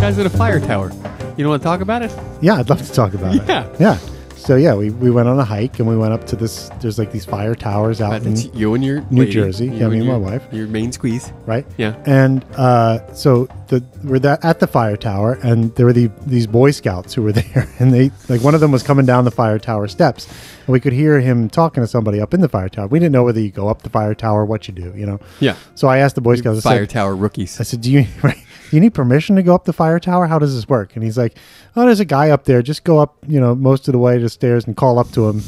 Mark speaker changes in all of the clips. Speaker 1: guys at a fire tower. You don't want to talk about it?
Speaker 2: Yeah, I'd love to talk about it.
Speaker 1: Yeah.
Speaker 2: Yeah. So yeah, we, we went on a hike and we went up to this. There's like these fire towers out in,
Speaker 1: That's you and your
Speaker 2: Uh, New
Speaker 1: lady,
Speaker 2: Jersey. Yeah,
Speaker 1: you
Speaker 2: me and my
Speaker 1: your-
Speaker 2: wife.
Speaker 1: Your main squeeze.
Speaker 2: right?
Speaker 1: Yeah.
Speaker 2: And uh, so the we're that at the fire tower, and there were the these Boy Scouts who were there, and they like one of them was coming down the fire tower steps, and we could hear him talking to somebody up in the fire tower. We didn't know whether you go up the fire tower, what you do, you know.
Speaker 1: Yeah.
Speaker 2: So I asked the Boy Scouts. I
Speaker 1: Fire
Speaker 2: said,
Speaker 1: tower
Speaker 2: I
Speaker 1: rookies.
Speaker 2: said, "Do you right, do you need permission to go up the fire tower? How does this work?" And he's like, "Oh, there's a guy up there. Just go up, you know, most of the way to the stairs and call up to him,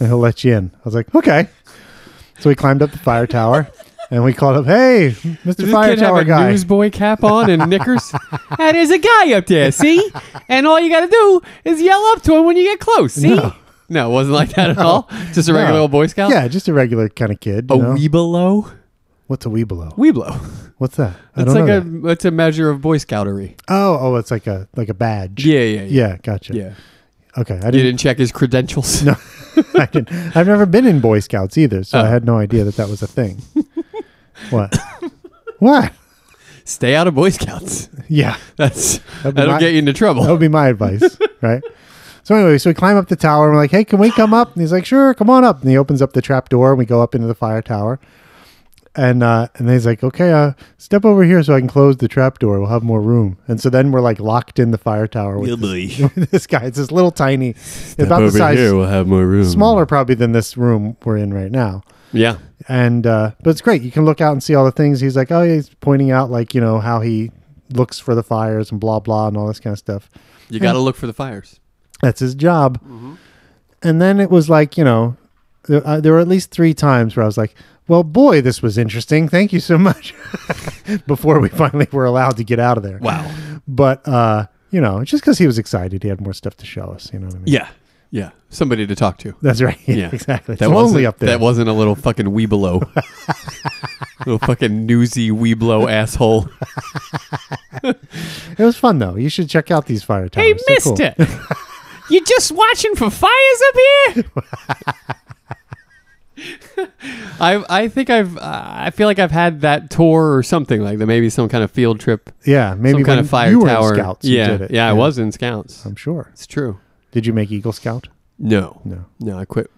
Speaker 2: and he'll let you in." I was like, "Okay." So we climbed up the fire tower, and we called up, "Hey, Mr.
Speaker 1: Does this
Speaker 2: Fire
Speaker 1: kid have
Speaker 2: Tower
Speaker 1: a
Speaker 2: guy."
Speaker 1: newsboy cap on and knickers? and there's a guy up there, see? And all you got to do is yell up to him when you get close, see?
Speaker 2: No.
Speaker 1: No, it wasn't like that at all. Just a regular
Speaker 2: No.
Speaker 1: old Boy Scout?
Speaker 2: Yeah, just a regular kind of kid.
Speaker 1: A
Speaker 2: You know?
Speaker 1: Weeblo?
Speaker 2: What's a weeblo?
Speaker 1: Weeblo.
Speaker 2: What's that? I
Speaker 1: It's
Speaker 2: don't
Speaker 1: like
Speaker 2: know.
Speaker 1: a
Speaker 2: that.
Speaker 1: it's a measure of Boy Scoutery.
Speaker 2: Oh, oh, it's like a like a badge.
Speaker 1: Yeah, yeah, yeah.
Speaker 2: Yeah, gotcha.
Speaker 1: Yeah.
Speaker 2: Okay, I
Speaker 1: You
Speaker 2: didn't.
Speaker 1: didn't check his credentials.
Speaker 2: No. I didn't. I've never been in Boy Scouts either, so
Speaker 1: Oh.
Speaker 2: I had no idea that that was a thing. what? What?
Speaker 1: Stay out of Boy Scouts.
Speaker 2: Yeah,
Speaker 1: That's
Speaker 2: That'd be
Speaker 1: that'll
Speaker 2: my-
Speaker 1: get you into trouble.
Speaker 2: that would be my advice, right? So anyway, so we climb up the tower and we're like, "Hey, can we come up?" And he's like, "Sure, come on up." And he opens up the trap door and we go up into the fire tower. And uh, and he's like, "Okay, uh, step over here so I can close the trap door. We'll have more room." And so then we're like locked in the fire tower with
Speaker 1: boy.
Speaker 2: this guy. It's this little tiny, about the size,
Speaker 1: we'll have more room.
Speaker 2: smaller probably than this room we're in right now.
Speaker 1: Yeah.
Speaker 2: And uh, but it's great. You can look out and see all the things. He's like, oh, he's pointing out like you know how he looks for the fires and blah blah and all this kind of stuff.
Speaker 1: You got to look for the fires.
Speaker 2: That's his job.
Speaker 1: Mm-hmm.
Speaker 2: And then it was like you know, there, uh, there were at least three times where I was like, well, boy, this was interesting. Thank you so much. Before we finally were allowed to get out of there.
Speaker 1: Wow.
Speaker 2: But uh, you know, just because he was excited, he had more stuff to show us. You know what I mean?
Speaker 1: Yeah. Yeah. Somebody to talk to.
Speaker 2: That's right. Yeah,
Speaker 1: Yeah.
Speaker 2: exactly. It's lonely
Speaker 1: wasn't-
Speaker 2: up there.
Speaker 1: That wasn't a little fucking weeblo. little fucking newsy weeblo asshole.
Speaker 2: It was fun though. You should check out these fire towers. They're cool.
Speaker 1: you just watching for fires up here? I I think I've uh, I feel like I've had that tour or something like that. Maybe some kind of field trip,
Speaker 2: Yeah, maybe
Speaker 1: some kind
Speaker 2: when
Speaker 1: of fire
Speaker 2: you were in
Speaker 1: tower.
Speaker 2: Scouts. you
Speaker 1: yeah,
Speaker 2: did it. Um,
Speaker 1: yeah, I was in Scouts.
Speaker 2: I'm sure.
Speaker 1: It's true.
Speaker 2: Did you make Eagle Scout?
Speaker 1: No,
Speaker 2: No.
Speaker 1: no, I quit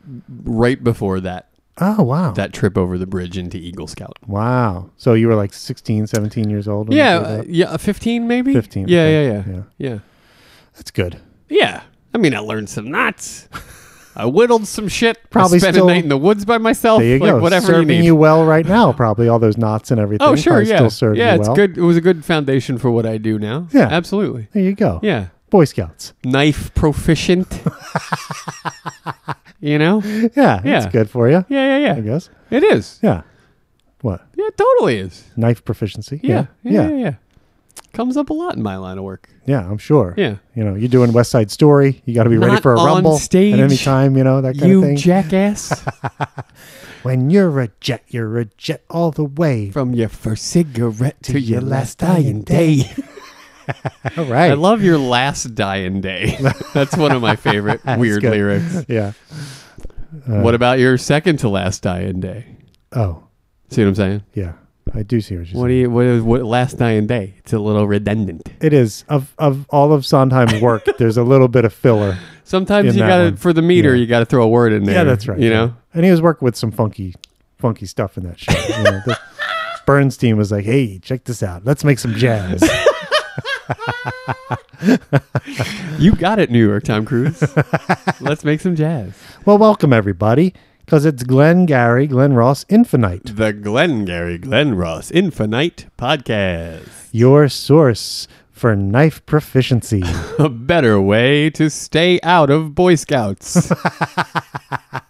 Speaker 1: right before that
Speaker 2: Oh wow,
Speaker 1: that trip over the bridge into Eagle Scout.
Speaker 2: wow. So you were like 16, 17 years old. When you
Speaker 1: Yeah,
Speaker 2: did
Speaker 1: uh,
Speaker 2: that?
Speaker 1: yeah, fifteen maybe.
Speaker 2: 15,
Speaker 1: Yeah,
Speaker 2: okay.
Speaker 1: yeah, yeah,
Speaker 2: Yeah.
Speaker 1: yeah, yeah.
Speaker 2: that's good.
Speaker 1: Yeah. I mean, I learned some knots. I whittled some shit.
Speaker 2: Probably
Speaker 1: I spent
Speaker 2: still-
Speaker 1: a night in the woods by myself.
Speaker 2: There you
Speaker 1: Oh, like
Speaker 2: go.
Speaker 1: whatever
Speaker 2: Serving
Speaker 1: you
Speaker 2: you,
Speaker 1: need.
Speaker 2: well right now, probably all those knots and everything.
Speaker 1: oh, sure,
Speaker 2: probably
Speaker 1: yeah.
Speaker 2: Still serve
Speaker 1: yeah,
Speaker 2: you
Speaker 1: it's
Speaker 2: well.
Speaker 1: good. It was a good foundation for what I do now.
Speaker 2: Yeah.
Speaker 1: Absolutely.
Speaker 2: There you go.
Speaker 1: Yeah.
Speaker 2: Boy Scouts.
Speaker 1: Knife proficient. you know? Yeah,
Speaker 2: Yeah,
Speaker 1: Yeah.
Speaker 2: it's good for you.
Speaker 1: yeah, yeah.
Speaker 2: I guess.
Speaker 1: It is.
Speaker 2: Yeah. What
Speaker 1: Yeah, it totally is.
Speaker 2: knife proficiency?
Speaker 1: Yeah. Yeah,
Speaker 2: yeah,
Speaker 1: yeah,
Speaker 2: yeah.
Speaker 1: yeah. Comes up a lot in my line of work.
Speaker 2: Yeah, I'm sure.
Speaker 1: Yeah.
Speaker 2: You know, you're doing West Side Story. You got to be ready
Speaker 1: Not
Speaker 2: for a
Speaker 1: on
Speaker 2: rumble
Speaker 1: stage,
Speaker 2: at any time. You know that kind of
Speaker 1: You
Speaker 2: thing.
Speaker 1: jackass
Speaker 2: When you're a jet, you're a jet all the way.
Speaker 1: from your first cigarette to your last dying day.
Speaker 2: All right.
Speaker 1: I love your last dying day. That's one of my favorite weird
Speaker 2: good.
Speaker 1: lyrics.
Speaker 2: yeah.
Speaker 1: What about your second to last dying day?
Speaker 2: Oh,
Speaker 1: See what I'm saying?
Speaker 2: yeah. I do see what you're saying.
Speaker 1: What do you? What is what, last dying day? It's a little redundant.
Speaker 2: it is of of all of Sondheim's work. there's a little bit of filler.
Speaker 1: Sometimes
Speaker 2: In
Speaker 1: you
Speaker 2: that
Speaker 1: gotta
Speaker 2: one.
Speaker 1: for the meter,
Speaker 2: Yeah.
Speaker 1: you gotta throw a word in there.
Speaker 2: Yeah, that's right.
Speaker 1: You
Speaker 2: yeah.
Speaker 1: know,
Speaker 2: And he was working with some funky, funky stuff in that show. you know. The- Bernstein was like, "Hey, check this out. Let's make some jazz."
Speaker 1: you got it, New York Tom Cruise. Let's make some jazz.
Speaker 2: well, welcome everybody, because it's Glenn Gary, Glenn Ross, Infinite,
Speaker 1: The Glengarry Glen Ross Infinite Podcast:
Speaker 2: your source for knife proficiency.
Speaker 1: A better way to stay out of Boy Scouts.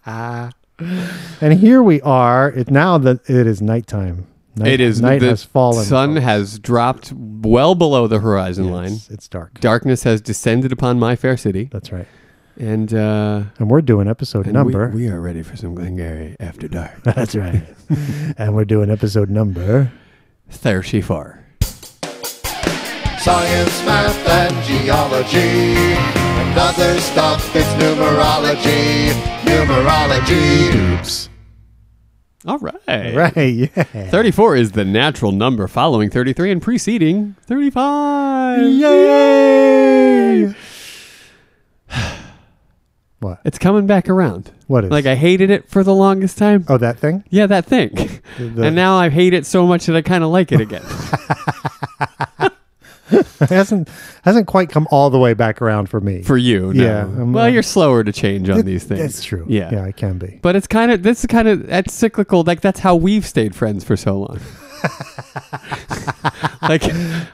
Speaker 2: And here we are. It now that it is nighttime. Night,
Speaker 1: it is
Speaker 2: night
Speaker 1: the
Speaker 2: has fallen.
Speaker 1: Sun
Speaker 2: folks.
Speaker 1: has dropped well below the horizon line.
Speaker 2: It's, it's dark.
Speaker 1: Darkness has descended upon my fair city,
Speaker 2: That's right.
Speaker 1: and, uh,
Speaker 2: And we're doing episode
Speaker 1: and
Speaker 2: number.
Speaker 1: We, we are ready for some Glengarry after dark.
Speaker 2: That's right. and we're doing episode number.
Speaker 1: Thirsty far.
Speaker 3: Science, math, and geology. And other stuff, it's numerology. Numerology.
Speaker 2: Oops.
Speaker 1: All right.
Speaker 2: Right. Yeah.
Speaker 1: 34 is the natural number following 33 and preceding 35.
Speaker 2: Yay! what?
Speaker 1: It's coming back around.
Speaker 2: What is?
Speaker 1: Like I hated it for the longest time.
Speaker 2: oh, that thing?
Speaker 1: Yeah, that thing. and now I hate it so much that I kind of like it again.
Speaker 2: it hasn't hasn't quite come all the way back around for me.
Speaker 1: for you. no.
Speaker 2: Yeah, I'm,
Speaker 1: well,
Speaker 2: uh,
Speaker 1: you're slower to change on
Speaker 2: It-
Speaker 1: these things.
Speaker 2: That's true.
Speaker 1: Yeah.
Speaker 2: Yeah, it can be.
Speaker 1: But it's kind of this is kind of that's cyclical. Like that's how we've stayed friends for so long. like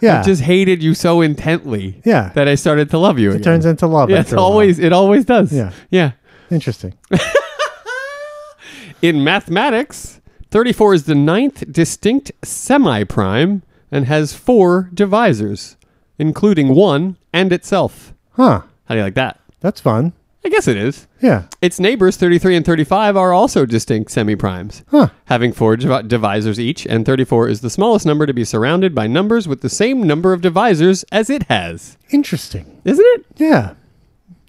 Speaker 2: Yeah.
Speaker 1: I just hated you so intently.
Speaker 2: Yeah.
Speaker 1: That I started to love you.
Speaker 2: It turns into love.
Speaker 1: Yeah, it's
Speaker 2: after a while.
Speaker 1: always it always does.
Speaker 2: Yeah.
Speaker 1: Yeah.
Speaker 2: interesting.
Speaker 1: In mathematics, 34 is the ninth distinct semi-prime and has four divisors, including one and itself.
Speaker 2: Huh?
Speaker 1: How do you like that?
Speaker 2: That's fun.
Speaker 1: I guess it is.
Speaker 2: Yeah.
Speaker 1: Its neighbors, 33 and 35, are also distinct semi primes,
Speaker 2: Huh?
Speaker 1: having four divi- divisors each, and 34 is the smallest number to be surrounded by numbers with the same number of divisors as it has.
Speaker 2: Interesting.
Speaker 1: Isn't it?
Speaker 2: Yeah.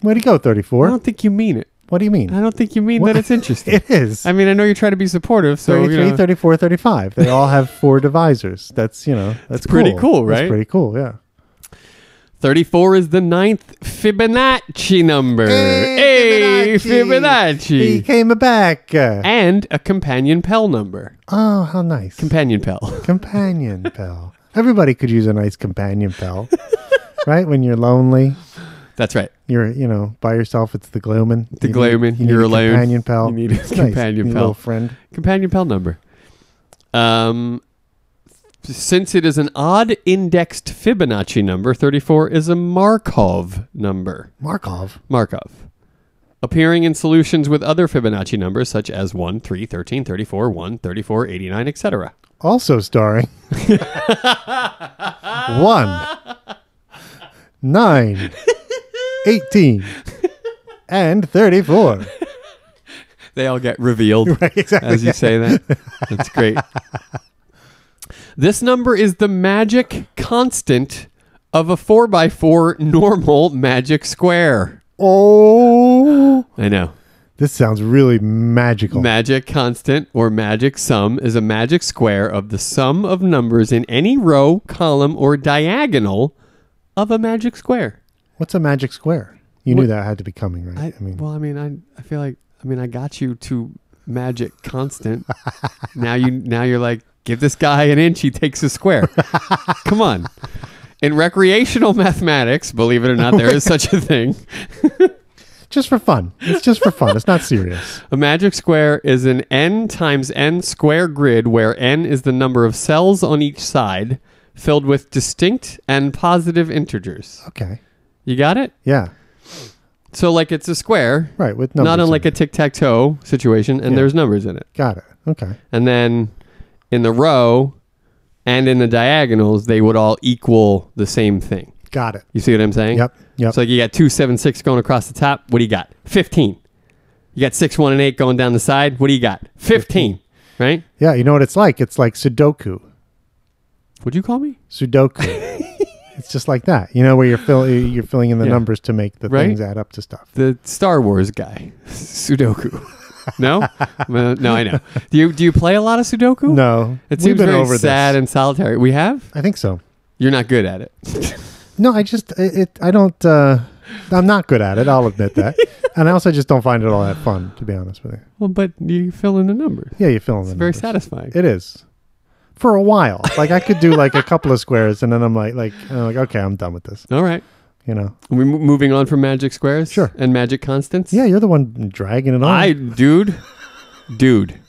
Speaker 2: Way to go, thirty-four.
Speaker 1: I don't think you mean it.
Speaker 2: what do you mean?
Speaker 1: I don't think you mean
Speaker 2: What?
Speaker 1: that it's interesting.
Speaker 2: It is.
Speaker 1: I mean, I know you're trying to be supportive, so you
Speaker 2: 33,
Speaker 1: know,
Speaker 2: 34, 35. They all have four divisors. That's, you know, that's
Speaker 1: pretty cool,
Speaker 2: That's
Speaker 1: right?
Speaker 2: pretty cool, yeah.
Speaker 1: 34 is the ninth Fibonacci number.
Speaker 2: Hey,
Speaker 1: Hey,
Speaker 2: Fibonacci. He
Speaker 1: Fibonacci!
Speaker 2: came back. Uh,
Speaker 1: And a companion Pell number.
Speaker 2: oh, how nice.
Speaker 1: Companion Pell.
Speaker 2: companion pal. Everybody could use a nice companion pal, right? When you're lonely,
Speaker 1: That's right.
Speaker 2: you're, you know, by yourself, it's the gloomin.
Speaker 1: The Gloamin,
Speaker 2: You
Speaker 1: you're
Speaker 2: need
Speaker 1: alone.
Speaker 2: a companion pal.
Speaker 1: You need a
Speaker 2: It's nice.
Speaker 1: companion
Speaker 2: You need a
Speaker 1: pal.
Speaker 2: little friend.
Speaker 1: companion pal number. Um, since it is an odd indexed Fibonacci number, 34 is a Markov number.
Speaker 2: Markov.
Speaker 1: Markov. Appearing in solutions with other Fibonacci numbers such as 1, 3, 13, 34, 1, 34, 89, etc.
Speaker 2: Also starring one, nine, 18, and 34.
Speaker 1: They all get revealed as you say that. That's great. this number is the magic constant of a 4x4 normal magic square.
Speaker 2: Oh,
Speaker 1: I know.
Speaker 2: this sounds really magical.
Speaker 1: Magic constant or magic sum is a magic square of the sum of numbers in any row, column, or diagonal of a magic square.
Speaker 2: What's a magic square? You knew that had to be coming, right?
Speaker 1: I,
Speaker 2: I, mean,
Speaker 1: well, I mean, I, I feel like I mean, I got you to magic constant. now you now you're like, give this guy an inch, he takes a square. Come on. In recreational mathematics, believe it or not, there is such a thing.
Speaker 2: just for fun. It's just for fun. It's not serious.
Speaker 1: A magic square is an n times n square grid where n is the number of cells on each side filled with distinct and positive integers.
Speaker 2: Okay.
Speaker 1: You got it?
Speaker 2: Yeah.
Speaker 1: So like it's a square,
Speaker 2: Right. With numbers.
Speaker 1: not
Speaker 2: in
Speaker 1: unlike
Speaker 2: it.
Speaker 1: a tic-tac-toe situation and
Speaker 2: Yeah.
Speaker 1: there's numbers in it.
Speaker 2: Got it. Okay.
Speaker 1: And then in the row and in the diagonals they would all equal the same thing.
Speaker 2: Got it.
Speaker 1: You see what I'm saying?
Speaker 2: Yep. Yep.
Speaker 1: So like you got two, seven, six going across the top. What do you got? Fifteen. You got six, one, and eight going down the side. What do you got? Fifteen. Right?
Speaker 2: yeah. You know what it's like? It's like Sudoku.
Speaker 1: Would you call me?
Speaker 2: Sudoku. it's just like that. You know where you're filling you're filling in the
Speaker 1: Yeah.
Speaker 2: numbers to make the
Speaker 1: Right?
Speaker 2: things add up to stuff.
Speaker 1: The Star Wars guy, Sudoku. No, Well, no, I know. Do you do you play a lot of Sudoku?
Speaker 2: No.
Speaker 1: it seems very sad
Speaker 2: this.
Speaker 1: and solitary. We have.
Speaker 2: I think so.
Speaker 1: You're not good at it.
Speaker 2: No, I just it, it I don't uh I'm not good at it, I'll admit that. and I also just don't find it all that fun, to be honest with you.
Speaker 1: well, but you fill in the numbers.
Speaker 2: Yeah, you're filling the
Speaker 1: Very
Speaker 2: numbers.
Speaker 1: satisfying.
Speaker 2: It is. For a while. Like I could do like a couple of squares and then I'm like like I'm like, okay, I'm done with this.
Speaker 1: All right.
Speaker 2: You know?
Speaker 1: Are we mo- moving on from magic squares.
Speaker 2: Sure.
Speaker 1: And magic constants.
Speaker 2: Yeah, you're the one dragging it on.
Speaker 1: I, dude, dude,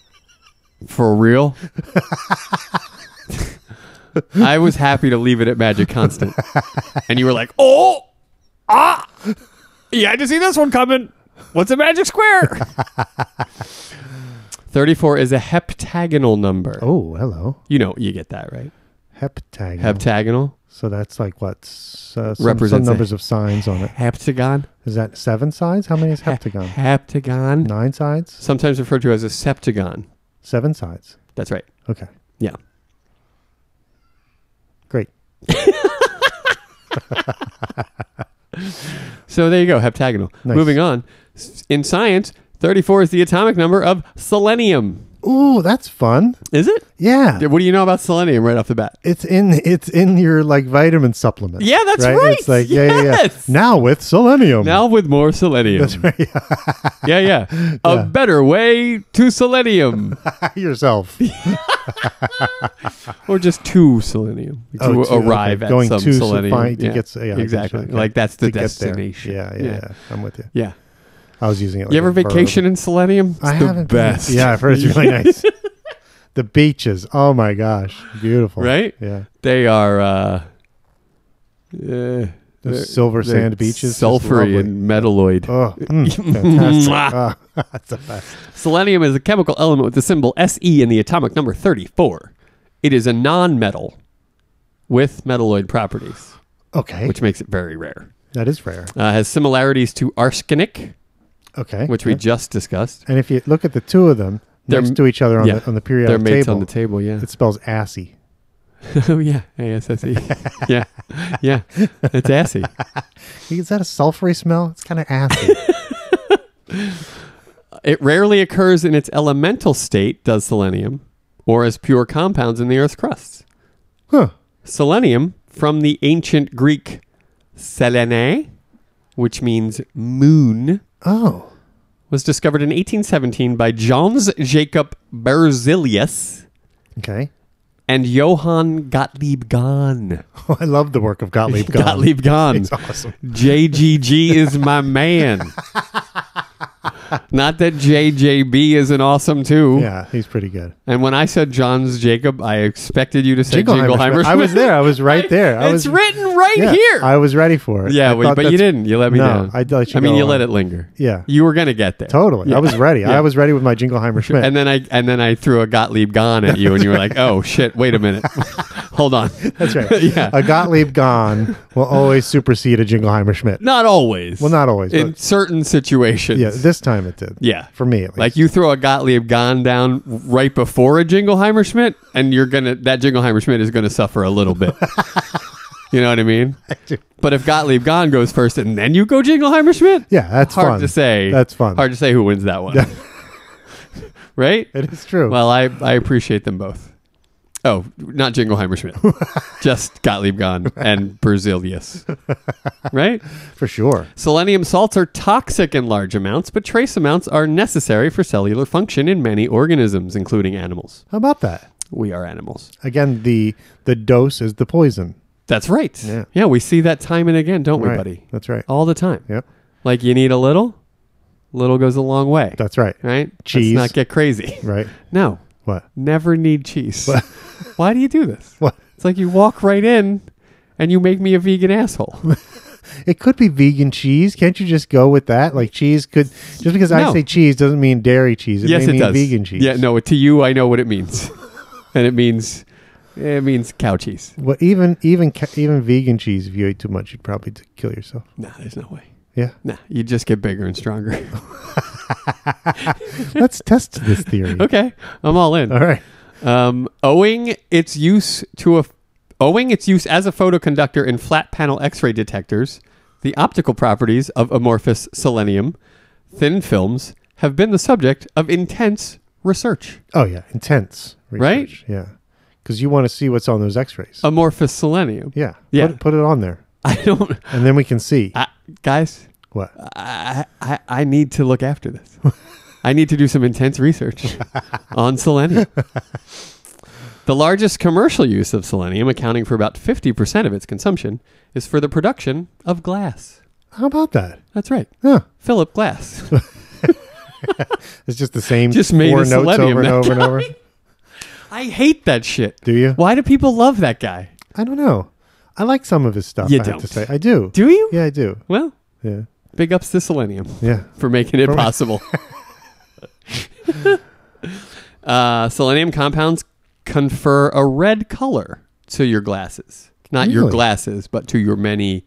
Speaker 1: for real. I was happy to leave it at Magic Constant, and you were like, "Oh, ah, yeah, I had to see this one coming." What's a magic square? Thirty-four is a heptagonal number.
Speaker 2: oh, hello.
Speaker 1: You know, you get that right.
Speaker 2: Heptagonal.
Speaker 1: Heptagonal,
Speaker 2: so that's like what s- uh, some, some
Speaker 1: Represents a-
Speaker 2: numbers of signs on it.
Speaker 1: heptagon,
Speaker 2: Is that seven sides? How many is heptagon?
Speaker 1: heptagon.
Speaker 2: Nine sides?
Speaker 1: Sometimes referred to as a septagon.
Speaker 2: Seven sides.
Speaker 1: That's right.
Speaker 2: Okay.
Speaker 1: Yeah.
Speaker 2: Great.
Speaker 1: So there you go, heptagonal.
Speaker 2: Nice.
Speaker 1: Moving on. S- In science, 34 is the atomic number of selenium.
Speaker 2: ooh, that's fun.
Speaker 1: Is it?
Speaker 2: Yeah.
Speaker 1: Yeah, What do you know about selenium right off the bat?
Speaker 2: It's in it's in your like vitamin supplement.
Speaker 1: Yeah, that's right.
Speaker 2: It's like yeah, yeah, yeah.
Speaker 1: Yes.
Speaker 2: Now with selenium.
Speaker 1: Now with more selenium. That's right. Yeah, yeah. A better way to selenium,
Speaker 2: yourself.
Speaker 1: or just to selenium to
Speaker 2: Oh, to-
Speaker 1: arrive
Speaker 2: okay,
Speaker 1: at
Speaker 2: going
Speaker 1: some
Speaker 2: to
Speaker 1: selenium.
Speaker 2: suffi- to get s- yeah, I get you,
Speaker 1: exactly.
Speaker 2: okay.
Speaker 1: Like that's the
Speaker 2: To get there.
Speaker 1: destination.
Speaker 2: Yeah, yeah, yeah. I'm with you.
Speaker 1: yeah.
Speaker 2: I was using it. Like
Speaker 1: You ever
Speaker 2: a verb.
Speaker 1: vacation in selenium? It's
Speaker 2: I
Speaker 1: the
Speaker 2: haven't. been-
Speaker 1: best.
Speaker 2: Yeah, I've heard it's really nice. The beaches. Oh my gosh, beautiful.
Speaker 1: Right?
Speaker 2: Yeah.
Speaker 1: They are. uh eh, yeah,
Speaker 2: Those silver sand beaches. just lovely.
Speaker 1: sulfury and metalloid.
Speaker 2: Oh, mm, fantastic. Oh, that's the best.
Speaker 1: Selenium is a chemical element with the symbol Se in the atomic number 34. It is a non-metal with metalloid properties,
Speaker 2: Okay.
Speaker 1: which makes it very rare.
Speaker 2: that is rare.
Speaker 1: Uh, has similarities to arsenic,
Speaker 2: Okay.
Speaker 1: which we just discussed.
Speaker 2: And if you look at the two of them
Speaker 1: They're-
Speaker 2: next to each other on,
Speaker 1: yeah.
Speaker 2: the, on the
Speaker 1: They're
Speaker 2: periodic
Speaker 1: mates
Speaker 2: table,
Speaker 1: on the table, yeah.
Speaker 2: it spells assy.
Speaker 1: oh yeah, A S S E. Yeah, yeah, it's E. assy.
Speaker 2: Is that a sulfury smell? It's kind of assy.
Speaker 1: It rarely occurs in its elemental state, does selenium, or as pure compounds in the Earth's crust.
Speaker 2: huh.
Speaker 1: Selenium from the ancient Greek selene, which means moon,
Speaker 2: Oh.
Speaker 1: was discovered in 1817 by Johns Jacob Berzelius
Speaker 2: Okay.
Speaker 1: and Johann Gottlieb Gahn.
Speaker 2: Oh, I love the work of Gottlieb Gahn.
Speaker 1: Gottlieb Gahn.
Speaker 2: It's awesome.
Speaker 1: JGG is my man. Not that JJB isn't awesome too.
Speaker 2: Yeah, he's pretty good.
Speaker 1: And when I said Johns Jacob, I expected you to say
Speaker 2: Jingleheimer
Speaker 1: Jingleheimer.
Speaker 2: Schmidt. I was
Speaker 1: Schmidt.
Speaker 2: there. I was right there. I
Speaker 1: it's
Speaker 2: was
Speaker 1: written right
Speaker 2: yeah,
Speaker 1: here.
Speaker 2: I was ready for it.
Speaker 1: yeah,
Speaker 2: I
Speaker 1: wait,
Speaker 2: thought
Speaker 1: but you
Speaker 2: that's-
Speaker 1: didn't. You let me
Speaker 2: No,
Speaker 1: down.
Speaker 2: I'd let you
Speaker 1: I mean,
Speaker 2: go
Speaker 1: you
Speaker 2: on.
Speaker 1: let it linger.
Speaker 2: Yeah.
Speaker 1: you were gonna get there.
Speaker 2: Totally. I was ready.
Speaker 1: Yeah.
Speaker 2: I was ready with my Jingleheimer Schmidt.
Speaker 1: And then I and then I threw a Gottlieb Gahn at you, and you were like, "Oh shit! Wait a minute, hold on."
Speaker 2: That's right.
Speaker 1: Yeah.
Speaker 2: A Gottlieb Gahn will always supersede a Jingleheimer Schmidt.
Speaker 1: Not always.
Speaker 2: Well, not always.
Speaker 1: in
Speaker 2: But
Speaker 1: certain situations.
Speaker 2: yeah, this time it did.
Speaker 1: Yeah.
Speaker 2: For me, at least.
Speaker 1: Like you throw a Gottlieb Gahn down right before a Jingleheimer Schmidt, and you're gonna that Jingleheimer Schmidt is gonna suffer a little bit. you know what I mean?
Speaker 2: do.
Speaker 1: But if Gottlieb Gahn goes first, and then you go Jingleheimer Schmidt,
Speaker 2: Yeah, that's
Speaker 1: hard
Speaker 2: fun.
Speaker 1: to say.
Speaker 2: That's fun.
Speaker 1: Hard to say who wins that one. right?
Speaker 2: It is true.
Speaker 1: Well, I I appreciate them both. Oh, not Jingleheimer Schmidt, just Gottlieb Gahn and Berzelius. Right?
Speaker 2: for sure.
Speaker 1: Selenium salts are toxic in large amounts, but trace amounts are necessary for cellular function in many organisms, including animals.
Speaker 2: How about that?
Speaker 1: We are animals.
Speaker 2: Again, the the dose is the poison.
Speaker 1: That's right.
Speaker 2: Yeah.
Speaker 1: we see that time and again, don't we,
Speaker 2: Right.
Speaker 1: buddy?
Speaker 2: That's right.
Speaker 1: All the time.
Speaker 2: Yep.
Speaker 1: Like you need a little, little goes a long way.
Speaker 2: That's right.
Speaker 1: right?
Speaker 2: Cheese.
Speaker 1: Let's not get crazy.
Speaker 2: Right.
Speaker 1: No,
Speaker 2: What?
Speaker 1: never need cheese. Why do you do this?
Speaker 2: What?
Speaker 1: It's like you walk right in and you make me a vegan asshole.
Speaker 2: It could be vegan cheese. Can't you just go with that? Like cheese could just because I
Speaker 1: No.
Speaker 2: say cheese doesn't mean dairy cheese. It
Speaker 1: yes,
Speaker 2: may
Speaker 1: it
Speaker 2: mean
Speaker 1: does.
Speaker 2: vegan cheese.
Speaker 1: Yeah, no, to you, I know what it means. and it means, it means cow cheese.
Speaker 2: Well, even even ca- even vegan cheese. If you ate too much, you'd probably t- kill yourself.
Speaker 1: No, there's no way.
Speaker 2: Yeah.
Speaker 1: Nah, you just get bigger and stronger.
Speaker 2: Let's test this theory.
Speaker 1: okay, I'm all in.
Speaker 2: All right.
Speaker 1: Um, owing its use to a, owing its use as a photoconductor in flat panel X-ray detectors, the optical properties of amorphous selenium, thin films have been the subject of intense research.
Speaker 2: Oh yeah, intense.
Speaker 1: Right?
Speaker 2: research. Yeah, because you want to see what's on those X-rays.
Speaker 1: Amorphous selenium.
Speaker 2: yeah.
Speaker 1: yeah.
Speaker 2: Put, put it on there,
Speaker 1: I don't,
Speaker 2: and then we can see
Speaker 1: I, guys.
Speaker 2: what.
Speaker 1: I, I I need to look after this. I need to do some intense research on selenium. The largest commercial use of selenium, accounting for about 50% of its consumption, is for the production of glass.
Speaker 2: How about that?
Speaker 1: That's right.
Speaker 2: Huh?
Speaker 1: Philip Glass.
Speaker 2: It's just the same
Speaker 1: Just made
Speaker 2: four
Speaker 1: a
Speaker 2: notes
Speaker 1: selenium
Speaker 2: over and
Speaker 1: that
Speaker 2: over and over.
Speaker 1: I hate that shit.
Speaker 2: Do you?
Speaker 1: Why do people love that guy?
Speaker 2: I don't know. I like some of his stuff.
Speaker 1: You
Speaker 2: I have
Speaker 1: don't.
Speaker 2: to say, I do.
Speaker 1: Do you?
Speaker 2: Yeah, I do.
Speaker 1: Well,
Speaker 2: Yeah,
Speaker 1: big ups to selenium.
Speaker 2: yeah.
Speaker 1: for making it possible. uh, selenium compounds confer a red color to your glasses. Not your
Speaker 2: Really?
Speaker 1: glasses, but to your many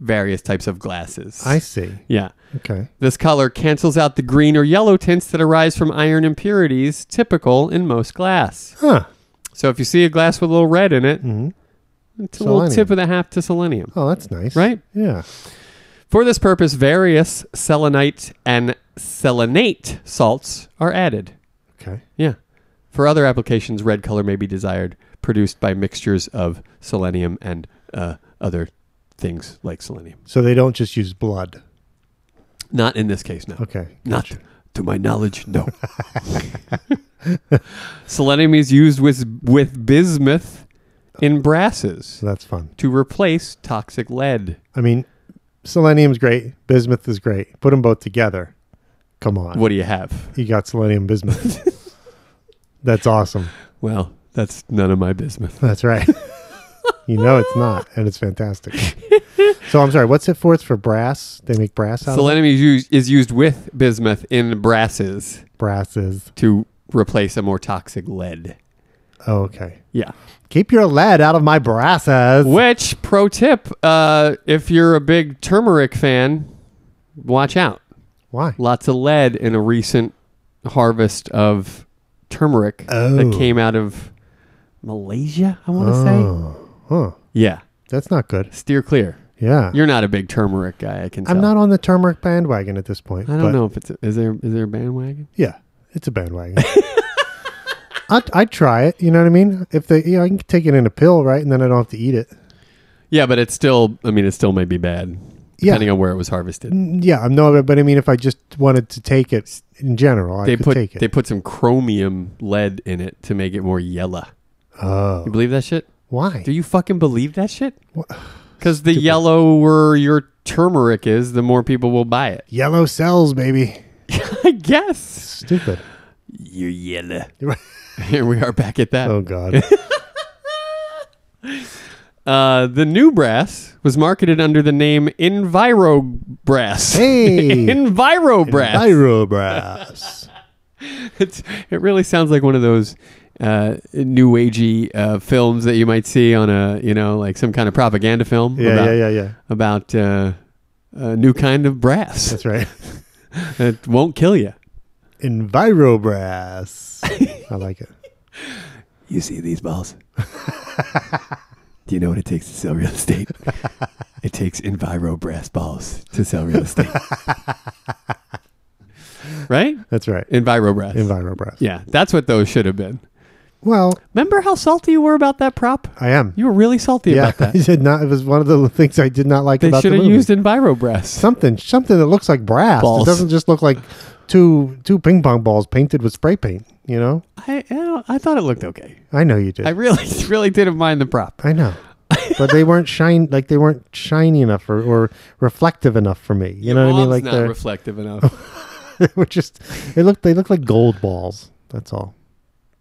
Speaker 1: various types of glasses.
Speaker 2: I see.
Speaker 1: yeah.
Speaker 2: Okay.
Speaker 1: This color cancels out the green or yellow tints that arise from iron impurities typical in most glass.
Speaker 2: Huh.
Speaker 1: So if you see a glass with a little red in it, it's a little
Speaker 2: Mm-hmm. Selenium.
Speaker 1: tip of the half to selenium.
Speaker 2: Oh, that's nice.
Speaker 1: Right?
Speaker 2: Yeah.
Speaker 1: For this purpose, various selenite and selenate salts are added.
Speaker 2: Okay.
Speaker 1: Yeah. For other applications, red color may be desired, produced by mixtures of selenium and uh, other things like selenium.
Speaker 2: So they don't just use blood.
Speaker 1: Not in this case, no.
Speaker 2: Okay.
Speaker 1: Not to my knowledge, no. selenium is used with, with bismuth in brasses
Speaker 2: So that's fun.
Speaker 1: to replace toxic lead.
Speaker 2: I mean, selenium's great. Bismuth is great. Put them both together. Come on.
Speaker 1: What do you have?
Speaker 2: You got selenium bismuth. that's awesome.
Speaker 1: Well, that's none of my bismuth.
Speaker 2: That's right. you know it's not, and it's fantastic. so I'm sorry. What's it for? It's for brass. They make brass out
Speaker 1: Selenium is used, is used with bismuth in brasses
Speaker 2: of brasses.
Speaker 1: to replace a more toxic lead.
Speaker 2: Oh, okay.
Speaker 1: Yeah.
Speaker 2: Keep your lead out of my brasses.
Speaker 1: Which pro tip, uh, if you're a big turmeric fan, watch out.
Speaker 2: Why?
Speaker 1: Lots of lead in a recent harvest of turmeric
Speaker 2: Oh.
Speaker 1: that came out of Malaysia, I want to say.
Speaker 2: Oh, huh.
Speaker 1: Yeah.
Speaker 2: That's not good.
Speaker 1: Steer clear.
Speaker 2: Yeah.
Speaker 1: You're not a big turmeric guy, I can tell.
Speaker 2: I'm not on the turmeric bandwagon at this point.
Speaker 1: I
Speaker 2: but
Speaker 1: don't know if it's a, is there is there a bandwagon?
Speaker 2: Yeah, it's a bandwagon. I'd, I'd try it. You know what I mean? If they, you know, I can take it in a pill, right? And then I don't have to eat it.
Speaker 1: Yeah, but it's still I mean it still may be bad
Speaker 2: Yeah.
Speaker 1: depending on where it was harvested.
Speaker 2: Mm, Yeah, I'm no, but I mean, if I just wanted to take it in general, I
Speaker 1: They
Speaker 2: could
Speaker 1: put
Speaker 2: take it.
Speaker 1: they put some chromium lead in it to make it more yellow. You
Speaker 2: oh,
Speaker 1: believe that shit?
Speaker 2: why?
Speaker 1: Do you fucking believe that shit?
Speaker 2: What?
Speaker 1: Because the yellower your turmeric is, the more people will buy it.
Speaker 2: Yellow cells, baby.
Speaker 1: I guess.
Speaker 2: Stupid.
Speaker 1: You're yellow. Here we are back at that.
Speaker 2: oh God.
Speaker 1: Uh, the new brass was marketed under the name Enviro Brass.
Speaker 2: Hey.
Speaker 1: Enviro Brass.
Speaker 2: Pyrobrass.
Speaker 1: It's, it really sounds like one of those uh, new agey uh, films that you might see on a, you know, like some kind of propaganda film
Speaker 2: Yeah,
Speaker 1: about,
Speaker 2: yeah, yeah, yeah.
Speaker 1: about uh, a new kind of brass
Speaker 2: That's right.
Speaker 1: that won't kill you.
Speaker 2: Envirobrass. I like it.
Speaker 1: You see these balls? Do you know what it takes to sell real estate? it takes Enviro brass balls to sell real estate. right?
Speaker 2: That's right.
Speaker 1: Enviro brass.
Speaker 2: Envirobrass.
Speaker 1: yeah, that's what those should have been.
Speaker 2: Well,
Speaker 1: Remember how salty you were about that prop?
Speaker 2: I am.
Speaker 1: You were really salty
Speaker 2: yeah,
Speaker 1: about
Speaker 2: I
Speaker 1: that.
Speaker 2: did not. It was one of the things I did not like
Speaker 1: They
Speaker 2: about the
Speaker 1: should have
Speaker 2: movie.
Speaker 1: used Enviro brass.
Speaker 2: something something that looks like brass.
Speaker 1: Balls.
Speaker 2: It doesn't just look like two two ping pong balls painted with spray paint. You know,
Speaker 1: I, I, don't- I thought it looked okay.
Speaker 2: I know you did.
Speaker 1: I
Speaker 2: I,
Speaker 1: really, really didn't mind the prop.
Speaker 2: know, but they weren't shine like they weren't shiny enough or, or reflective enough for me. You know what I mean? Like
Speaker 1: not
Speaker 2: they're-
Speaker 1: reflective enough.
Speaker 2: they were just they looked they looked like gold balls. That's all.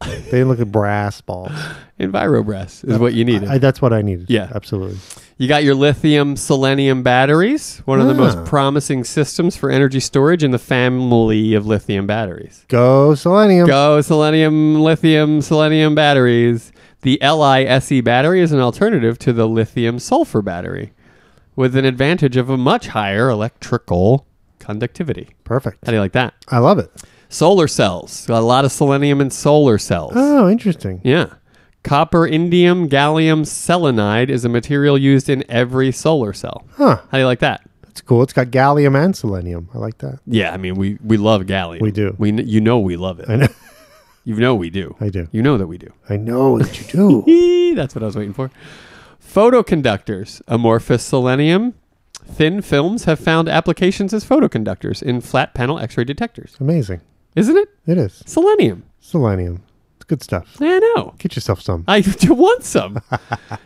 Speaker 2: They didn't look like brass balls.
Speaker 1: Enviro brass is what you needed.
Speaker 2: I, that's what I needed.
Speaker 1: Yeah.
Speaker 2: absolutely.
Speaker 1: You got your lithium selenium batteries, one of the
Speaker 2: Ah.
Speaker 1: most promising systems for energy storage in the family of lithium batteries.
Speaker 2: Go selenium.
Speaker 1: Go selenium, lithium, selenium batteries. The LISE E battery is an alternative to the lithium sulfur battery with an advantage of a much higher electrical conductivity.
Speaker 2: Perfect.
Speaker 1: How do you like that?
Speaker 2: I love it.
Speaker 1: Solar cells. Got a lot of selenium in solar cells.
Speaker 2: Oh, interesting.
Speaker 1: Yeah. Copper, indium, gallium, selenide is a material used in every solar cell.
Speaker 2: Huh.
Speaker 1: How do you like that?
Speaker 2: That's cool. It's got gallium and selenium. I like that.
Speaker 1: Yeah, I mean we we love gallium.
Speaker 2: We do.
Speaker 1: We kn- you know we love it.
Speaker 2: I know.
Speaker 1: You know we do.
Speaker 2: I do.
Speaker 1: You know that we do.
Speaker 2: I know that you do.
Speaker 1: Eee, that's what I was waiting for. Photoconductors, amorphous selenium, thin films have found applications as photoconductors in flat panel X-ray detectors.
Speaker 2: Amazing.
Speaker 1: Isn't it
Speaker 2: It is.
Speaker 1: selenium?
Speaker 2: Selenium. It's good stuff.
Speaker 1: I know.
Speaker 2: Get yourself some.
Speaker 1: I do want some.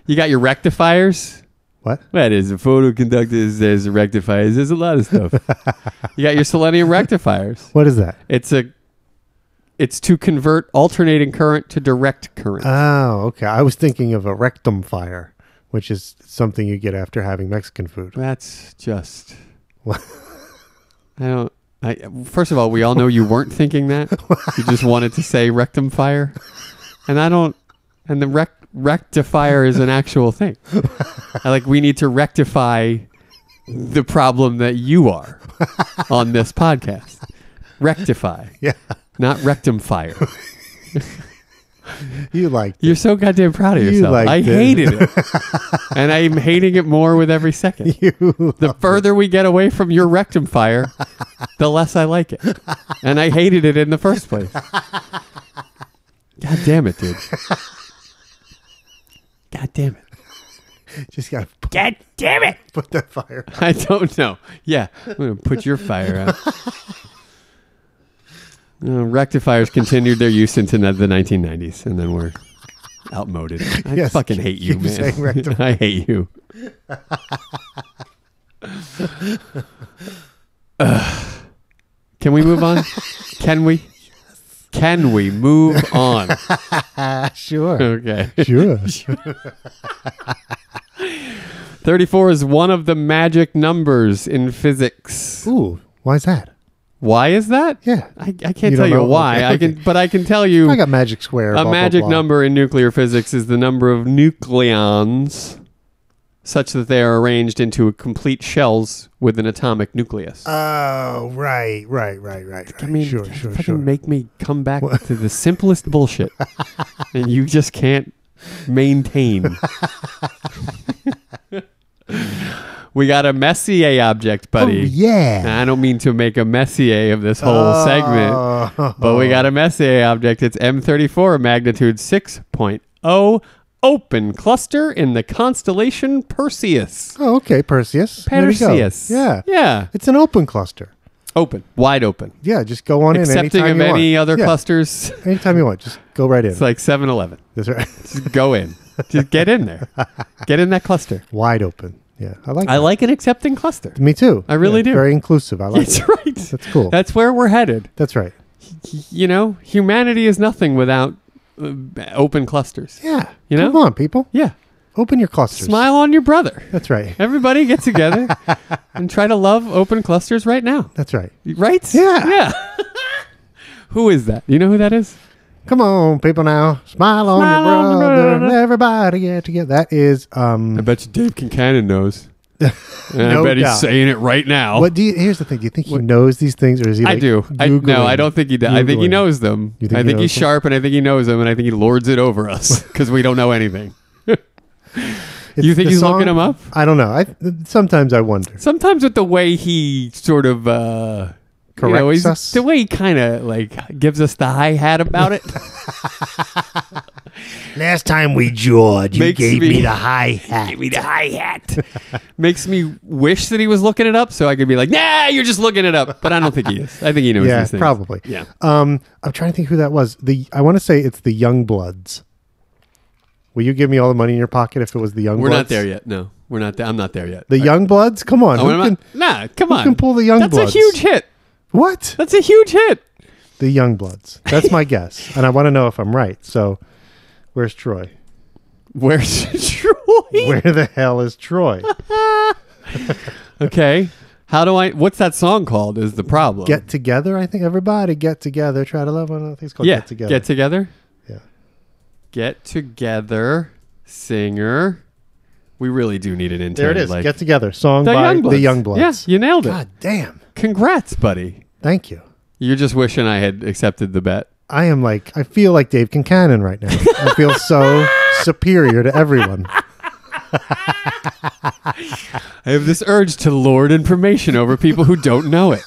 Speaker 1: you got your rectifiers.
Speaker 2: What?
Speaker 1: Well, there's photoconductors. There's rectifiers. There's a lot of stuff. you got your selenium rectifiers.
Speaker 2: What is that?
Speaker 1: It's a it's to convert alternating current to direct current.
Speaker 2: Oh, okay. I was thinking of a rectum fire, which is something you get after having Mexican food.
Speaker 1: That's just I
Speaker 2: What?
Speaker 1: don't I first of all, we all know you weren't thinking that. You just wanted to say rectum fire. And I don't and the rec, rectifier is an actual thing. I like we need to rectify the problem that you are on this podcast. Rectify,
Speaker 2: Yeah.
Speaker 1: not rectum fire.
Speaker 2: You liked it.
Speaker 1: You're so goddamn proud of
Speaker 2: You
Speaker 1: yourself.
Speaker 2: liked
Speaker 1: I
Speaker 2: it.
Speaker 1: hated it. and I'm hating it more with every second.
Speaker 2: You
Speaker 1: The further we get away from your rectum fire, the less I like it. And I hated it in the first place. God damn it, dude. God damn it.
Speaker 2: just got to
Speaker 1: God damn it.
Speaker 2: put that fire.
Speaker 1: I don't know. Yeah, I'm going to put your fire out. Uh, rectifiers continued their use into the 1990s and then were outmoded. I
Speaker 2: Yes,
Speaker 1: fucking hate you,
Speaker 2: keep saying
Speaker 1: man.
Speaker 2: rectifier.
Speaker 1: I hate you. Ugh. can we move on? Can we? Can we move on?
Speaker 2: Sure.
Speaker 1: Okay.
Speaker 2: Sure.
Speaker 1: 34 is one of the magic numbers in physics.
Speaker 2: Ooh, why is that?
Speaker 1: Why is that?
Speaker 2: Yeah.
Speaker 1: I, I can't tell
Speaker 2: You don't
Speaker 1: you
Speaker 2: know?
Speaker 1: why.
Speaker 2: Okay,
Speaker 1: I can,
Speaker 2: okay.
Speaker 1: but I can tell you
Speaker 2: I got magic square. blah,
Speaker 1: a
Speaker 2: blah,
Speaker 1: magic
Speaker 2: blah.
Speaker 1: number in nuclear physics is the number of nucleons such that they are arranged into complete shells with an atomic nucleus.
Speaker 2: Oh, right, right, right, right. right.
Speaker 1: Uh, I mean,
Speaker 2: sure,
Speaker 1: you
Speaker 2: sure,
Speaker 1: fucking
Speaker 2: sure.
Speaker 1: make me come back to the simplest bullshit, and you just can't maintain. we got a Messier object,
Speaker 2: oh,
Speaker 1: buddy.
Speaker 2: yeah.
Speaker 1: I don't mean to make a Messier of this whole segment,
Speaker 2: Oh.
Speaker 1: but we got a Messier object. It's M34, magnitude 6.0, open cluster in the constellation Perseus.
Speaker 2: Oh, okay, Perseus. There we go.
Speaker 1: Perseus.
Speaker 2: Yeah.
Speaker 1: Yeah.
Speaker 2: It's an open cluster.
Speaker 1: Open. Wide open.
Speaker 2: Yeah, just go on
Speaker 1: Accepting
Speaker 2: in anytime
Speaker 1: of
Speaker 2: you want.
Speaker 1: any other
Speaker 2: yeah,
Speaker 1: clusters.
Speaker 2: Anytime you want, just go right in.
Speaker 1: It's like 7 Eleven.
Speaker 2: That's right.
Speaker 1: Just go in. Just get in there. Get in that cluster.
Speaker 2: Wide open. Yeah, I like.
Speaker 1: I
Speaker 2: that.
Speaker 1: like an accepting cluster.
Speaker 2: Me too.
Speaker 1: I really
Speaker 2: Yeah,
Speaker 1: do.
Speaker 2: Very inclusive. I like.
Speaker 1: That's
Speaker 2: it.
Speaker 1: right.
Speaker 2: That's cool.
Speaker 1: That's where we're headed.
Speaker 2: That's right.
Speaker 1: You know, humanity is nothing without uh, open clusters.
Speaker 2: Yeah.
Speaker 1: You know?
Speaker 2: Come on, people.
Speaker 1: Yeah.
Speaker 2: Open your clusters.
Speaker 1: Smile on your brother.
Speaker 2: That's right.
Speaker 1: Everybody get together and try to love open clusters right now.
Speaker 2: That's right.
Speaker 1: Right?
Speaker 2: Yeah.
Speaker 1: Yeah. who is that? You know who that is?
Speaker 2: Come on, people now. Smile on
Speaker 1: Smile
Speaker 2: your
Speaker 1: on your
Speaker 2: brother.
Speaker 1: brother.
Speaker 2: Everybody get together. That is um
Speaker 1: I bet you Dave Kincannon knows. And
Speaker 2: No
Speaker 1: I bet
Speaker 2: doubt.
Speaker 1: he's saying it right now.
Speaker 2: What do you, here's the thing. Do you think he knows these things, or is he?
Speaker 1: I
Speaker 2: Like
Speaker 1: do. I, no,
Speaker 2: Googling?
Speaker 1: I don't think he does. I think he
Speaker 2: Googling.
Speaker 1: knows them.
Speaker 2: You think
Speaker 1: I
Speaker 2: he
Speaker 1: think
Speaker 2: knows
Speaker 1: he's
Speaker 2: them?
Speaker 1: sharp and I think he knows them and I think he lords it over us because we don't know anything.
Speaker 2: It's
Speaker 1: You think
Speaker 2: the
Speaker 1: he's looking
Speaker 2: song-
Speaker 1: him up?
Speaker 2: I don't know. I th- sometimes I wonder.
Speaker 1: Sometimes with the way he sort of uh, you know,
Speaker 2: Corrects
Speaker 1: he's-
Speaker 2: us?
Speaker 1: the way he kind of like gives us the hi hat about it.
Speaker 2: Last time we jawed, you
Speaker 1: Makes gave me- me the
Speaker 2: high hat.
Speaker 1: Give me the hi hat. Makes me wish that he was looking it up so I could be like, nah, you're just looking it up. But I don't think he is. I think he knows
Speaker 2: Yeah,
Speaker 1: these things.
Speaker 2: probably.
Speaker 1: Yeah.
Speaker 2: Um, I'm trying to think who that was. The I want to say it's the Young Bloods. Will you give me all the money in your pocket if it was the Young
Speaker 1: We're
Speaker 2: Bloods?
Speaker 1: not there yet. No, we're not there. I'm not there yet. Oh,
Speaker 2: The Young Bloods? Come on.
Speaker 1: I
Speaker 2: who
Speaker 1: wanna-
Speaker 2: can-
Speaker 1: nah, come on.
Speaker 2: can pull the Young
Speaker 1: That's
Speaker 2: Bloods?
Speaker 1: a huge hit.
Speaker 2: what?
Speaker 1: That's a huge hit.
Speaker 2: The Young Bloods. That's my guess, and I want to know if I'm right. So, where's Troy?
Speaker 1: Where's Troy?
Speaker 2: Where the hell is Troy?
Speaker 1: Okay. How do I? What's that song called? Is the problem?
Speaker 2: Get together. I think everybody get together. Try to love one another. I think It's called
Speaker 1: yeah.
Speaker 2: Get Together.
Speaker 1: Get together.
Speaker 2: yeah.
Speaker 1: Get together. Singer. We really do need an intern.
Speaker 2: There it is.
Speaker 1: Like,
Speaker 2: Get together. Song
Speaker 1: the
Speaker 2: by
Speaker 1: young
Speaker 2: the Young Bloods.
Speaker 1: Yeah, you nailed it.
Speaker 2: God damn.
Speaker 1: Congrats, buddy.
Speaker 2: Thank you.
Speaker 1: You're just wishing I had accepted the bet.
Speaker 2: I am like I feel like Dave Kincannon right now. I feel so superior to everyone.
Speaker 1: I have this urge to lord information over people who don't know it.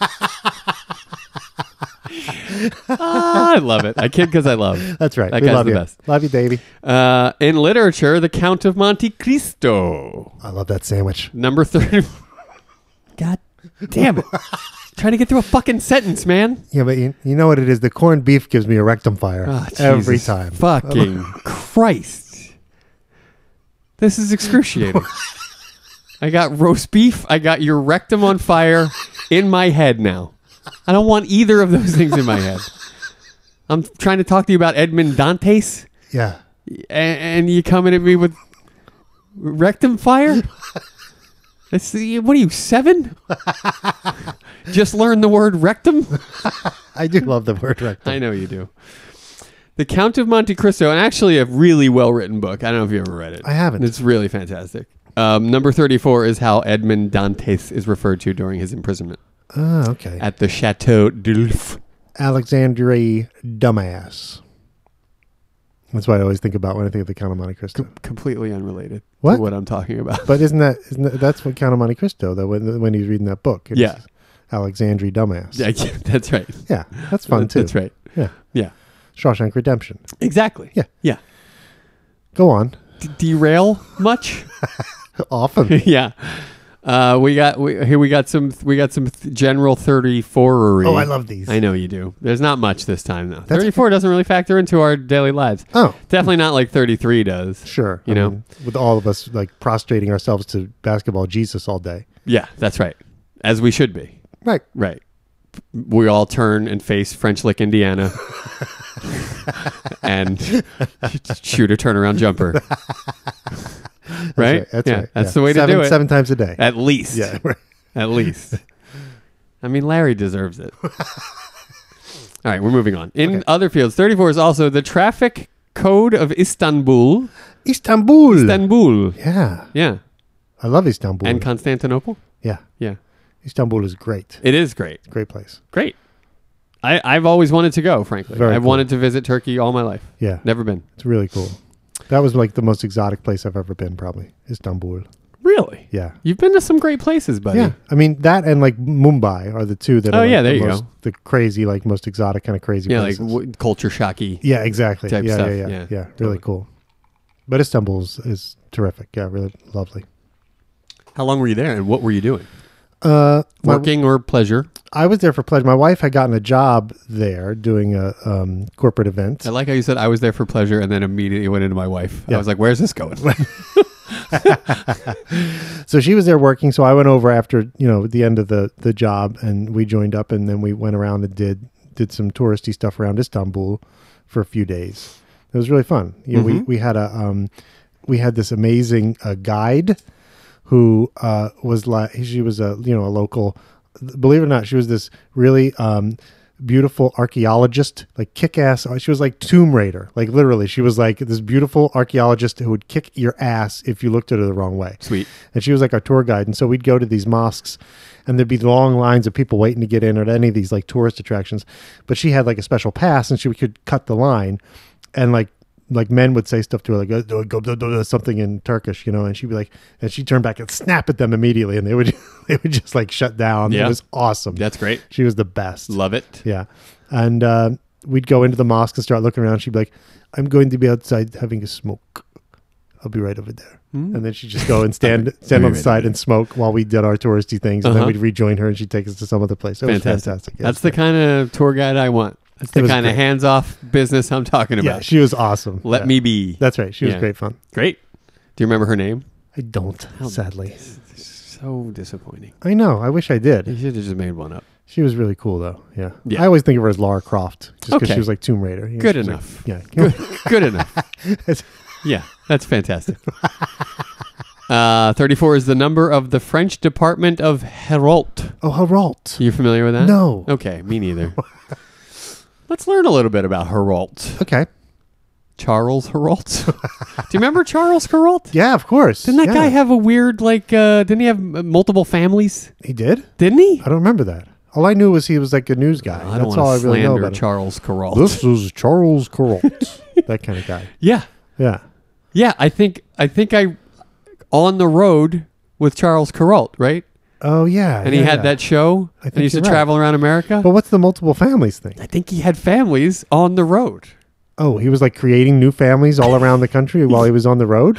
Speaker 1: Ah, I love it. I kid because I love.
Speaker 2: That's right.
Speaker 1: That
Speaker 2: we
Speaker 1: guy's
Speaker 2: love
Speaker 1: the
Speaker 2: you.
Speaker 1: best.
Speaker 2: Love you, Davey.
Speaker 1: Uh, in literature, the Count of Monte Cristo,
Speaker 2: I love that sandwich.
Speaker 1: number thirty. God damn it! Trying to get through a fucking sentence, man.
Speaker 2: Yeah, but you, you know what it is? The corned beef gives me a rectum fire
Speaker 1: Ah,
Speaker 2: every
Speaker 1: Jesus
Speaker 2: time.
Speaker 1: Fucking Christ. This is excruciating. I got roast beef. I got your rectum on fire in my head now. I don't want either of those things in my head. I'm trying to talk to you about Edmond Dantes,
Speaker 2: Yeah.
Speaker 1: and, and you coming at me with rectum fire? Let's see, what are you, seven? Just learned the word rectum?
Speaker 2: I do love the word rectum.
Speaker 1: I know you do. The Count of Monte Cristo, and actually a really well written book. I don't know if you ever read it.
Speaker 2: I haven't.
Speaker 1: It's really fantastic. Um, number 34 is how Edmond Dantes is referred to during his imprisonment
Speaker 2: Oh, okay.
Speaker 1: at the Chateau d'Ulf.
Speaker 2: Alexandre Dumbass. That's what I always think about when I think of the Count of Monte Cristo.
Speaker 1: completely unrelated
Speaker 2: What?
Speaker 1: to what I'm talking about.
Speaker 2: But isn't that isn't that, that's what Count of Monte Cristo though? When when he's reading that book, it's
Speaker 1: Yeah.
Speaker 2: Alexandri dumbass.
Speaker 1: yeah, yeah, that's right.
Speaker 2: yeah, that's fun too.
Speaker 1: That's right.
Speaker 2: Yeah,
Speaker 1: Yeah.
Speaker 2: Shawshank Redemption.
Speaker 1: Exactly.
Speaker 2: Yeah.
Speaker 1: Yeah.
Speaker 2: Go on.
Speaker 1: D- derail much?
Speaker 2: Often.
Speaker 1: yeah. Uh, we got we, here. We got some. We got some th- general thirty-four.
Speaker 2: oh, I love these.
Speaker 1: I know you do. There's not much this time though.
Speaker 2: That's-
Speaker 1: Thirty-four doesn't really factor into our daily lives.
Speaker 2: oh,
Speaker 1: Definitely not like thirty-three does.
Speaker 2: sure.
Speaker 1: You
Speaker 2: I
Speaker 1: know?
Speaker 2: mean, with all of us like prostrating ourselves to basketball Jesus all day.
Speaker 1: Yeah, that's right. As we should be.
Speaker 2: Right.
Speaker 1: Right. We all turn and face French Lick, Indiana, and shoot a turnaround jumper. right?
Speaker 2: That's right. That's,
Speaker 1: yeah,
Speaker 2: right.
Speaker 1: that's
Speaker 2: Yeah.
Speaker 1: the way
Speaker 2: seven,
Speaker 1: to do it.
Speaker 2: Seven times a day.
Speaker 1: At least.
Speaker 2: yeah. Right.
Speaker 1: At least. I mean, Larry deserves it. All right, we're moving on. In other fields, 34 is also the traffic code of Istanbul.
Speaker 2: Istanbul.
Speaker 1: Istanbul.
Speaker 2: yeah.
Speaker 1: Yeah.
Speaker 2: I love Istanbul.
Speaker 1: And Constantinople.
Speaker 2: yeah.
Speaker 1: Yeah.
Speaker 2: Istanbul is great.
Speaker 1: It is great.
Speaker 2: Great place.
Speaker 1: Great. I, I've always wanted to go, frankly.
Speaker 2: Very
Speaker 1: I've
Speaker 2: cool.
Speaker 1: wanted to visit Turkey all my life.
Speaker 2: Yeah.
Speaker 1: Never been.
Speaker 2: It's really cool. That was like the most exotic place I've ever been, probably. Istanbul.
Speaker 1: Really?
Speaker 2: Yeah.
Speaker 1: You've been to some great places, buddy.
Speaker 2: Yeah. I mean, that and like Mumbai are the two that
Speaker 1: Oh,
Speaker 2: are like,
Speaker 1: yeah, there
Speaker 2: the,
Speaker 1: you
Speaker 2: most,
Speaker 1: go.
Speaker 2: the crazy, like most exotic kind of crazy
Speaker 1: Yeah, like
Speaker 2: places.
Speaker 1: w- culture shocky.
Speaker 2: yeah, exactly.
Speaker 1: type
Speaker 2: yeah,
Speaker 1: stuff.
Speaker 2: yeah, yeah,
Speaker 1: Yeah,
Speaker 2: yeah,
Speaker 1: totally.
Speaker 2: Really cool. But Istanbul's is terrific. Yeah, really lovely.
Speaker 1: How long were you there and what were you doing?
Speaker 2: Uh, my-
Speaker 1: Working or pleasure?
Speaker 2: I was there for pleasure. My wife had gotten a job there doing a um, corporate event.
Speaker 1: I like how you said I was there for pleasure and then immediately went into my wife. I
Speaker 2: Yeah.
Speaker 1: was like, where's this going?
Speaker 2: So she was there working. So I went over after you know the end of the the job, and we joined up, and then we went around and did did some touristy stuff around Istanbul for a few days. It was really fun. You know, we we had a um, we had this amazing uh, guide who uh, was like she was a you know a local. Believe it or not, she was this really um, beautiful archaeologist, like kick ass. She was like Tomb Raider, like literally. She was like this beautiful archaeologist who would kick your ass if you looked at her the wrong way
Speaker 1: Sweet.
Speaker 2: and she was like our tour guide. And so we'd go to these mosques, and there'd be long lines of people waiting to get in at any of these like tourist attractions. But she had like a special pass, and she could cut the line, and like like men would say stuff to her like "Uh, do- go do- do- do," something in Turkish, you know, and she'd be like, and she'd turn back and snap at them immediately, and they would they would just like shut down.
Speaker 1: Yeah.
Speaker 2: It was awesome.
Speaker 1: That's great.
Speaker 2: She was the best.
Speaker 1: Love it.
Speaker 2: Yeah. And uh, we'd go into the mosque and start looking around. She'd be like, I'm going to be outside having a smoke. I'll be right over there. And then she'd just go and stand stand
Speaker 1: Be
Speaker 2: on the
Speaker 1: right
Speaker 2: side and smoke while we did our touristy things. And
Speaker 1: Uh-huh.
Speaker 2: then we'd rejoin her and she'd take us to some other place. It was
Speaker 1: Fantastic.
Speaker 2: fantastic. Yeah,
Speaker 1: That's the kind of tour guide I want. That's
Speaker 2: It
Speaker 1: the
Speaker 2: was
Speaker 1: kind of
Speaker 2: great.
Speaker 1: hands off business I'm talking
Speaker 2: Yeah,
Speaker 1: about.
Speaker 2: she was awesome.
Speaker 1: Let
Speaker 2: Yeah.
Speaker 1: me be.
Speaker 2: That's right. She was
Speaker 1: Yeah.
Speaker 2: great fun.
Speaker 1: Great. Do you remember her name?
Speaker 2: I don't, sadly.
Speaker 1: So disappointing.
Speaker 2: I know. I wish I
Speaker 1: You
Speaker 2: did.
Speaker 1: should have just made one up.
Speaker 2: She was really cool, though. Yeah.
Speaker 1: Yeah.
Speaker 2: I always think of her as Lara Croft just because
Speaker 1: Okay.
Speaker 2: she was like Tomb Raider. You know,
Speaker 1: Good
Speaker 2: she was
Speaker 1: enough.
Speaker 2: like- yeah.
Speaker 1: Good enough. Yeah, that's fantastic. Uh, 34 is the number of the French department of Herald.
Speaker 2: oh, Haralt.
Speaker 1: Are you familiar with that?
Speaker 2: No.
Speaker 1: Okay, me neither. Let's learn a little bit about Herald.
Speaker 2: Okay.
Speaker 1: Charles Herald. Do you remember Charles Herald?
Speaker 2: Yeah, of course.
Speaker 1: Didn't that
Speaker 2: Yeah.
Speaker 1: guy have a weird, like, uh, didn't he have m- multiple families?
Speaker 2: He did?
Speaker 1: Didn't he?
Speaker 2: I don't remember that. All I knew was he was like a news guy.
Speaker 1: I don't
Speaker 2: That's
Speaker 1: want to
Speaker 2: all I really
Speaker 1: slander
Speaker 2: know about him.
Speaker 1: Charles Herald.
Speaker 2: This is Charles Carrolt. that kind of guy.
Speaker 1: Yeah.
Speaker 2: Yeah.
Speaker 1: Yeah, I think, I think I, on the road with Charles Herald, right?
Speaker 2: Oh yeah.
Speaker 1: And he
Speaker 2: yeah,
Speaker 1: had
Speaker 2: yeah.
Speaker 1: that show. and
Speaker 2: I
Speaker 1: he
Speaker 2: think
Speaker 1: used to
Speaker 2: you're right.
Speaker 1: travel around America.
Speaker 2: But what's the multiple families thing?
Speaker 1: I think he had families on the road.
Speaker 2: Oh, he was like creating new families all around the country while he was on the road.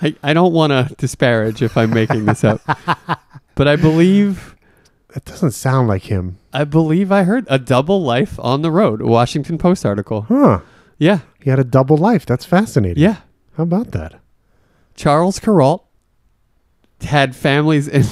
Speaker 1: I, I don't want to disparage if I'm making this up, but I believe
Speaker 2: That doesn't sound like him,
Speaker 1: I believe I heard a double life on the road. A Washington Post article.
Speaker 2: huh?
Speaker 1: Yeah,
Speaker 2: He had a double life. That's fascinating.
Speaker 1: yeah.
Speaker 2: How about that?
Speaker 1: Charles Carroll had families in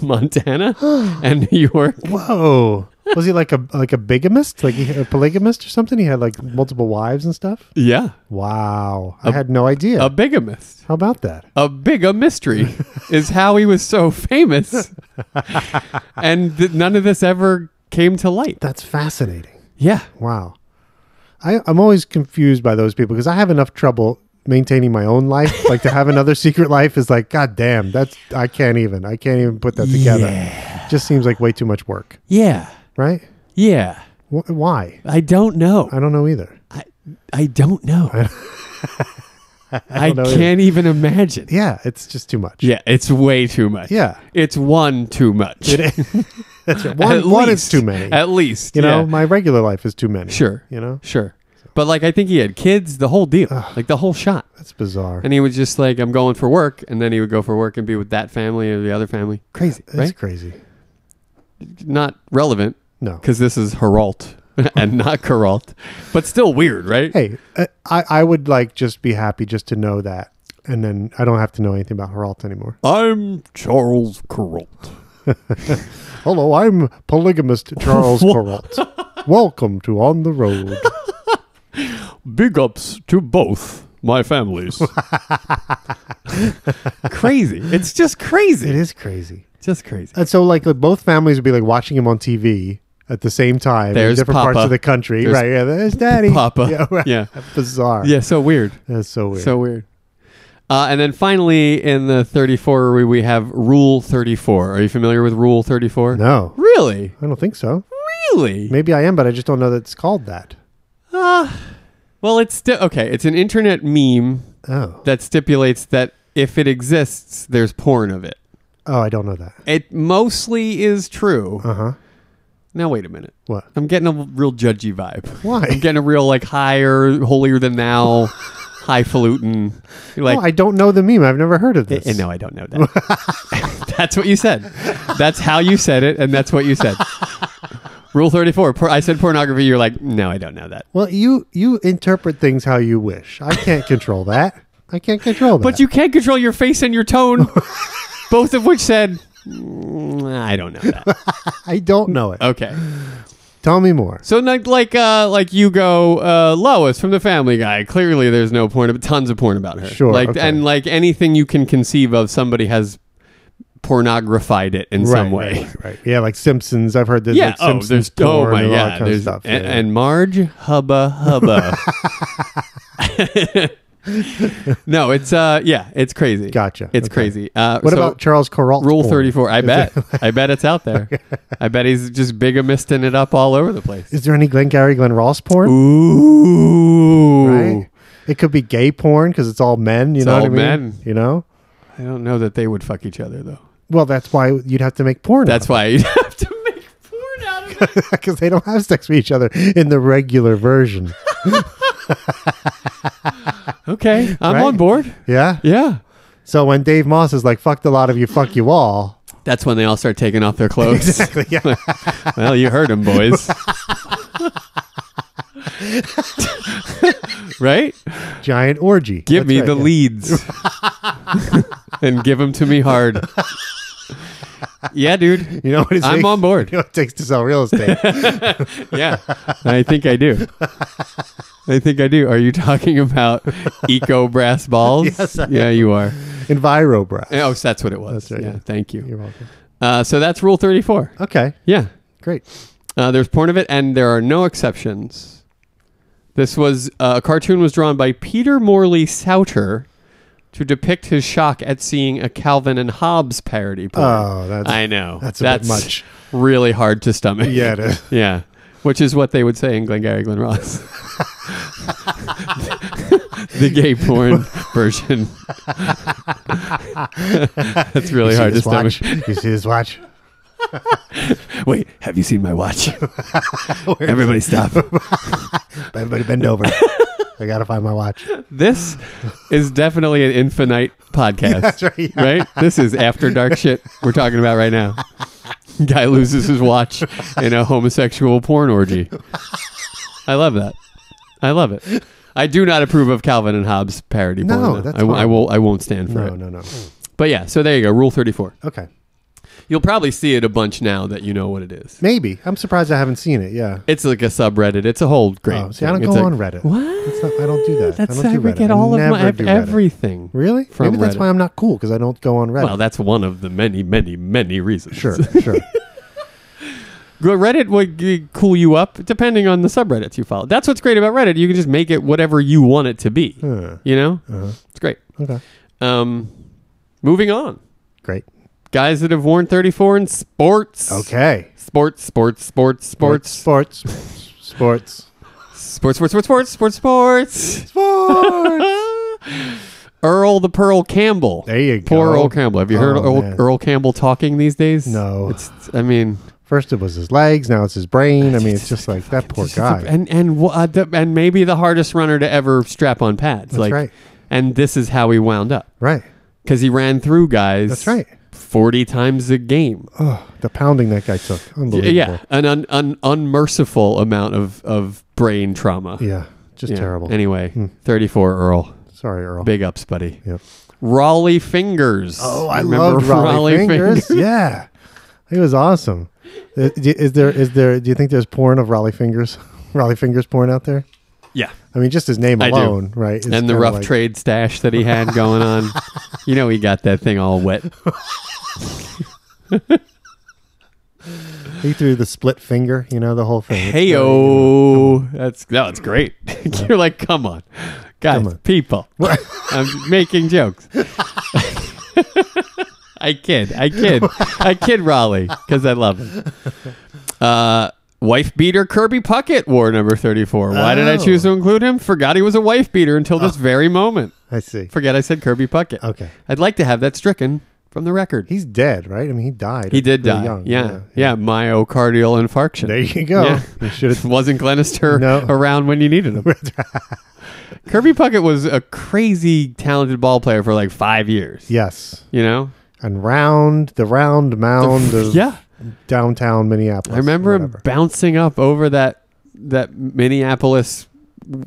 Speaker 1: Montana and New York.
Speaker 2: Whoa. was he like a like a bigamist, like he, a polygamist or something? He had like multiple wives and stuff.
Speaker 1: Yeah,
Speaker 2: Wow. I had no idea.
Speaker 1: a bigamist.
Speaker 2: How about that?
Speaker 1: a bigger mystery is how he was so famous, and th- none of this ever came to light.
Speaker 2: That's fascinating.
Speaker 1: Yeah,
Speaker 2: Wow. I, I'm always confused by those people because I have enough trouble maintaining my own life. like to have another secret life is like, God damn, that's, I can't even, I can't even put that together. Just seems like way too much work,
Speaker 1: yeah,
Speaker 2: right?
Speaker 1: yeah.
Speaker 2: Wh- why?
Speaker 1: I don't know.
Speaker 2: I don't know either.
Speaker 1: I, I don't know. I,
Speaker 2: don't know either.
Speaker 1: can't even imagine.
Speaker 2: Yeah, it's just too much.
Speaker 1: Yeah, it's way too much.
Speaker 2: Yeah.
Speaker 1: It's one too much.
Speaker 2: It is. That's right. One, one is too many.
Speaker 1: At least.
Speaker 2: you know,
Speaker 1: yeah.
Speaker 2: my regular life is too many.
Speaker 1: Sure.
Speaker 2: You know,
Speaker 1: Sure. But like I think he had kids, the whole deal. Like the whole shot.
Speaker 2: that's bizarre.
Speaker 1: And he was just like, I'm going for work and then he would go for work and be with that family or the other family. Crazy.
Speaker 2: That's
Speaker 1: right?
Speaker 2: crazy.
Speaker 1: Not relevant
Speaker 2: No.
Speaker 1: because this is Geralt and not Geralt. But still weird, right?
Speaker 2: Hey, uh, I, I would like just be happy just to know that. And then I don't have to know anything about Geralt anymore.
Speaker 1: I'm Charles Geralt.
Speaker 2: Hello, I'm polygamist Charles Geralt. Welcome to On the Road.
Speaker 1: Big ups to both my families. crazy. It's just crazy.
Speaker 2: It is Uh, crazy.
Speaker 1: just crazy.
Speaker 2: And so, like, like, both families would be like watching him on TV at the same time
Speaker 1: There's
Speaker 2: in different parts
Speaker 1: Papa.
Speaker 2: of the country.
Speaker 1: There's
Speaker 2: right. Yeah, there's daddy.
Speaker 1: Papa.
Speaker 2: Yeah. right.
Speaker 1: Yeah.
Speaker 2: Bizarre.
Speaker 1: Yeah, so weird.
Speaker 2: That's so weird.
Speaker 1: So weird. Uh, and then finally, in the 34, we- we have Rule 34. Are you familiar with Rule 34?
Speaker 2: no,
Speaker 1: Really?
Speaker 2: I don't think so.
Speaker 1: Really?
Speaker 2: Maybe I am, but I just don't know that it's called that.
Speaker 1: Well, it's sti- okay. It's an internet meme
Speaker 2: Oh.
Speaker 1: that stipulates that if it exists, there's porn of it.
Speaker 2: Oh, I don't know that.
Speaker 1: It mostly is true.
Speaker 2: Uh huh.
Speaker 1: Now, wait a minute.
Speaker 2: What?
Speaker 1: I'm getting a real judgy vibe.
Speaker 2: Why?
Speaker 1: I'm getting a real like higher, holier than thou, highfalutin. Like,
Speaker 2: oh, I don't know the meme. I've never heard of this.
Speaker 1: Eh, no, I don't know that. that's what you said. That's how you said it, and that's what you said. Rule 34. Por- I said pornography. You're like, no, I don't know that.
Speaker 2: Well, you you interpret things how you wish. I can't control that. I can't control that.
Speaker 1: But you can't control your face and your tone, both of which said, "Mm, I don't know that.
Speaker 2: I don't know it.
Speaker 1: Okay.
Speaker 2: Tell me more.
Speaker 1: So like like uh like you go uh Lois from the Family Guy. Clearly there's no porn but tons of porn about her.
Speaker 2: Sure,
Speaker 1: Like
Speaker 2: okay.
Speaker 1: and like anything you can conceive of, somebody has pornographied it in some way.
Speaker 2: Right, right, right. Yeah, like Simpsons. I've heard that.
Speaker 1: Yeah.
Speaker 2: Like
Speaker 1: oh, there's
Speaker 2: Simpsons
Speaker 1: oh
Speaker 2: porn
Speaker 1: my
Speaker 2: and all that
Speaker 1: god.
Speaker 2: kind of
Speaker 1: There's
Speaker 2: stuff.
Speaker 1: and,
Speaker 2: Yeah.
Speaker 1: and Marge hubba hubba. no, it's uh yeah, it's crazy.
Speaker 2: Gotcha.
Speaker 1: It's
Speaker 2: Okay.
Speaker 1: crazy. Uh,
Speaker 2: what
Speaker 1: so
Speaker 2: about Charles Corral?
Speaker 1: Rule Thirty Four? I bet. I bet it's out there. I bet he's just bigamisting it up all over the place.
Speaker 2: Is there any Glengarry Glen Ross porn?
Speaker 1: Ooh.
Speaker 2: Right. It could be gay porn because it's all men. You
Speaker 1: It's
Speaker 2: know what
Speaker 1: all
Speaker 2: I mean?
Speaker 1: men.
Speaker 2: You know.
Speaker 1: I don't know that they would fuck each other though.
Speaker 2: Well, that's why you'd have to make porn.
Speaker 1: That's why you have to make porn out of it.
Speaker 2: because they don't have sex with each other in the regular version.
Speaker 1: Okay, I'm
Speaker 2: Right.
Speaker 1: on board.
Speaker 2: Yeah.
Speaker 1: Yeah.
Speaker 2: So when Dave Moss is like, "Fuck the lot of you, fuck you all,"
Speaker 1: That's when they all start taking off their clothes.
Speaker 2: Exactly, yeah.
Speaker 1: well, you heard them, boys. right?
Speaker 2: giant orgy.
Speaker 1: Give
Speaker 2: That's
Speaker 1: me
Speaker 2: right,
Speaker 1: the
Speaker 2: yeah.
Speaker 1: leads and give them to me hard. Yeah, dude.
Speaker 2: You know what it
Speaker 1: I'm
Speaker 2: takes-
Speaker 1: on board.
Speaker 2: You know what it takes to sell real estate.
Speaker 1: Yeah, I think I do. I think I do. Are you talking about eco brass balls?
Speaker 2: Yes, I
Speaker 1: yeah, you are.
Speaker 2: Envirobra.
Speaker 1: Oh, so that's what it was.
Speaker 2: right,
Speaker 1: yeah,
Speaker 2: yeah.
Speaker 1: thank you.
Speaker 2: You're welcome.
Speaker 1: Uh, so that's rule 34.
Speaker 2: Okay,
Speaker 1: Yeah.
Speaker 2: great.
Speaker 1: Uh, there's porn of it, and there are no exceptions. This was uh, a cartoon was drawn by Peter Morley Souter to depict his shock at seeing a Calvin and Hobbes parody. Porn.
Speaker 2: Oh, that's-
Speaker 1: I know
Speaker 2: that's a bit much.
Speaker 1: Really hard to stomach.
Speaker 2: Yeah, it is.
Speaker 1: yeah, which is what they would say in Glengarry Glen Ross. the gay porn version. That's really
Speaker 2: you
Speaker 1: hard
Speaker 2: see
Speaker 1: to
Speaker 2: this
Speaker 1: stomach.
Speaker 2: watch? you see this watch?
Speaker 1: Wait, have you seen my watch? Everybody stop.
Speaker 2: Everybody bend over. I gotta find my watch.
Speaker 1: This is definitely an infinite podcast.
Speaker 2: That's right. yeah.
Speaker 1: right? This is after dark shit we're talking about right now. Guy loses his watch in a homosexual porn orgy. I love that. I love it. I do not approve of Calvin and Hobbes parody.
Speaker 2: No,
Speaker 1: porn, though.
Speaker 2: that's
Speaker 1: I, w- I
Speaker 2: fine.
Speaker 1: will. I won't stand for
Speaker 2: No,
Speaker 1: it.
Speaker 2: no, no.
Speaker 1: But yeah, so there you go. Rule thirty-four.
Speaker 2: Okay,
Speaker 1: You'll probably see it a bunch now that you know what it is.
Speaker 2: maybe. I'm surprised I haven't seen it. Yeah.
Speaker 1: It's like a subreddit. It's a whole great.
Speaker 2: Oh, see, I don't
Speaker 1: thing.
Speaker 2: go
Speaker 1: It's
Speaker 2: on
Speaker 1: like-
Speaker 2: Reddit.
Speaker 1: What?
Speaker 2: That's not, I don't do that.
Speaker 1: That's
Speaker 2: I don't do
Speaker 1: how I
Speaker 2: Reddit.
Speaker 1: get all of
Speaker 2: I
Speaker 1: my
Speaker 2: never
Speaker 1: ev-
Speaker 2: do Reddit.
Speaker 1: everything.
Speaker 2: Really?
Speaker 1: from
Speaker 2: Maybe that's
Speaker 1: Reddit.
Speaker 2: why I'm not cool because I don't go on Reddit.
Speaker 1: Well, that's one of the many, many, many reasons.
Speaker 2: sure, sure.
Speaker 1: Go- Reddit would g- cool you up depending on the subreddits you follow. That's what's great about Reddit. You can just make it whatever you want it to be.
Speaker 2: Huh.
Speaker 1: You know?
Speaker 2: Hmm. Uh-huh.
Speaker 1: It's great.
Speaker 2: Okay,
Speaker 1: Um, moving on.
Speaker 2: great.
Speaker 1: Guys that have worn 34 in sports.
Speaker 2: Okay.
Speaker 1: Sports, sports, sports, sports.
Speaker 2: Sports. Sports. Sports.
Speaker 1: Sports, sports, sports, sports, sports, sports.
Speaker 2: Sports.
Speaker 1: Earl the Pearl Campbell.
Speaker 2: There you
Speaker 1: Poor
Speaker 2: go.
Speaker 1: Earl Campbell. Have you heard
Speaker 2: Oh,
Speaker 1: Earl,
Speaker 2: man.
Speaker 1: Earl Campbell talking these days?
Speaker 2: No.
Speaker 1: It's. I mean,
Speaker 2: First it was his legs, now it's his brain. I mean, it's just like that poor
Speaker 1: it's just a-
Speaker 2: guy.
Speaker 1: and and wha- uh, the- and maybe the hardest runner to ever strap on pads.
Speaker 2: That's
Speaker 1: like,
Speaker 2: right.
Speaker 1: And this is how he wound up
Speaker 2: Right.
Speaker 1: because he ran through guys.
Speaker 2: That's right.
Speaker 1: Forty times a game.
Speaker 2: Oh, the pounding that guy took. Unbelievable.
Speaker 1: Yeah, an un, un, unmerciful amount of of brain trauma.
Speaker 2: Yeah. Just
Speaker 1: Yeah.
Speaker 2: terrible. Hmm.
Speaker 1: Anyway, 34 Earl.
Speaker 2: Sorry, Earl.
Speaker 1: Big ups, buddy.
Speaker 2: Yep.
Speaker 1: Raleigh Fingers.
Speaker 2: Oh, I
Speaker 1: Remember
Speaker 2: love Raleigh,
Speaker 1: Fingers?
Speaker 2: Fingers. yeah, he was awesome. Uh, do- Is there is there? Do you think there's porn of Raleigh Fingers? Raleigh Fingers porn out there?
Speaker 1: Yeah.
Speaker 2: I mean, just his name
Speaker 1: I do.
Speaker 2: alone, right? is
Speaker 1: and the
Speaker 2: kinda
Speaker 1: rough
Speaker 2: like-
Speaker 1: trade stash that he had going on. you know, he got that thing all wet.
Speaker 2: He threw the split finger. You know the whole thing. It's very- uh,
Speaker 1: Heyo. That's no, it's great. You're like, come on, guys,
Speaker 2: Come on.
Speaker 1: people. I'm making jokes. I kid, I kid, I kid Raleigh because I love him. Uh, wife beater Kirby Puckett wore number 34. Why did I
Speaker 2: Oh.
Speaker 1: choose to include him? Forgot he was a wife beater until this very moment.
Speaker 2: I see.
Speaker 1: Forget I said Kirby Puckett.
Speaker 2: Okay,
Speaker 1: I'd like to have that stricken from the record.
Speaker 2: he's dead, right? I mean, he died.
Speaker 1: He did
Speaker 2: really
Speaker 1: die.
Speaker 2: young.
Speaker 1: yeah, yeah, myocardial infarction.
Speaker 2: There you go.
Speaker 1: Yeah.
Speaker 2: You should have.
Speaker 1: wasn't Glenister
Speaker 2: No.
Speaker 1: around when you needed him. Kirby Puckett was a crazy talented ball player for like five years.
Speaker 2: Yes,
Speaker 1: You know?
Speaker 2: and round the round mound of
Speaker 1: yeah.
Speaker 2: downtown Minneapolis.
Speaker 1: I remember him
Speaker 2: whatever.
Speaker 1: bouncing up over that that Minneapolis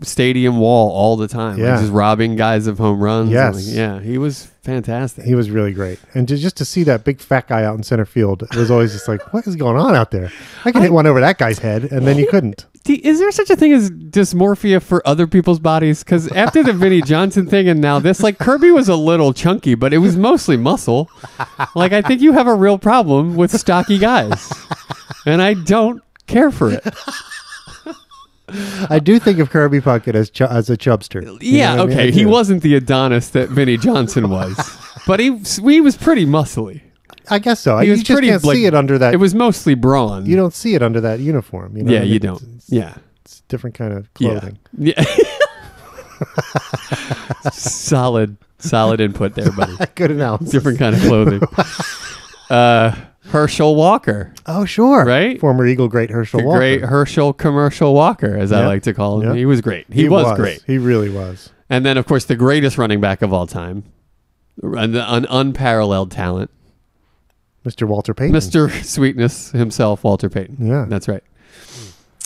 Speaker 1: stadium wall all the time. like,
Speaker 2: Yeah.
Speaker 1: just robbing guys of home runs.
Speaker 2: Yes.
Speaker 1: And, like, yeah. He was fantastic.
Speaker 2: He was really great. And to, just to see that big fat guy out in center field it was always just like, what is going on out there? I could hit one over that guy's head, and then you couldn't.
Speaker 1: Do- Is there such a thing as dysmorphia for other people's bodies? Because after the Vinnie Johnson thing and now this, like Kirby was a little chunky, but it was mostly muscle. Like I think you have a real problem with stocky guys, and I don't care for it.
Speaker 2: I do think of Kirby Puckett as ch- as a chubster. You
Speaker 1: yeah,
Speaker 2: know what I mean?
Speaker 1: okay,
Speaker 2: I
Speaker 1: he
Speaker 2: do.
Speaker 1: wasn't the Adonis that Vinnie Johnson was, but he he was pretty muscly.
Speaker 2: I guess so.
Speaker 1: He
Speaker 2: Uh, you
Speaker 1: was
Speaker 2: just
Speaker 1: pretty,
Speaker 2: can't
Speaker 1: like,
Speaker 2: see it under that.
Speaker 1: It was mostly brawn.
Speaker 2: you don't see it under that uniform. You know
Speaker 1: yeah,
Speaker 2: what I
Speaker 1: you
Speaker 2: mean?
Speaker 1: don't.
Speaker 2: It's,
Speaker 1: Yeah,
Speaker 2: it's different kind of
Speaker 1: yeah,
Speaker 2: clothing.
Speaker 1: yeah. solid, solid input there, buddy.
Speaker 2: Good analysis.
Speaker 1: different kind of clothing. uh, Herschel Walker,
Speaker 2: Oh, sure.
Speaker 1: Right?
Speaker 2: Former Eagle great Herschel
Speaker 1: the
Speaker 2: Walker.
Speaker 1: great Herschel commercial Walker, as I
Speaker 2: Yeah.
Speaker 1: like to call him.
Speaker 2: Yeah.
Speaker 1: He was great. He, was, great.
Speaker 2: He really was.
Speaker 1: And then, of course, the greatest running back of all time, an, an unparalleled talent,
Speaker 2: Mr. Walter Payton.
Speaker 1: Mister Sweetness himself, Walter Payton.
Speaker 2: Yeah.
Speaker 1: that's right.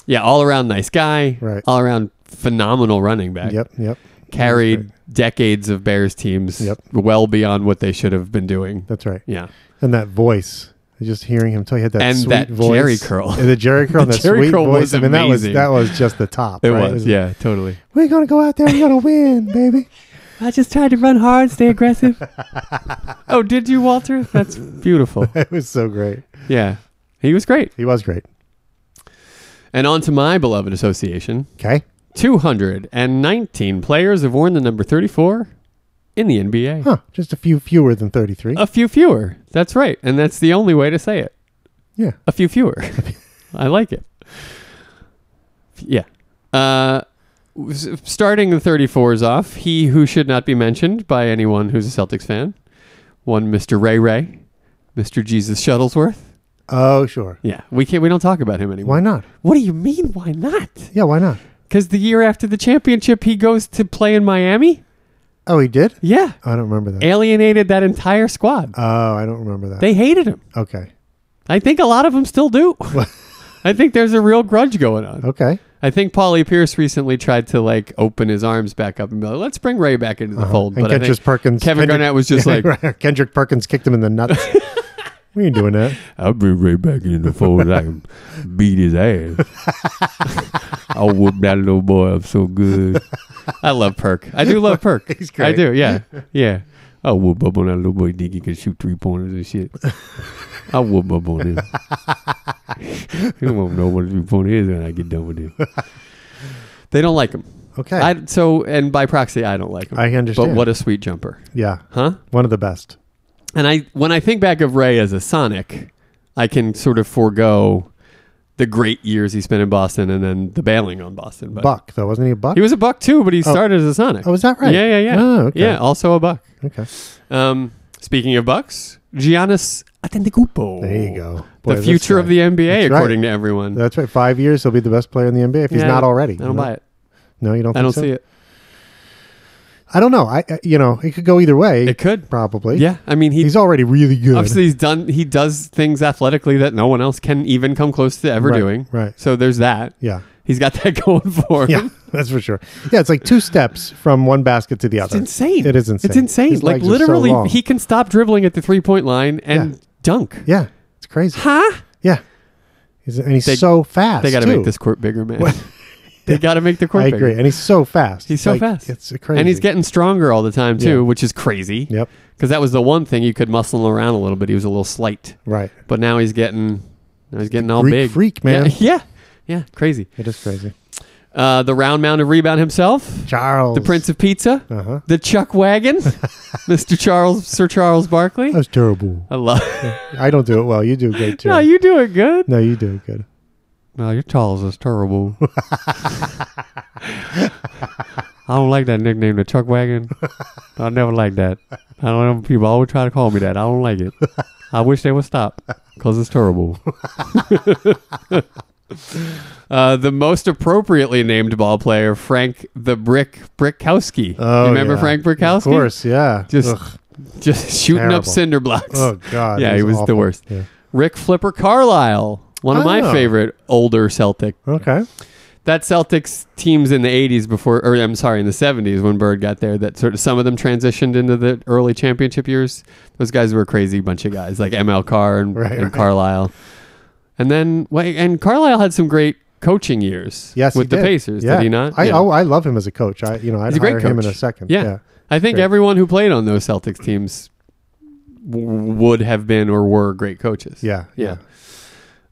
Speaker 1: Yeah, all around nice guy.
Speaker 2: Right.
Speaker 1: All around phenomenal running back.
Speaker 2: Yep, yep.
Speaker 1: Carried decades of Bears teams
Speaker 2: Yep.
Speaker 1: well beyond what they should have been doing.
Speaker 2: That's right.
Speaker 1: Yeah.
Speaker 2: And that voice, just hearing him tell you had that
Speaker 1: And
Speaker 2: sweet
Speaker 1: that
Speaker 2: voice.
Speaker 1: Jerry curl.
Speaker 2: And the Jerry curl, and
Speaker 1: The
Speaker 2: that
Speaker 1: Jerry
Speaker 2: sweet
Speaker 1: curl
Speaker 2: voice.
Speaker 1: was
Speaker 2: I mean, that was
Speaker 1: amazing.
Speaker 2: that was just the top.
Speaker 1: It
Speaker 2: right?
Speaker 1: was. Yeah, totally.
Speaker 2: We're gonna go out there. We're gonna win, baby.
Speaker 1: I just tried to run hard, stay aggressive. oh, did you, Walter? That's beautiful.
Speaker 2: It was so great.
Speaker 1: Yeah. He was great.
Speaker 2: He was great.
Speaker 1: And on to my beloved association.
Speaker 2: Okay.
Speaker 1: 219 players have worn the number 34 in the NBA.
Speaker 2: Huh. Just a few fewer than thirty-three.
Speaker 1: A few fewer. That's right. And that's the only way to say it.
Speaker 2: yeah.
Speaker 1: A few fewer. I like it. Yeah. Uh, s- starting the 34s off, he who should not be mentioned by anyone who's a Celtics fan, one Mr. Ray Ray, Mr. Jesus Shuttlesworth.
Speaker 2: Oh, sure.
Speaker 1: Yeah, we can't. We don't talk about him anymore.
Speaker 2: Why not?
Speaker 1: What do you mean? Why not?
Speaker 2: Yeah. Why not?
Speaker 1: Because the year after the championship, he goes to play in Miami.
Speaker 2: Oh, he did.
Speaker 1: Yeah,
Speaker 2: I don't remember that.
Speaker 1: alienated that entire squad.
Speaker 2: oh, I don't remember that.
Speaker 1: They hated him.
Speaker 2: okay.
Speaker 1: I think a lot of them still do. I think there's a real grudge going on.
Speaker 2: Okay.
Speaker 1: I think Paulie Pierce recently tried to like open his arms back up and be like, "Let's bring Ray back into the fold."
Speaker 2: Uh-huh. And
Speaker 1: But I
Speaker 2: Kendrick
Speaker 1: think
Speaker 2: Perkins.
Speaker 1: Kevin Garnett was just like,
Speaker 2: Kendrick Perkins kicked him in the nuts. we ain't doing that.
Speaker 4: I'll bring Ray back into the fold and I can beat his ass. I'll whoop that little boy up so good.
Speaker 1: "I love Perk. I do love Perk.
Speaker 2: He's
Speaker 1: I
Speaker 2: great.
Speaker 1: do. Yeah, yeah.
Speaker 4: I'll whoop up on that little boy, think he can shoot three pointers and shit. I'll whoop up on him. he won't know what a three pointer is when I get done with him.
Speaker 1: They don't like him.
Speaker 2: Okay.
Speaker 1: I so and by proxy, I don't like him.
Speaker 2: I understand.
Speaker 1: But what a sweet jumper,
Speaker 2: yeah.
Speaker 1: huh?
Speaker 2: One of the best.
Speaker 1: And I, when I think back of Ray as a Sonic, I can sort of forego the great years he spent in Boston and then the bailing on Boston. But
Speaker 2: Buck though, wasn't he a buck?
Speaker 1: he was a buck too, but he started as a Sonic.
Speaker 2: oh, is that right?
Speaker 1: Yeah, yeah, yeah.
Speaker 2: Oh, okay.
Speaker 1: Yeah, also a buck.
Speaker 2: Okay.
Speaker 1: Um, speaking of bucks, Giannis Antetokounmpo.
Speaker 2: There you go. Boy,
Speaker 1: the
Speaker 2: this
Speaker 1: future of
Speaker 2: guy.
Speaker 1: the NBA,
Speaker 2: That's right.
Speaker 1: according to everyone.
Speaker 2: That's right. Five years, he'll be the best player in the NBA if he's
Speaker 1: Yeah,
Speaker 2: not already.
Speaker 1: I don't buy it.
Speaker 2: No, you don't.
Speaker 1: I
Speaker 2: think
Speaker 1: don't
Speaker 2: so?
Speaker 1: see it.
Speaker 2: I don't know. I I- you know it could go either way.
Speaker 1: It could.
Speaker 2: probably.
Speaker 1: Yeah, I mean he
Speaker 2: he's already really good.
Speaker 1: obviously he's done. He does things athletically that no one else can even come close to ever
Speaker 2: Right,
Speaker 1: doing.
Speaker 2: right.
Speaker 1: So there's that.
Speaker 2: Yeah,
Speaker 1: He's got that going for him.
Speaker 2: yeah, that's for sure. Yeah, it's like two steps from one basket to the
Speaker 1: It's
Speaker 2: other.
Speaker 1: insane.
Speaker 2: It is insane.
Speaker 1: It's insane.
Speaker 2: His
Speaker 1: Like
Speaker 2: legs are so
Speaker 1: literally,
Speaker 2: long.
Speaker 1: he can stop dribbling at the three point line and
Speaker 2: Yeah.
Speaker 1: dunk.
Speaker 2: Yeah, it's crazy.
Speaker 1: Huh?
Speaker 2: Yeah, he's, and he's
Speaker 1: They-
Speaker 2: so fast.
Speaker 1: They got to
Speaker 2: too.
Speaker 1: make this court bigger, man. they got to make the court
Speaker 2: I
Speaker 1: bigger.
Speaker 2: agree, and he's so fast.
Speaker 1: He's
Speaker 2: It's
Speaker 1: so
Speaker 2: like-
Speaker 1: fast.
Speaker 2: It's crazy.
Speaker 1: And he's getting stronger all the time too,
Speaker 2: Yeah.
Speaker 1: which is crazy.
Speaker 2: Yep.
Speaker 1: Because that was the one thing you could muscle around a little bit. He was a little slight,
Speaker 2: Right.
Speaker 1: but now he's getting now he's getting all
Speaker 2: Greek
Speaker 1: big.
Speaker 2: freak, man.
Speaker 1: Yeah. Yeah. Yeah, crazy.
Speaker 2: It is crazy.
Speaker 1: Uh, the round mound of rebound himself,
Speaker 2: Charles.
Speaker 1: the Prince of Pizza,
Speaker 2: Uh huh.
Speaker 1: the Chuck Wagon, Mr. Charles, Sir Charles Barkley.
Speaker 2: That was terrible.
Speaker 1: I love.
Speaker 2: I don't do it well. You do great too.
Speaker 1: no, you doing good.
Speaker 2: No, you do good.
Speaker 1: No, your Charles is terrible. I don't like that nickname, the Chuck Wagon. I never liked that. I don't know. People always try to call me that. I don't like it. I wish they would stop because it's terrible. uh, the most appropriately named ball player, Frank the Brick Brickowski.
Speaker 2: Oh,
Speaker 1: Remember
Speaker 2: yeah.
Speaker 1: Frank Brickowski?
Speaker 2: Of course, yeah.
Speaker 1: Just
Speaker 2: Ugh.
Speaker 1: just shooting up
Speaker 2: Terrible.
Speaker 1: cinder blocks.
Speaker 2: oh god.
Speaker 1: yeah, he was the
Speaker 2: awful.
Speaker 1: worst.
Speaker 2: Yeah.
Speaker 1: Rick Flipper Carlisle, one of my
Speaker 2: Oh.
Speaker 1: favorite older Celtic
Speaker 2: Okay.
Speaker 1: that Celtics teams in the 80s before, or I'm sorry, in the 70s when Bird got there, that sort of some of them transitioned into the early championship years. Those guys were a crazy bunch of guys, like ML Carr and,
Speaker 2: Right,
Speaker 1: and
Speaker 2: right.
Speaker 1: Carlisle. And then, wait, and Carlisle had some great coaching years
Speaker 2: Yes, he
Speaker 1: with the
Speaker 2: did.
Speaker 1: Pacers,
Speaker 2: Yeah.
Speaker 1: did he not?
Speaker 2: I
Speaker 1: Yeah.
Speaker 2: oh, I love him as a coach. I you know I'd
Speaker 1: He's a great
Speaker 2: hire him in a
Speaker 1: coach.
Speaker 2: second.
Speaker 1: Yeah. I think
Speaker 2: Great.
Speaker 1: everyone who played on those Celtics teams w- would have been or were great coaches.
Speaker 2: Yeah.
Speaker 1: Yeah.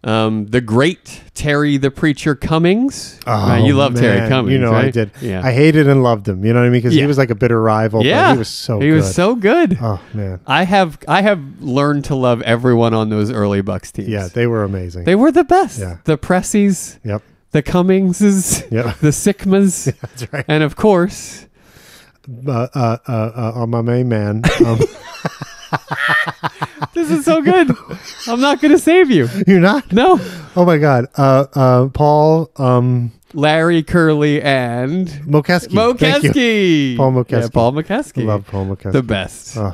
Speaker 1: Um, the great Terry the Preacher Cummings. Right, you love Terry
Speaker 2: Oh, man.
Speaker 1: Cummings.
Speaker 2: You know I
Speaker 1: right?
Speaker 2: did.
Speaker 1: Yeah.
Speaker 2: I hated and loved him. You know what I mean? Because
Speaker 1: Yeah.
Speaker 2: he was like a bitter rival.
Speaker 1: yeah.
Speaker 2: But he was so.
Speaker 1: He
Speaker 2: good.
Speaker 1: was so good.
Speaker 2: Oh man.
Speaker 1: I have I have learned to love everyone on those early Bucks teams.
Speaker 2: Yeah, they were amazing.
Speaker 1: they were the best.
Speaker 2: Yeah.
Speaker 1: The Pressies,
Speaker 2: yep.
Speaker 1: the Cummingses,
Speaker 2: Yep.
Speaker 1: the Sickmas,
Speaker 2: That's right.
Speaker 1: and of course
Speaker 2: Uh, uh, uh, uh, on my main man. Um,
Speaker 1: this is so good. I'm not gonna save you.
Speaker 2: you're not.
Speaker 1: No.
Speaker 2: Oh my God. Uh, uh, Paul um,
Speaker 1: Larry Curley and
Speaker 2: Mokeski.
Speaker 1: Mo
Speaker 2: Thank you.
Speaker 1: Kesky.
Speaker 2: Paul Mo
Speaker 1: Yeah,
Speaker 2: Kesky.
Speaker 1: Paul Mokeski.
Speaker 2: Love Paul Mokeski.
Speaker 1: The best.
Speaker 2: Oh.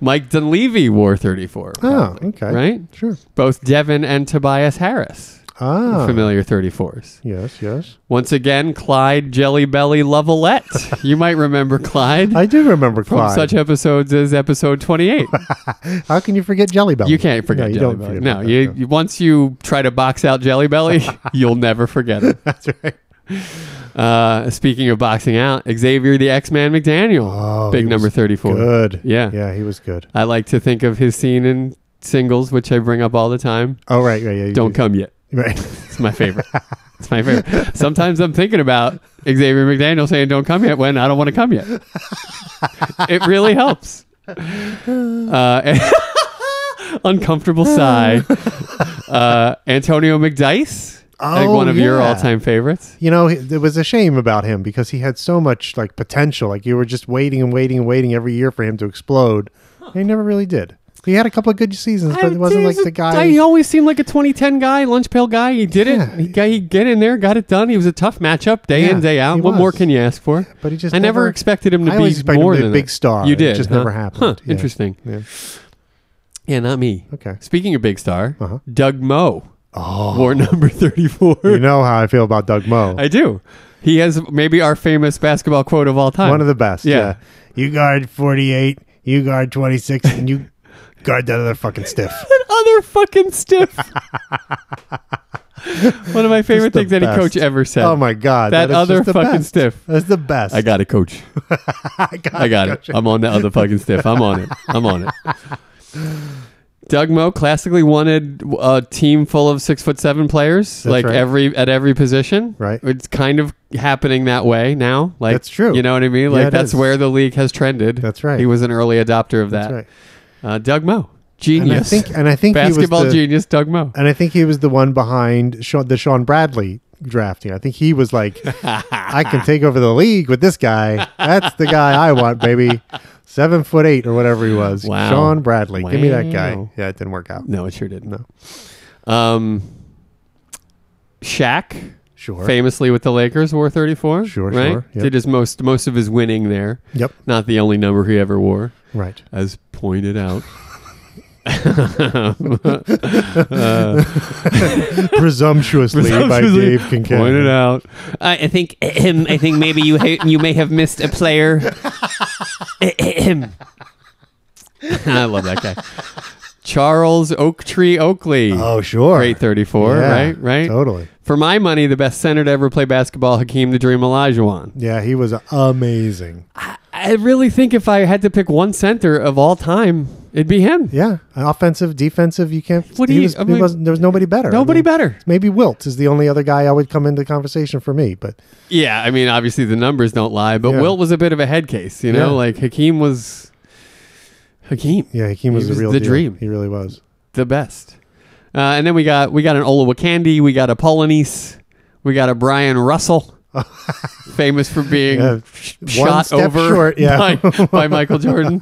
Speaker 1: Mike Dunleavy wore 34.
Speaker 2: Oh,
Speaker 1: probably,
Speaker 2: okay.
Speaker 1: Right?
Speaker 2: Sure.
Speaker 1: Both Devin and Tobias Harris.
Speaker 2: Ah.
Speaker 1: Familiar 34s.
Speaker 2: Yes, yes.
Speaker 1: Once again, Clyde Jellybelly Lovellette. you might remember Clyde
Speaker 2: I do remember
Speaker 1: from
Speaker 2: Clyde.
Speaker 1: such episodes as episode 28.
Speaker 2: How can you forget Jellybelly?
Speaker 1: you can't forget
Speaker 2: No, you don't
Speaker 1: Jellybelly.
Speaker 2: forget
Speaker 1: No,
Speaker 2: about
Speaker 1: you,
Speaker 2: that,
Speaker 1: you- once you try to box out Jellybelly, you'll never forget him.
Speaker 2: That's right.
Speaker 1: Uh, speaking of boxing out, Xavier the X-Man McDaniel,
Speaker 2: Oh,
Speaker 1: big
Speaker 2: he
Speaker 1: number
Speaker 2: was
Speaker 1: 34.
Speaker 2: Good.
Speaker 1: Yeah.
Speaker 2: Yeah, he was good.
Speaker 1: I like to think of his scene in singles, which I bring up all the time.
Speaker 2: Oh, right. Yeah, yeah. you
Speaker 1: Don't
Speaker 2: did.
Speaker 1: come yet.
Speaker 2: Right.
Speaker 1: It's my favorite. it's my favorite. Sometimes I'm thinking about Xavier McDaniel saying, Don't come yet when I don't want to come yet. it really helps. Uh, and- uncomfortable sigh. Uh, Antonio McDice, I think
Speaker 2: Oh,
Speaker 1: one of your
Speaker 2: yeah.
Speaker 1: all time favorites.
Speaker 2: You know, it it was a shame about him because he had so much like potential. Like you were just waiting and waiting and waiting every year for him to explode. And he never really did. He had a couple of good seasons, but it wasn't like the guy.
Speaker 1: He always seemed like a 2010 guy, lunch pail guy. He did
Speaker 2: Yeah.
Speaker 1: it. He, got, he get in there, got it done. He was a tough matchup, day in,
Speaker 2: Yeah,
Speaker 1: day out.
Speaker 2: he
Speaker 1: What more
Speaker 2: was.
Speaker 1: can you ask for?
Speaker 2: but he just
Speaker 1: I never expected him to
Speaker 2: I
Speaker 1: be
Speaker 2: always expected him
Speaker 1: more
Speaker 2: to be a
Speaker 1: than
Speaker 2: big
Speaker 1: that.
Speaker 2: star.
Speaker 1: You
Speaker 2: Uh, It
Speaker 1: did.
Speaker 2: just
Speaker 1: huh?
Speaker 2: never happened.
Speaker 1: Huh,
Speaker 2: Yeah.
Speaker 1: Interesting.
Speaker 2: Yeah.
Speaker 1: Yeah, not me.
Speaker 2: Okay.
Speaker 1: Speaking of big star,
Speaker 2: Uh-huh.
Speaker 1: Doug Moe
Speaker 2: Oh,
Speaker 1: wore number thirty-four.
Speaker 2: you know how I feel about Doug Moe.
Speaker 1: I do. He has maybe our famous basketball quote of all time.
Speaker 2: One of the best.
Speaker 1: Yeah.
Speaker 2: Yeah. You guard 48, you guard 26, and you guard that other fucking stiff.
Speaker 1: other fucking stiff. One of my favorite
Speaker 2: Just the
Speaker 1: things any
Speaker 2: best.
Speaker 1: coach ever said.
Speaker 2: Oh my God.
Speaker 1: That
Speaker 2: is
Speaker 1: other
Speaker 2: just the
Speaker 1: fucking
Speaker 2: best.
Speaker 1: stiff.
Speaker 2: That's the best.
Speaker 1: I got it, coach.
Speaker 2: I got,
Speaker 1: I got it. I'm on the other fucking stiff. I'm on it. I'm on it. Doug Moe classically wanted a team full of six foot seven players, like
Speaker 2: right.
Speaker 1: every at every position.
Speaker 2: Right.
Speaker 1: It's kind of happening that way now. Like
Speaker 2: That's true.
Speaker 1: You know what I mean?
Speaker 2: Yeah,
Speaker 1: Like
Speaker 2: it
Speaker 1: that's
Speaker 2: is.
Speaker 1: where the league has trended.
Speaker 2: That's right.
Speaker 1: He was an early adopter of that.
Speaker 2: That's right.
Speaker 1: Uh, Doug Moe. Genius.
Speaker 2: And I think and I think he was
Speaker 1: Basketball
Speaker 2: the,
Speaker 1: genius Doug Mo.
Speaker 2: and I think he was the one behind Sean, the Sean Bradley drafting. I think he was like, I can take over the league with this guy. That's the guy I want, baby. Seven foot eight or whatever he was.
Speaker 1: Wow.
Speaker 2: Sean Bradley. Give me that guy.
Speaker 1: Wow.
Speaker 2: Yeah, it didn't work out.
Speaker 1: No, it sure didn't.
Speaker 2: No.
Speaker 1: Um, Shaq,
Speaker 2: Sure.
Speaker 1: famously with the Lakers, wore 34.
Speaker 2: Sure,
Speaker 1: right?
Speaker 2: sure, yep.
Speaker 1: Did his most most of his winning there.
Speaker 2: Yep.
Speaker 1: Not the only number he ever wore,
Speaker 2: Right.
Speaker 1: as pointed out.
Speaker 2: Presumptuously,
Speaker 1: Presumptuously
Speaker 2: by Dave Kincaid.
Speaker 1: Pointed out. I, I think ahem, I think maybe you ha- you may have missed a player. Ahem. I love that guy. Charles Oaktree Oakley.
Speaker 2: Oh, sure.
Speaker 1: Great 34,
Speaker 2: Yeah,
Speaker 1: right? Right?
Speaker 2: Totally.
Speaker 1: For my money, the best center to ever play basketball, Hakeem the Dream Olajuwon.
Speaker 2: Yeah, he was amazing.
Speaker 1: I really think if I had to pick one center of all time, it'd be him.
Speaker 2: Yeah, offensive, defensive. You can't.
Speaker 1: What do
Speaker 2: he
Speaker 1: you-
Speaker 2: was,
Speaker 1: I
Speaker 2: he
Speaker 1: mean,
Speaker 2: wasn't- there was nobody better. I
Speaker 1: Nobody
Speaker 2: mean,
Speaker 1: better.
Speaker 2: Maybe Wilt is the only other guy I would come into conversation for me, but
Speaker 1: Yeah, I mean, obviously the numbers don't lie, but
Speaker 2: Yeah.
Speaker 1: Wilt was a bit of a head case, you know?
Speaker 2: Yeah.
Speaker 1: Like Hakeem was Hakeem,
Speaker 2: Yeah,
Speaker 1: He
Speaker 2: Hakeem was,
Speaker 1: was
Speaker 2: the real
Speaker 1: the
Speaker 2: deal.
Speaker 1: dream.
Speaker 2: He really was.
Speaker 1: the best. Uh, and then we got we got an Olawakandi, we got a Polonese, we got a Brian Russell, famous for being
Speaker 2: Yeah,
Speaker 1: sh-
Speaker 2: one
Speaker 1: shot
Speaker 2: step
Speaker 1: over
Speaker 2: short, yeah.
Speaker 1: by, by Michael Jordan.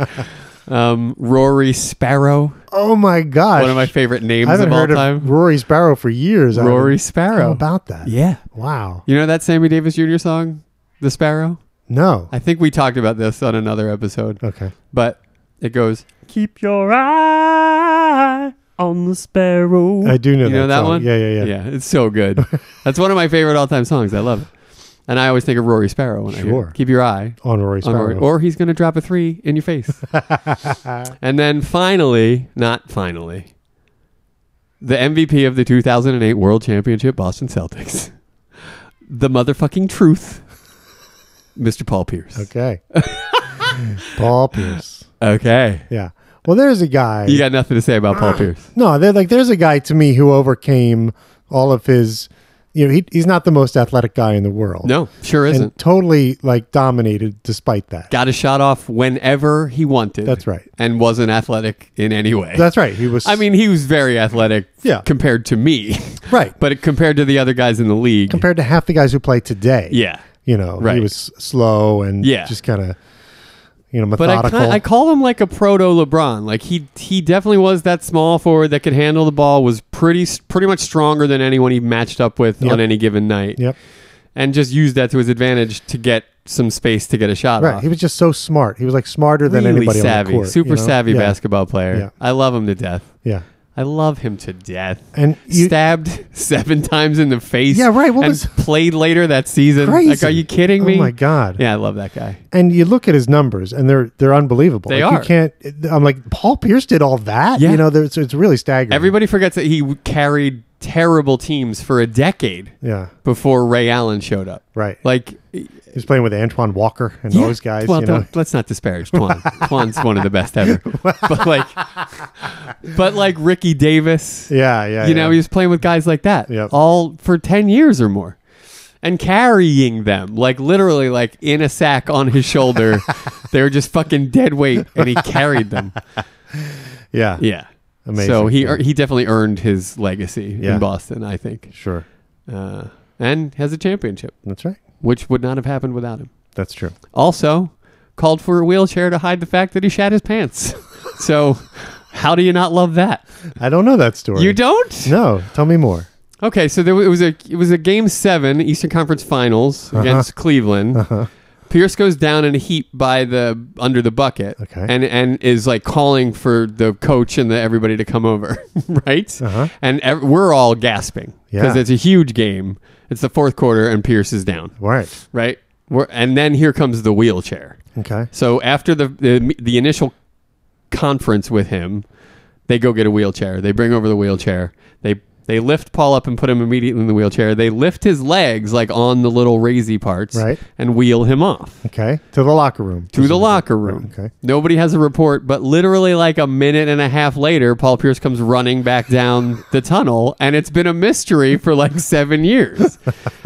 Speaker 1: Um, Rory Sparrow,
Speaker 2: Oh my gosh!
Speaker 1: one of my favorite names
Speaker 2: I haven't
Speaker 1: of all
Speaker 2: heard of
Speaker 1: time.
Speaker 2: Rory Sparrow for years. I don't
Speaker 1: Rory
Speaker 2: know
Speaker 1: Sparrow.
Speaker 2: about that?
Speaker 1: yeah.
Speaker 2: Wow.
Speaker 1: You know that Sammy Davis Jr. song, The Sparrow?
Speaker 2: No.
Speaker 1: I think we talked about this on another episode,
Speaker 2: Okay.
Speaker 1: but it goes,
Speaker 5: Keep your eye on the sparrow.
Speaker 2: I do know
Speaker 1: you
Speaker 2: that.
Speaker 1: know that
Speaker 2: song.
Speaker 1: one?
Speaker 2: Yeah, yeah, yeah.
Speaker 1: Yeah, it's so good. That's one of my favorite all time songs. I love it. And I always think of Rory Sparrow when I hear
Speaker 2: Sure.
Speaker 1: it. Keep your eye
Speaker 2: On Rory
Speaker 1: on
Speaker 2: Sparrow.
Speaker 1: Rory. Or he's going to drop a three in your face. and then finally, not finally, the MVP of the 2008 World Championship Boston Celtics, the motherfucking truth, Mr. Paul Pierce.
Speaker 2: okay. Paul Pierce.
Speaker 1: Okay.
Speaker 2: Yeah. Well, there's a guy.
Speaker 1: You got nothing to say about
Speaker 2: Ah.
Speaker 1: Paul Pierce.
Speaker 2: No, they're like there's a guy to me who overcame all of his. You know, he, he's not the most athletic guy in the world.
Speaker 1: No, sure
Speaker 2: and
Speaker 1: isn't.
Speaker 2: totally like dominated despite that.
Speaker 1: got a shot off whenever he wanted.
Speaker 2: That's right.
Speaker 1: And wasn't athletic in any way.
Speaker 2: That's right. He was.
Speaker 1: I mean, he was very athletic
Speaker 2: Yeah.
Speaker 1: compared to me,
Speaker 2: right.
Speaker 1: but compared to the other guys in the league.
Speaker 2: compared to half the guys who play today.
Speaker 1: yeah.
Speaker 2: you know, he
Speaker 1: Right.
Speaker 2: was slow and
Speaker 1: Yeah.
Speaker 2: just kind of, you know,
Speaker 1: But I,
Speaker 2: methodical.
Speaker 1: kind I call him like a proto LeBron. Like he he definitely was that small forward that could handle the ball. Was pretty s- pretty much stronger than anyone he matched up with
Speaker 2: Yep.
Speaker 1: on any given night,
Speaker 2: yep.
Speaker 1: and just used that to his advantage to get some space to get a shot
Speaker 2: Right.
Speaker 1: off.
Speaker 2: He was just so smart. He was like smarter than
Speaker 1: really
Speaker 2: anybody
Speaker 1: savvy,
Speaker 2: on the court.
Speaker 1: super
Speaker 2: you know?
Speaker 1: savvy
Speaker 2: yeah.
Speaker 1: basketball player.
Speaker 2: Yeah.
Speaker 1: I love him to death.
Speaker 2: Yeah.
Speaker 1: I love him to death.
Speaker 2: And you,
Speaker 1: stabbed seven times in the face.
Speaker 2: Yeah, right. What
Speaker 1: and
Speaker 2: was-
Speaker 1: played later that season?
Speaker 2: crazy.
Speaker 1: Like, are you kidding me?
Speaker 2: Oh my god.
Speaker 1: Yeah, I love that guy.
Speaker 2: And you look at his numbers, and they're they're unbelievable.
Speaker 1: They
Speaker 2: like
Speaker 1: are.
Speaker 2: You can't. I'm like Paul Pierce did all that.
Speaker 1: Yeah.
Speaker 2: You know, there's, it's really staggering.
Speaker 1: Everybody forgets that he w- carried terrible teams for a decade
Speaker 2: Yeah.
Speaker 1: before Ray Allen showed up.
Speaker 2: Right.
Speaker 1: Like
Speaker 2: he was playing with Antoine Walker and
Speaker 1: yeah,
Speaker 2: those guys.
Speaker 1: Well,
Speaker 2: you know.
Speaker 1: don't- let's not disparage Twan. Twan's one of the best ever. But like, but like Ricky Davis.
Speaker 2: Yeah. Yeah.
Speaker 1: you know, he
Speaker 2: yeah.
Speaker 1: was playing with guys like that
Speaker 2: Yep.
Speaker 1: all for 10 years or more and carrying them like literally like in a sack on his shoulder. they were just fucking dead weight and he carried them.
Speaker 2: Yeah.
Speaker 1: Yeah.
Speaker 2: Amazing.
Speaker 1: So he
Speaker 2: Yeah.
Speaker 1: ear- he definitely earned his legacy
Speaker 2: Yeah.
Speaker 1: in Boston, I think.
Speaker 2: Sure.
Speaker 1: Uh, and has a championship,
Speaker 2: That's right.
Speaker 1: which would not have happened without him.
Speaker 2: That's true.
Speaker 1: Also, called for a wheelchair to hide the fact that he shat his pants. so, how do you not love that?
Speaker 2: I don't know that story.
Speaker 1: You don't?
Speaker 2: No. Tell me more.
Speaker 1: Okay, so there wa- it was a it was a game seven Eastern Conference Finals
Speaker 2: Uh-huh.
Speaker 1: against Cleveland. Pierce goes down in a heap by the under the bucket,
Speaker 2: Okay.
Speaker 1: and and is like calling for the coach and the, everybody to come over, right?
Speaker 2: Uh-huh.
Speaker 1: And ev- we're all gasping because
Speaker 2: Yeah.
Speaker 1: it's a huge game. It's the fourth quarter, and Pierce is down,
Speaker 2: All right.
Speaker 1: right? We're, and then here comes the wheelchair.
Speaker 2: Okay.
Speaker 1: So after the, the the initial conference with him, they go get a wheelchair. They bring over the wheelchair. They they lift Paul up and put him immediately in the wheelchair. They lift his legs like on the little raisy parts
Speaker 2: Right.
Speaker 1: and wheel him off
Speaker 2: Okay. To the locker room.
Speaker 1: to the locker room.
Speaker 2: Okay.
Speaker 1: Nobody has a report, but literally like a minute and a half later, Paul Pierce comes running back down the tunnel, and it's been a mystery for like seven years.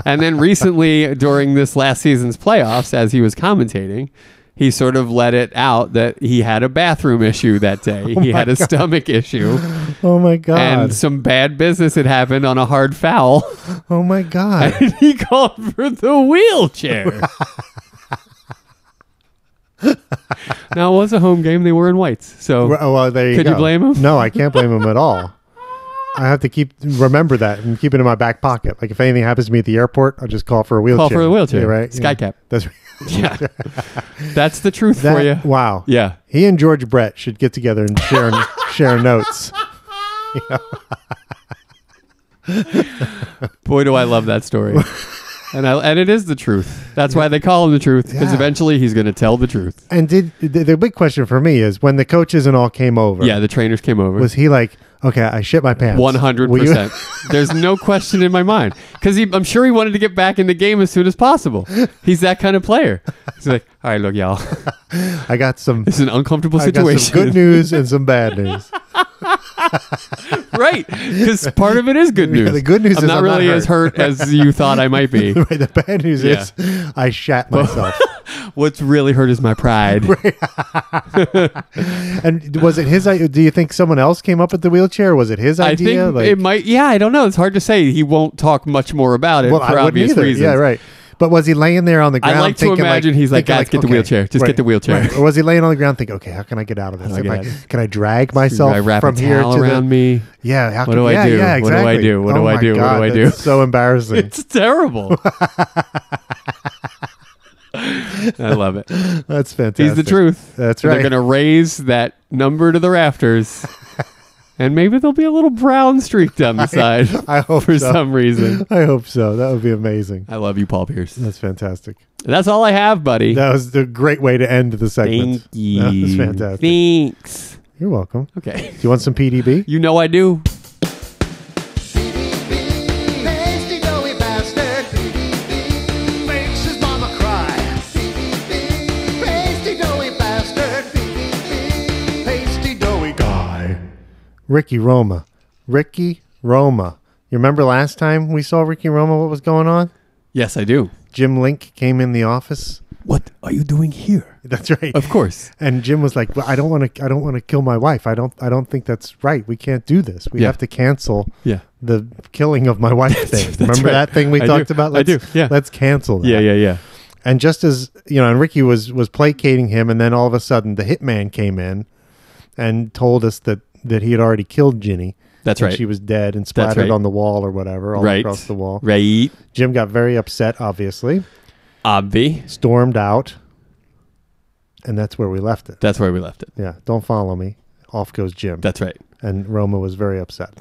Speaker 1: and then recently, during this last season's playoffs, as he was commentating, he sort of let it out that he had a bathroom issue that day. he had a stomach issue
Speaker 2: Oh my Oh god.
Speaker 1: and some bad business had happened on a hard foul.
Speaker 2: oh my god.
Speaker 1: And he called for the wheelchair. now it was a home game. They were in whites, so
Speaker 2: Well, well, there you
Speaker 1: Could you
Speaker 2: go.
Speaker 1: blame him?
Speaker 2: No, I can't blame him at all. I have to keep remember that and keep it in my back pocket. Like if anything happens to me at the airport, I'll just call for a wheelchair.
Speaker 1: call for a wheelchair.
Speaker 2: Yeah, right?
Speaker 1: Skycap.
Speaker 2: Yeah. That's
Speaker 1: Yeah, that's the truth
Speaker 2: that,
Speaker 1: for you.
Speaker 2: Wow.
Speaker 1: Yeah,
Speaker 2: He and George Brett should get together and share share notes.
Speaker 1: boy, do I love that story. And, I, and it is the truth. That's why they call him the truth, because
Speaker 2: Yeah.
Speaker 1: eventually he's going to tell the truth.
Speaker 2: And did the, the big question for me is when the coaches and all came over?
Speaker 1: Yeah, the trainers came over.
Speaker 2: Was he like, okay, I shit my pants?
Speaker 1: One hundred
Speaker 2: Will you-
Speaker 1: percent. There's no question in my mind because I'm sure he wanted to get back in the game as soon as possible. He's that kind of player. He's like, all right, look, y'all, this
Speaker 2: I got some.
Speaker 1: is an uncomfortable
Speaker 2: I got some
Speaker 1: situation,
Speaker 2: good news and some bad news.
Speaker 1: right? Because part of it is good
Speaker 2: Yeah,
Speaker 1: news.
Speaker 2: the good news
Speaker 1: I'm
Speaker 2: is
Speaker 1: not
Speaker 2: I'm not
Speaker 1: really as hurt as you thought I might be.
Speaker 2: Right, the bad news
Speaker 1: Yeah.
Speaker 2: is I shat myself.
Speaker 1: What's really hurt is my pride.
Speaker 2: and was it his? i- Do you think someone else came up with the wheelchair? Was it his
Speaker 1: I
Speaker 2: idea?
Speaker 1: think
Speaker 2: Like-
Speaker 1: it might. Yeah, I don't know. It's hard to say. He won't talk much more about it
Speaker 2: well,
Speaker 1: for
Speaker 2: I wouldn't
Speaker 1: obvious
Speaker 2: either.
Speaker 1: reasons.
Speaker 2: Yeah, right. But was he laying there on the ground?
Speaker 1: I like to
Speaker 2: thinking
Speaker 1: imagine he's like,
Speaker 2: thinking
Speaker 1: guys, get the wheelchair. Just
Speaker 2: right,
Speaker 1: get the wheelchair.
Speaker 2: right. Or was he laying on the ground thinking, okay, how can I get out of this?
Speaker 1: How do I
Speaker 2: Am
Speaker 1: get
Speaker 2: I-
Speaker 1: out of this?
Speaker 2: can I drag
Speaker 1: Do
Speaker 2: myself
Speaker 1: I wrap
Speaker 2: from
Speaker 1: a
Speaker 2: here
Speaker 1: towel
Speaker 2: to
Speaker 1: around
Speaker 2: the,
Speaker 1: me?
Speaker 2: Yeah, how
Speaker 1: What
Speaker 2: can-
Speaker 1: do I
Speaker 2: yeah,
Speaker 1: do?
Speaker 2: Yeah,
Speaker 1: What do I
Speaker 2: exactly.
Speaker 1: do? What do
Speaker 2: Oh
Speaker 1: I
Speaker 2: my
Speaker 1: do? What do
Speaker 2: God,
Speaker 1: I do?
Speaker 2: that's So embarrassing.
Speaker 1: It's terrible. I love it.
Speaker 2: That's fantastic.
Speaker 1: He's the truth.
Speaker 2: That's
Speaker 1: And
Speaker 2: right.
Speaker 1: They're going to raise that number to the rafters. and maybe there'll be a little brown streak down the side
Speaker 2: I hope
Speaker 1: for
Speaker 2: so.
Speaker 1: some reason.
Speaker 2: I hope so. That would be amazing.
Speaker 1: I love you, Paul Pierce.
Speaker 2: That's fantastic.
Speaker 1: That's all I have, buddy.
Speaker 2: That was the great way to end the segment.
Speaker 1: Thank you.
Speaker 2: That was fantastic.
Speaker 1: Thanks.
Speaker 2: You're welcome.
Speaker 1: Okay.
Speaker 2: Do you want some PDB?
Speaker 1: You know I do.
Speaker 3: CDB, nasty doughy bastard. CDB, makes his mama cry. CDB, pasty doughy bastard. CDB, pasty doughy guy.
Speaker 2: Ricky Roma. Ricky Roma. You remember last time we saw Ricky Roma? What was going on?
Speaker 1: Yes, I do.
Speaker 2: Jim Link came in the office.
Speaker 1: What are you doing here?
Speaker 2: That's right.
Speaker 1: Of course.
Speaker 2: And Jim was like, well, "I don't want to. I don't want to kill my wife. I don't. I don't think that's right. We can't do this. We
Speaker 1: Yeah.
Speaker 2: have to cancel
Speaker 1: Yeah.
Speaker 2: the killing of my wife thing.
Speaker 1: that's
Speaker 2: Remember
Speaker 1: right.
Speaker 2: that thing
Speaker 1: I
Speaker 2: we
Speaker 1: do.
Speaker 2: talked about?
Speaker 1: I do. Yeah.
Speaker 2: Let's cancel. That.
Speaker 1: Yeah, yeah, yeah.
Speaker 2: And just as you know, and Ricky was was placating him, and then all of a sudden, the hitman came in and told us that that he had already killed Ginny.
Speaker 1: That's
Speaker 2: and
Speaker 1: right.
Speaker 2: She was dead and splattered
Speaker 1: right.
Speaker 2: on the wall or whatever, all
Speaker 1: right.
Speaker 2: across the wall.
Speaker 1: Right.
Speaker 2: Jim got very upset, obviously,
Speaker 1: Obvi.
Speaker 2: stormed out, and that's where we left it.
Speaker 1: That's where we left it.
Speaker 2: Yeah, don't follow me. Off goes Jim,
Speaker 1: That's right.
Speaker 2: and Roma was very upset.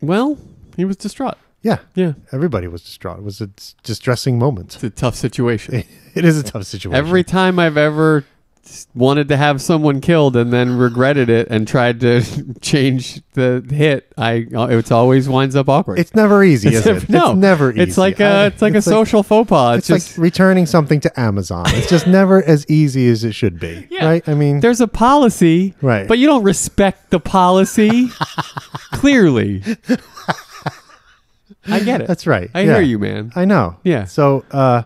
Speaker 1: Well, he was distraught.
Speaker 2: Yeah,
Speaker 1: Yeah.
Speaker 2: everybody was distraught. It was a s- distressing moment.
Speaker 1: It's a tough situation.
Speaker 2: It is a tough situation.
Speaker 1: Every time I've ever s- wanted to have someone killed and then regretted it and tried to change the hit, I it always winds up awkward.
Speaker 2: it's never easy, is
Speaker 1: never-
Speaker 2: it?
Speaker 1: no.
Speaker 2: it's never easy.
Speaker 1: It's like a
Speaker 2: I-
Speaker 1: it's like a social faux pas.
Speaker 2: It's
Speaker 1: It's, just
Speaker 2: like returning something to Amazon. It's just never as easy as it should be,
Speaker 1: Yeah.
Speaker 2: right? I mean,
Speaker 1: there's a policy,
Speaker 2: Right.
Speaker 1: But you don't respect the policy. clearly, I get it.
Speaker 2: that's right.
Speaker 1: I
Speaker 2: Yeah.
Speaker 1: hear you, man.
Speaker 2: I know.
Speaker 1: Yeah.
Speaker 2: So, uh,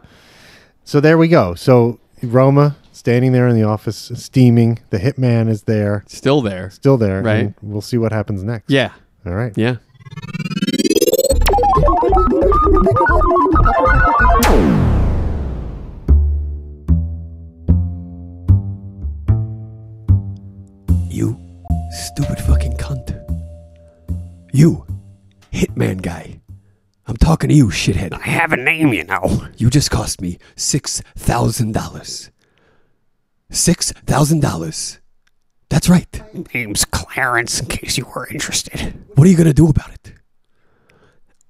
Speaker 2: so there we go. So Roma standing there in the office, steaming. The hitman is there,
Speaker 1: Still there.
Speaker 2: still there.
Speaker 1: Right.
Speaker 2: and we'll see what happens next.
Speaker 1: Yeah.
Speaker 2: All right.
Speaker 1: Yeah. You stupid fucking cunt. You, hitman guy. I'm talking to you, shithead. I have a name, you know. You just cost me $6,000. $6,000. That's right.
Speaker 6: name's Clarence, in case you were interested.
Speaker 1: What are you going to do about it?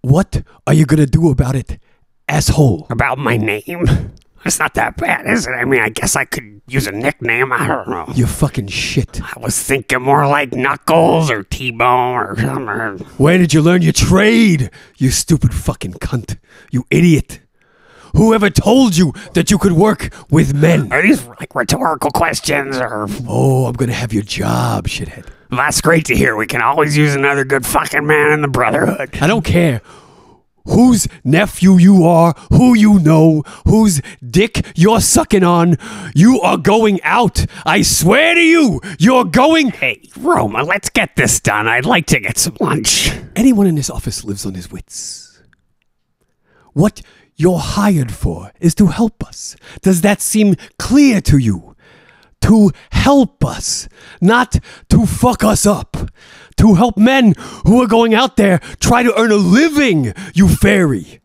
Speaker 1: What are you going to do about it, asshole?
Speaker 6: About my name? It's not that bad, is it? I mean, I guess I could use a nickname. I don't know.
Speaker 1: You fucking shit.
Speaker 6: I was thinking more like Knuckles or T Bone or something.
Speaker 1: Where did you learn your trade? You stupid fucking cunt. You idiot. Whoever told you that you could work with men?
Speaker 6: Are these like rhetorical questions or.
Speaker 1: Oh, I'm going to have your job, shithead.
Speaker 6: That's great to hear. We can always use another good fucking man in the Brotherhood.
Speaker 1: I don't care
Speaker 7: whose nephew you are, who you know, whose dick you're sucking on. You are going out. I swear to you, you're going.
Speaker 6: Hey, Roma, let's get this done. I'd like to get some lunch.
Speaker 7: Anyone in this office lives on his wits. What you're hired for is to help us. Does that seem clear to you? To help us, not to fuck us up. To help men who are going out there try to earn a living, you fairy.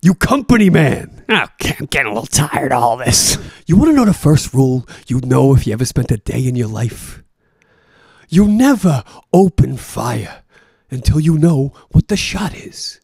Speaker 7: You company man.
Speaker 6: Okay, I'm getting Oh, a little tired of all this.
Speaker 7: You want to know the first rule you know if you ever spent a day in your life? You never open fire until you know what the shot is.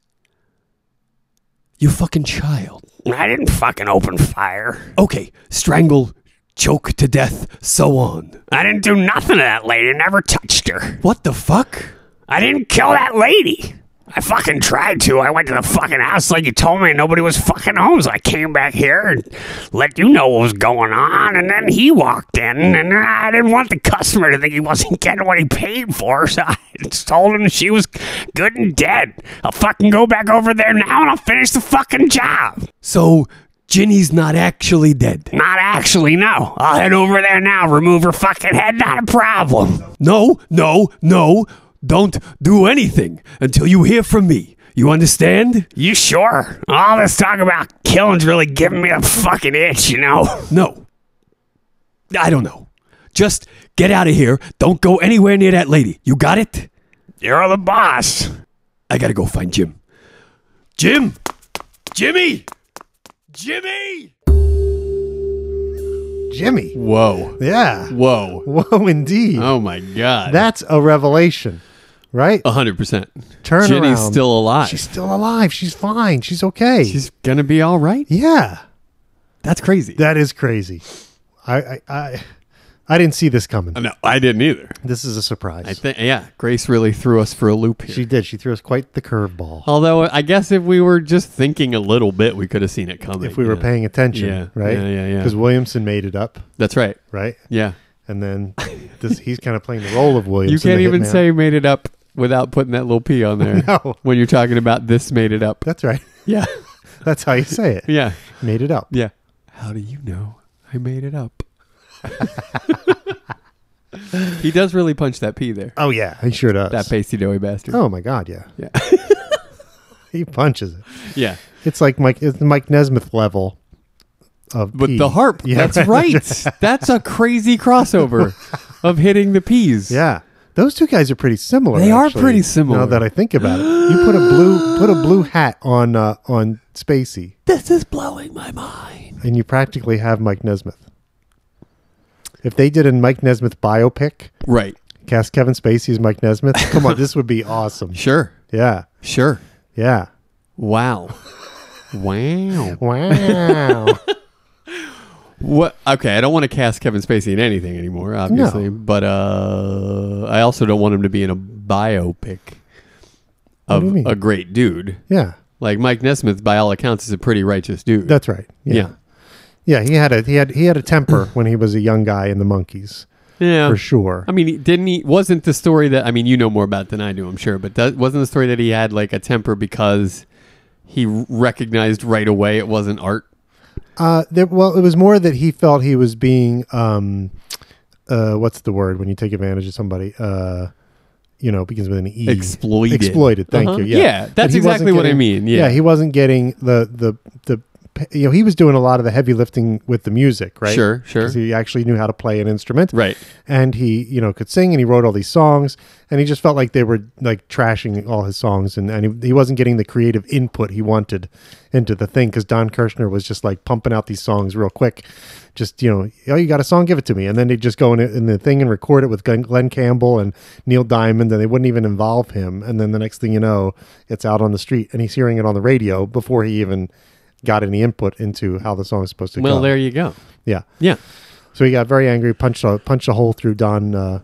Speaker 7: You fucking child.
Speaker 6: I didn't fucking open fire.
Speaker 7: Okay, strangle, choke to death, so on.
Speaker 6: I didn't do nothing to that lady. Never touched her.
Speaker 7: What the fuck?
Speaker 6: I didn't kill that lady. I fucking tried to. I went to the fucking house like you told me, and nobody was fucking home. So I came back here and let you know what was going on. And then he walked in, and I didn't want the customer to think he wasn't getting what he paid for. So I just told him she was good and dead. I'll fucking go back over there now, and I'll finish the fucking job.
Speaker 7: So, Ginny's not actually dead.
Speaker 6: Not actually, no. I'll head over there now. Remove her fucking head. Not a problem.
Speaker 7: No, no, no. Don't do anything until you hear from me. You understand?
Speaker 6: You sure? All this talk about killing's really giving me a fucking itch, you know?
Speaker 7: No. I don't know. Just get out of here. Don't go anywhere near that lady. You got it?
Speaker 6: You're the boss.
Speaker 7: I gotta go find Jim. Jim! Jimmy! Jimmy!
Speaker 2: Jimmy.
Speaker 1: Whoa.
Speaker 2: Yeah.
Speaker 1: Whoa.
Speaker 2: Whoa, indeed.
Speaker 1: Oh my God.
Speaker 2: That's a revelation, right?
Speaker 1: A hundred percent.
Speaker 2: Turn
Speaker 1: Oh, Ginny's
Speaker 2: around.
Speaker 1: still alive.
Speaker 2: She's still alive. She's fine. She's okay.
Speaker 1: She's gonna be all right.
Speaker 2: yeah.
Speaker 7: That's crazy.
Speaker 2: That is crazy. I I I, I didn't see this coming.
Speaker 1: No, I didn't either.
Speaker 2: This is a surprise.
Speaker 1: I think yeah, Grace really threw us for a loop here.
Speaker 2: she did. She threw us quite the curveball.
Speaker 1: Although I guess if we were just thinking a little bit, we could have seen it coming.
Speaker 2: If we were
Speaker 1: yeah.
Speaker 2: paying attention,
Speaker 1: Yeah,
Speaker 2: right?
Speaker 1: yeah, yeah, yeah.
Speaker 2: Because Williamson made it up,
Speaker 1: that's right.
Speaker 2: right?
Speaker 1: Yeah,
Speaker 2: And then this, he's kind of playing the role of Williamson.
Speaker 1: you can't
Speaker 2: the
Speaker 1: even
Speaker 2: hitman.
Speaker 1: say made it up without putting that little p on there
Speaker 2: No.
Speaker 1: when you're talking about this made it up.
Speaker 2: That's right.
Speaker 1: Yeah,
Speaker 2: That's how you say it.
Speaker 1: yeah,
Speaker 2: Made it up.
Speaker 1: yeah. How do you know I made it up? he does really punch that p there.
Speaker 2: Oh yeah, he sure does.
Speaker 1: That pasty doughy bastard.
Speaker 2: Oh my god, yeah.
Speaker 1: Yeah.
Speaker 2: he punches it.
Speaker 1: Yeah,
Speaker 2: It's like Mike it's the Mike Nesmith level of
Speaker 1: but
Speaker 2: pee.
Speaker 1: the harp.
Speaker 2: Yeah,
Speaker 1: that's right. that's a crazy crossover of hitting the peas.
Speaker 2: Yeah. Those two guys are pretty similar.
Speaker 1: They are
Speaker 2: actually,
Speaker 1: pretty similar.
Speaker 2: Now that I think about it, you put a blue put a blue hat on uh, on Spacey,
Speaker 1: this is blowing my mind.
Speaker 2: and you practically have Mike Nesmith. If they did a Mike Nesmith biopic,
Speaker 1: Right.
Speaker 2: cast Kevin Spacey as Mike Nesmith. Come on, this would be awesome.
Speaker 1: Sure.
Speaker 2: Yeah,
Speaker 1: Sure.
Speaker 2: yeah.
Speaker 1: Wow. wow.
Speaker 2: Wow.
Speaker 1: What? Okay, I don't want to cast Kevin Spacey in anything anymore, obviously.
Speaker 2: No.
Speaker 1: But uh, I also don't want him to be in a biopic
Speaker 2: do you
Speaker 1: of
Speaker 2: mean?
Speaker 1: a great dude.
Speaker 2: yeah,
Speaker 1: Like Mike Nesmith, by all accounts, is a pretty righteous dude.
Speaker 2: that's right. yeah.
Speaker 1: yeah.
Speaker 2: Yeah, he had a he had he had a temper when he was a young guy in the monkeys
Speaker 1: Yeah.
Speaker 2: for sure.
Speaker 1: I mean, didn't he? Wasn't the story that I mean, you know more about it than I do, I'm sure. But that, wasn't the story that he had like a temper because he recognized right away it wasn't art?
Speaker 2: Uh, there, well, it was more that he felt he was being um, uh, what's the word when you take advantage of somebody? Uh, you know, begins with an e.
Speaker 1: Exploited.
Speaker 2: Exploited. Thank
Speaker 1: Uh-huh.
Speaker 2: you. Yeah,
Speaker 1: Yeah,
Speaker 2: That
Speaker 1: that's
Speaker 2: he wasn't
Speaker 1: exactly what I
Speaker 2: getting-
Speaker 1: mean, yeah.
Speaker 2: he wasn't getting the the the. You know, he was doing a lot of the heavy lifting with the music, right?
Speaker 1: Sure, sure.
Speaker 2: 'Cause he actually knew how to play an instrument,
Speaker 1: Right.
Speaker 2: and he you know could sing and he wrote all these songs and he just felt like they were like trashing all his songs and, and he, he wasn't getting the creative input he wanted into the thing because don kirshner was just like pumping out these songs real quick just you know oh you got a song give it to me and then they'd just go in, in the thing and record it with glenn, glenn campbell and neil diamond and they wouldn't even involve him and then the next thing you know it's out on the street and he's hearing it on the radio before he even got any input into how the song is supposed to
Speaker 1: Well,
Speaker 2: go
Speaker 1: there you go.
Speaker 2: yeah
Speaker 1: Yeah.
Speaker 2: so he got very angry, punched a punched a hole through Don uh,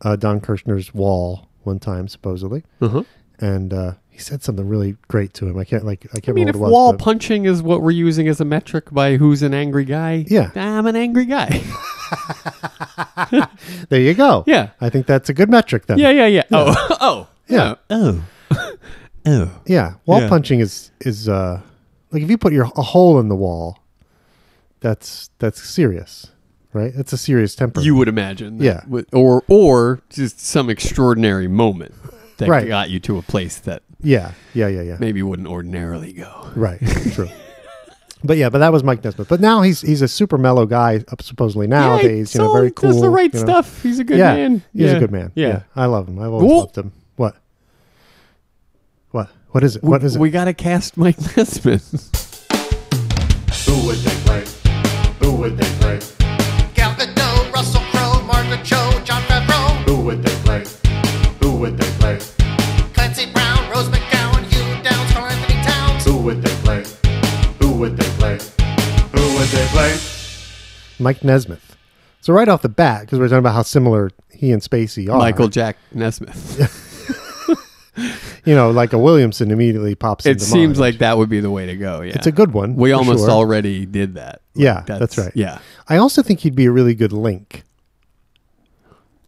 Speaker 2: uh, Don Kirshner's wall one time, supposedly,
Speaker 1: Uh-huh.
Speaker 2: and uh, he said something really great to him. I can't like I can't
Speaker 1: I mean, if
Speaker 2: remember what it was.
Speaker 1: wall
Speaker 2: but-
Speaker 1: punching is what we're using as a metric by who's an angry guy,
Speaker 2: Yeah.
Speaker 1: I'm an angry guy.
Speaker 2: there you go.
Speaker 1: Yeah.
Speaker 2: I think that's a good metric then.
Speaker 1: yeah, yeah, yeah. Oh, oh,
Speaker 2: Yeah.
Speaker 1: oh. Oh.
Speaker 2: Yeah, wall
Speaker 1: Yeah.
Speaker 2: punching is is uh like if you put your a hole in the wall, that's that's serious, right? That's a serious temper.
Speaker 1: You would imagine. that
Speaker 2: Yeah.
Speaker 1: would- Or or just some extraordinary moment that
Speaker 2: Right.
Speaker 1: got you to a place that
Speaker 2: yeah, yeah, yeah, yeah.
Speaker 1: maybe wouldn't ordinarily go.
Speaker 2: Right, true. But yeah, but that was Mike Nesmith. But now he's he's a super mellow guy, uh, supposedly nowadays. you know, very cool.
Speaker 1: Does the right
Speaker 2: you know.
Speaker 1: stuff. He's a good
Speaker 2: yeah,
Speaker 1: man.
Speaker 2: he's
Speaker 1: Yeah.
Speaker 2: a good man. Yeah.
Speaker 1: Yeah.
Speaker 2: I love him. I've always
Speaker 1: Whoa.
Speaker 2: loved him. What? What? What is it? what is it?
Speaker 1: We got to cast Mike Nesmith.
Speaker 3: Who would they play? Who would they play?
Speaker 8: Gal Gadot, Russell Crowe, Margaret Cho, John Favreau,
Speaker 3: Who would they play? Who would they play?
Speaker 8: Clancy Brown, Rose McGowan, Hugh Downs, Carl Anthony Towns.
Speaker 3: Who would they play? Who would they play? Who would they play?
Speaker 2: Mike Nesmith. So right off the bat, because we're talking about how similar he and Spacey are.
Speaker 1: Michael Jack Nesmith.
Speaker 2: you know, like a Williamson immediately pops.
Speaker 1: it
Speaker 2: into
Speaker 1: seems
Speaker 2: mind.
Speaker 1: like that would be the way to go. Yeah.
Speaker 2: it's a good one.
Speaker 1: We
Speaker 2: for
Speaker 1: almost
Speaker 2: sure.
Speaker 1: already did that. Like,
Speaker 2: Yeah, that's right.
Speaker 1: Yeah.
Speaker 2: I also think he'd be a really good link.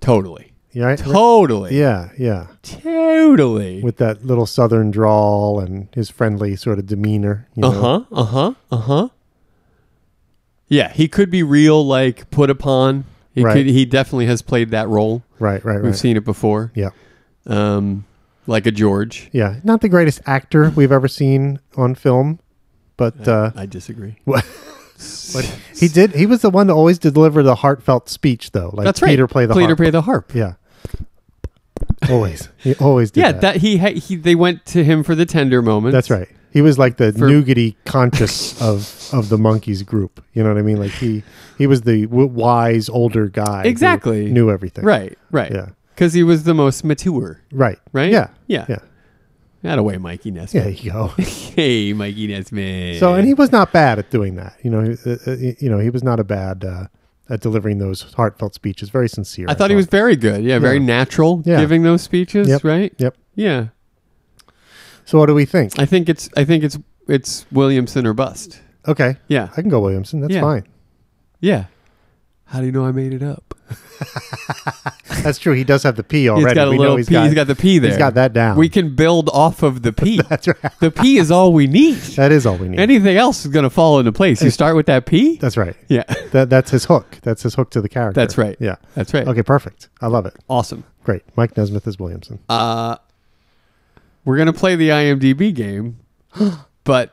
Speaker 1: Totally.
Speaker 2: Yeah, right?
Speaker 1: Totally.
Speaker 2: yeah, yeah.
Speaker 1: Totally.
Speaker 2: With that little southern drawl and his friendly sort of demeanor. You know?
Speaker 1: Uh huh. Uh
Speaker 2: Uh-huh.
Speaker 1: huh. Uh huh. Yeah, he could be real, like put upon. He
Speaker 2: Right.
Speaker 1: could. He definitely has played that role.
Speaker 2: Right, right, right.
Speaker 1: We've seen it before.
Speaker 2: yeah,
Speaker 1: Um, like a George.
Speaker 2: yeah. Not the greatest actor we've ever seen on film, but uh,
Speaker 1: I disagree.
Speaker 2: he did. He was the one that always delivered the heartfelt speech, though. Like
Speaker 1: That's right.
Speaker 2: Peter play the
Speaker 1: Peter
Speaker 2: harp.
Speaker 1: play the harp.
Speaker 2: Yeah. Always. He always did
Speaker 1: Yeah,
Speaker 2: that.
Speaker 1: that he ha- he they went to him for the tender moment.
Speaker 2: That's right. He was like the
Speaker 1: For-
Speaker 2: nougaty conscious of of the monkeys group. You know what I mean? Like he he was the w- wise older guy. who
Speaker 1: Exactly.
Speaker 2: knew everything.
Speaker 1: Right. Right.
Speaker 2: Yeah.
Speaker 1: Because he was the most mature.
Speaker 2: Right.
Speaker 1: Right?
Speaker 2: Yeah.
Speaker 1: Yeah.
Speaker 2: Yeah.
Speaker 1: That away, Mikey
Speaker 2: Yeah. There
Speaker 1: Nesmith.
Speaker 2: you go.
Speaker 1: Hey, Mikey Nesmith.
Speaker 2: so and he was not bad at doing that. You know. he- uh, uh, you know he was not a bad uh, at delivering those heartfelt speeches. Very sincere.
Speaker 1: I thought he was very good. Yeah, very
Speaker 2: Yeah.
Speaker 1: natural
Speaker 2: Yeah.
Speaker 1: giving those speeches.
Speaker 2: Yep.
Speaker 1: Right.
Speaker 2: Yep.
Speaker 1: Yeah.
Speaker 2: So what do we think?
Speaker 1: I think it's I think it's it's Williamson or bust.
Speaker 2: Okay.
Speaker 1: Yeah.
Speaker 2: I can go Williamson. That's
Speaker 1: Yeah.
Speaker 2: fine.
Speaker 1: Yeah. How do you know I made it up?
Speaker 2: That's true. He does have the P already.
Speaker 1: He's got a
Speaker 2: we know
Speaker 1: little
Speaker 2: he's
Speaker 1: P.
Speaker 2: got,
Speaker 1: he's got the P there.
Speaker 2: He's got that down.
Speaker 1: We can build off of the P.
Speaker 2: That's right.
Speaker 1: The P is all we need.
Speaker 2: That is all we need.
Speaker 1: Anything else is going to fall into place. You start with that P?
Speaker 2: That's right.
Speaker 1: Yeah.
Speaker 2: That that's his hook. That's his hook to the character.
Speaker 1: That's right.
Speaker 2: Yeah.
Speaker 1: That's right.
Speaker 2: Okay, perfect. I love it.
Speaker 1: Awesome.
Speaker 2: Great. Mike Nesmith is Williamson.
Speaker 1: Uh, We're going to play the IMDb game, but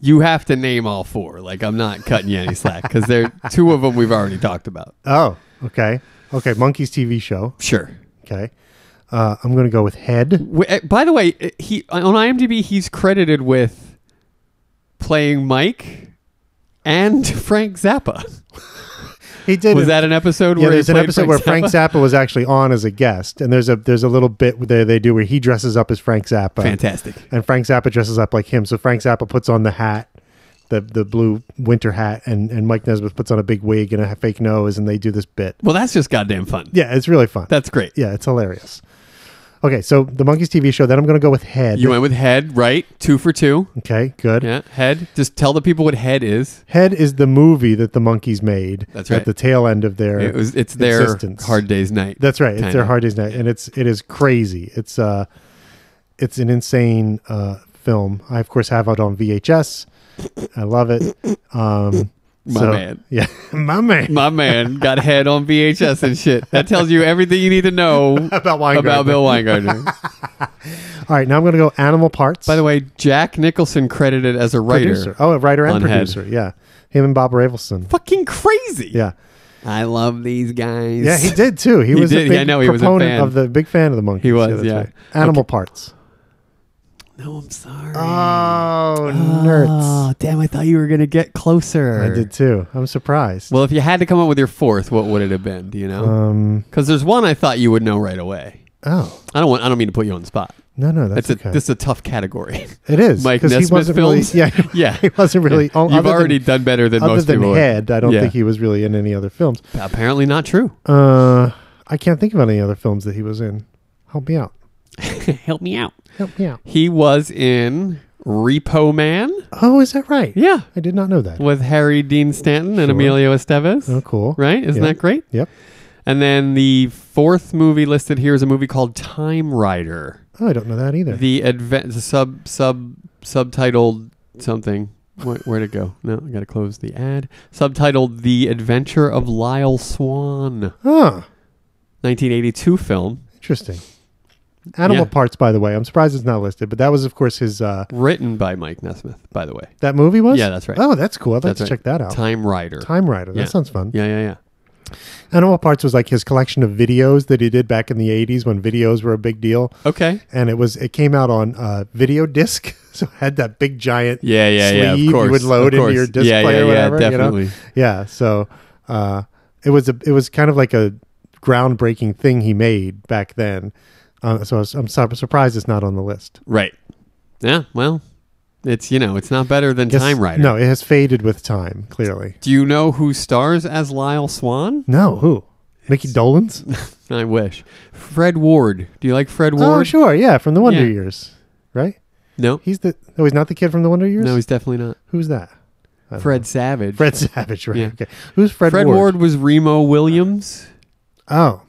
Speaker 1: you have to name all four. Like, I'm not cutting you any slack because there two of them we've already talked about.
Speaker 2: oh, okay. Okay, Monkeys TV show.
Speaker 1: Sure.
Speaker 2: Okay. Uh, I'm going to go with Head.
Speaker 1: Wh- uh, By the way, uh, he on IMDb he's credited with playing Mike and Frank Zappa.
Speaker 2: He did.
Speaker 1: Was that an episode
Speaker 2: yeah,
Speaker 1: where he
Speaker 2: there's an
Speaker 1: played
Speaker 2: episode where Frank Zappa was actually on as a guest, and there's a there's a little bit there they do where he dresses up as Frank Zappa.
Speaker 1: Fantastic.
Speaker 2: And Frank Zappa dresses up like him. So Frank Zappa puts on the hat, the the blue winter hat, and, and Mike Nesmith puts on a big wig and a fake nose, and they do this bit.
Speaker 1: Well, that's just goddamn fun.
Speaker 2: Yeah, it's really fun.
Speaker 1: That's great.
Speaker 2: Yeah, it's hilarious. Okay, so the Monkeys TV show. Then I'm going to go with Head.
Speaker 1: You went with head, right? Two for two.
Speaker 2: okay, good.
Speaker 1: Yeah, head. Just tell the people what head is.
Speaker 2: Head is the movie that the Monkeys made.
Speaker 1: That's
Speaker 2: At
Speaker 1: right.
Speaker 2: the tail end of their
Speaker 1: It was. It's their
Speaker 2: existence.
Speaker 1: hard day's night.
Speaker 2: That's right. It's their
Speaker 1: Kinda.
Speaker 2: Hard Day's Night, and it's it is crazy. It's uh, it's an insane uh film. I of course have it on VHS. I love it. Um,
Speaker 1: My
Speaker 2: so-
Speaker 1: man.
Speaker 2: Yeah, my man.
Speaker 1: My man got head on VHS and shit. That tells you everything you need to know
Speaker 2: about Weingartner.
Speaker 1: about Bill Weingartner.
Speaker 2: All right, now I'm going to go Animal Parts.
Speaker 1: By the way, Jack Nicholson credited as a writer.
Speaker 2: producer. Oh, a writer and
Speaker 1: on Head.
Speaker 2: producer. Yeah, him and Bob Ravelson.
Speaker 1: Fucking crazy.
Speaker 2: Yeah.
Speaker 1: I love these guys.
Speaker 2: Yeah, he did too.
Speaker 1: He
Speaker 2: He, was a
Speaker 1: did.
Speaker 2: big
Speaker 1: Yeah, I know, he was a
Speaker 2: proponent
Speaker 1: fan.
Speaker 2: of the big fan of the monkeys.
Speaker 1: He was,
Speaker 2: that's
Speaker 1: yeah.
Speaker 2: Animal parts.
Speaker 1: No, I'm sorry.
Speaker 2: Oh,
Speaker 1: Oh, damn! I thought you were gonna get closer.
Speaker 2: I did too. I'm surprised.
Speaker 1: Well, if you had to come up with your fourth, what would it have been? Do you know?
Speaker 2: um,
Speaker 1: Because there's one I thought you would know right away.
Speaker 2: oh
Speaker 1: I don't want. I don't mean to put you on the spot.
Speaker 2: no, no,
Speaker 1: It's
Speaker 2: that's
Speaker 1: a
Speaker 2: okay.
Speaker 1: this is a tough category.
Speaker 2: it is
Speaker 1: Mike
Speaker 2: 'cause
Speaker 1: Nesmith
Speaker 2: he wasn't
Speaker 1: films.
Speaker 2: Really, yeah,
Speaker 1: yeah.
Speaker 2: he wasn't really. oh,
Speaker 1: You've
Speaker 2: other
Speaker 1: already
Speaker 2: than,
Speaker 1: done better than
Speaker 2: other
Speaker 1: most
Speaker 2: than
Speaker 1: people. would.
Speaker 2: Head. I don't
Speaker 1: Yeah.
Speaker 2: think he was really in any other films.
Speaker 1: Apparently not true.
Speaker 2: Uh, I can't think of any other films that he was in. Help me out.
Speaker 6: Help me out.
Speaker 2: Help me out.
Speaker 1: He was in Repo Man.
Speaker 2: Oh, is that right?
Speaker 1: Yeah,
Speaker 2: I did not know that.
Speaker 1: with Harry Dean Stanton and Emilio Estevez.
Speaker 2: Oh, cool.
Speaker 1: Right? Isn't
Speaker 2: Yeah.
Speaker 1: that great?
Speaker 2: Yep.
Speaker 1: And then the fourth movie listed here is a movie called Time Rider.
Speaker 2: Oh, I don't know that either.
Speaker 1: The advent the sub sub subtitled something. Where, where'd it go? No, I gotta close the ad. Subtitled "The Adventure of Lyle Swan,"
Speaker 2: oh,
Speaker 1: 1982 film,
Speaker 2: interesting. Animal
Speaker 1: Yeah.
Speaker 2: parts, by the way. I'm surprised it's not listed, but that was, of course, his. Uh,
Speaker 1: written by Mike Nesmith. By the way,
Speaker 2: that movie was.
Speaker 1: Yeah, that's right.
Speaker 2: Oh, that's cool. I'd like
Speaker 1: That's
Speaker 2: to
Speaker 1: right.
Speaker 2: check that out.
Speaker 1: Time Rider.
Speaker 2: Time Rider. That
Speaker 1: Yeah.
Speaker 2: sounds fun.
Speaker 1: Yeah, yeah, yeah.
Speaker 2: Animal Parts was like his collection of videos that he did back in the 80s when videos were a big deal.
Speaker 1: Okay.
Speaker 2: and it was it came out on uh, video disc, so it had that big giant
Speaker 1: Yeah, yeah,
Speaker 2: sleeve
Speaker 1: yeah, of course,
Speaker 2: you would load
Speaker 1: of
Speaker 2: into your
Speaker 1: course.
Speaker 2: disc
Speaker 1: Yeah, yeah,
Speaker 2: player, or
Speaker 1: yeah,
Speaker 2: whatever. You
Speaker 1: definitely.
Speaker 2: know? Yeah, so uh, it was a it was kind of like a groundbreaking thing he made back then. Uh, so I was, I'm sur- surprised it's not on the list.
Speaker 1: Right. Yeah. Well, it's you know it's not better than
Speaker 2: Guess-
Speaker 1: Time Rider.
Speaker 2: No, it has faded with time. Clearly,
Speaker 1: Do you know who stars as Lyle Swan?
Speaker 2: no. Who? Mickey Dolenz?
Speaker 1: I wish. Fred Ward. Do you like Fred Ward?
Speaker 2: Oh, sure. Yeah, from the Wonder
Speaker 1: Yeah.
Speaker 2: Years, right?
Speaker 1: No.
Speaker 2: He's the no. He's not the kid from the Wonder Years.
Speaker 1: No, he's definitely not.
Speaker 2: who's that? I don't
Speaker 1: Fred
Speaker 2: know.
Speaker 1: Savage.
Speaker 2: Fred Savage, right?
Speaker 1: Yeah.
Speaker 2: Okay. Who's Fred,
Speaker 1: Fred Ward was Remo Williams.
Speaker 2: Oh,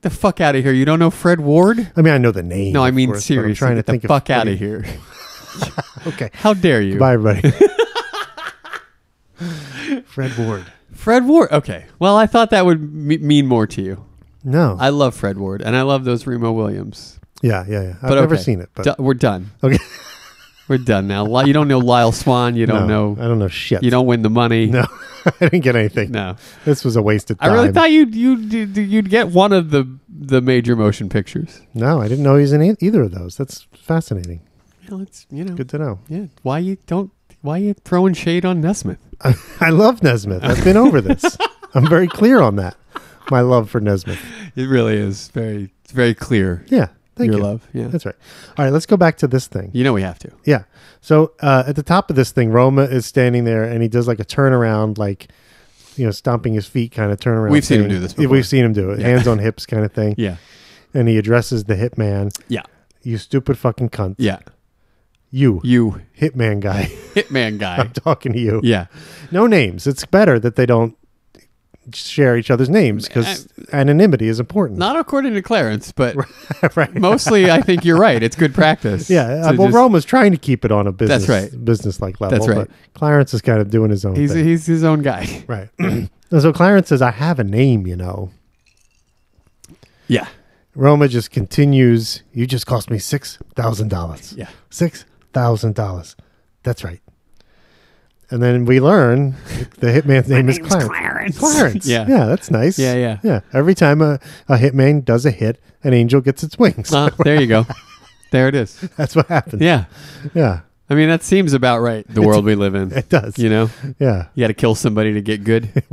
Speaker 1: The fuck out of here! You don't know Fred Ward?
Speaker 2: I mean, I know the name.
Speaker 1: No, I
Speaker 2: of
Speaker 1: mean
Speaker 2: course, but I'm
Speaker 1: seriously.
Speaker 2: trying to
Speaker 1: get
Speaker 2: think
Speaker 1: the fuck out
Speaker 2: of
Speaker 1: of here!
Speaker 2: Okay.
Speaker 1: How dare you?
Speaker 2: Bye, everybody. Fred Ward.
Speaker 1: Fred Ward. Okay. Well, I thought that would me- mean more to you.
Speaker 2: No.
Speaker 1: I love Fred Ward, and I love those Remo Williams.
Speaker 2: yeah, yeah, yeah. I've
Speaker 1: But
Speaker 2: never
Speaker 1: okay.
Speaker 2: seen it, but
Speaker 1: Du- we're done.
Speaker 2: okay.
Speaker 1: We're done now. Li- You don't know Lyle Swan. You don't
Speaker 2: no,
Speaker 1: know.
Speaker 2: I don't know shit.
Speaker 1: You don't win the money.
Speaker 2: No, I didn't get anything.
Speaker 1: No.
Speaker 2: This was a waste of
Speaker 1: I
Speaker 2: time.
Speaker 1: really thought you'd you'd you'd- you'd get one of the the major motion pictures.
Speaker 2: No, I didn't know he was in e- either of those. That's fascinating.
Speaker 1: Well, it's you know
Speaker 2: Good to know.
Speaker 1: yeah. Why you don't why you throwing shade on Nesmith?
Speaker 2: I love Nesmith. I've been over this. I'm very clear on that. My love for Nesmith.
Speaker 1: It really is very it's very clear.
Speaker 2: Yeah. Thank
Speaker 1: your
Speaker 2: you.
Speaker 1: love. Yeah.
Speaker 2: That's right. All right, let's go back to this thing.
Speaker 1: you know we have to.
Speaker 2: Yeah. So uh, at the top of this thing, Roma is standing there and he does like a turnaround, like, you know, stomping his feet kind of turnaround.
Speaker 1: We've seen him
Speaker 2: thing.
Speaker 1: do this
Speaker 2: Yeah,
Speaker 1: before.
Speaker 2: We've seen him do it. Hands on hips kind of thing.
Speaker 1: Yeah.
Speaker 2: And he addresses the hitman,
Speaker 1: Yeah.
Speaker 2: you stupid fucking cunt.
Speaker 1: Yeah.
Speaker 2: You,
Speaker 1: You
Speaker 2: hitman guy.
Speaker 1: hitman guy.
Speaker 2: I'm talking to you.
Speaker 1: yeah.
Speaker 2: No names. It's better that they don't share each other's names because anonymity is important.
Speaker 1: Not according to Clarence, but
Speaker 2: right.
Speaker 1: mostly I think you're right. It's good practice.
Speaker 2: yeah,
Speaker 1: to
Speaker 2: uh, well,
Speaker 1: just-
Speaker 2: Roma's trying to keep it on a business
Speaker 1: right.
Speaker 2: business-like level,
Speaker 1: That's right.
Speaker 2: but Clarence is kind of doing his own
Speaker 1: He's
Speaker 2: thing.
Speaker 1: he's his own guy.
Speaker 2: Right. And so Clarence says, I have a name, you know.
Speaker 1: Yeah.
Speaker 2: Roma just continues, You just cost me $6,000.
Speaker 1: Yeah.
Speaker 2: $6,000. That's right. And then we learn the hitman's name is
Speaker 6: name's
Speaker 2: Clarence.
Speaker 6: Clarence.
Speaker 2: Clarence.
Speaker 1: Yeah.
Speaker 2: Yeah, that's nice.
Speaker 1: Yeah, yeah.
Speaker 2: Yeah. Every time a, a hitman does a hit, an angel gets its wings.
Speaker 1: Ah, there you go. There it is.
Speaker 2: that's what happens.
Speaker 1: Yeah.
Speaker 2: Yeah,
Speaker 1: I mean, that seems about right. The world we live in.
Speaker 2: it does.
Speaker 1: You know,
Speaker 2: Yeah,
Speaker 1: you got to kill somebody to get good.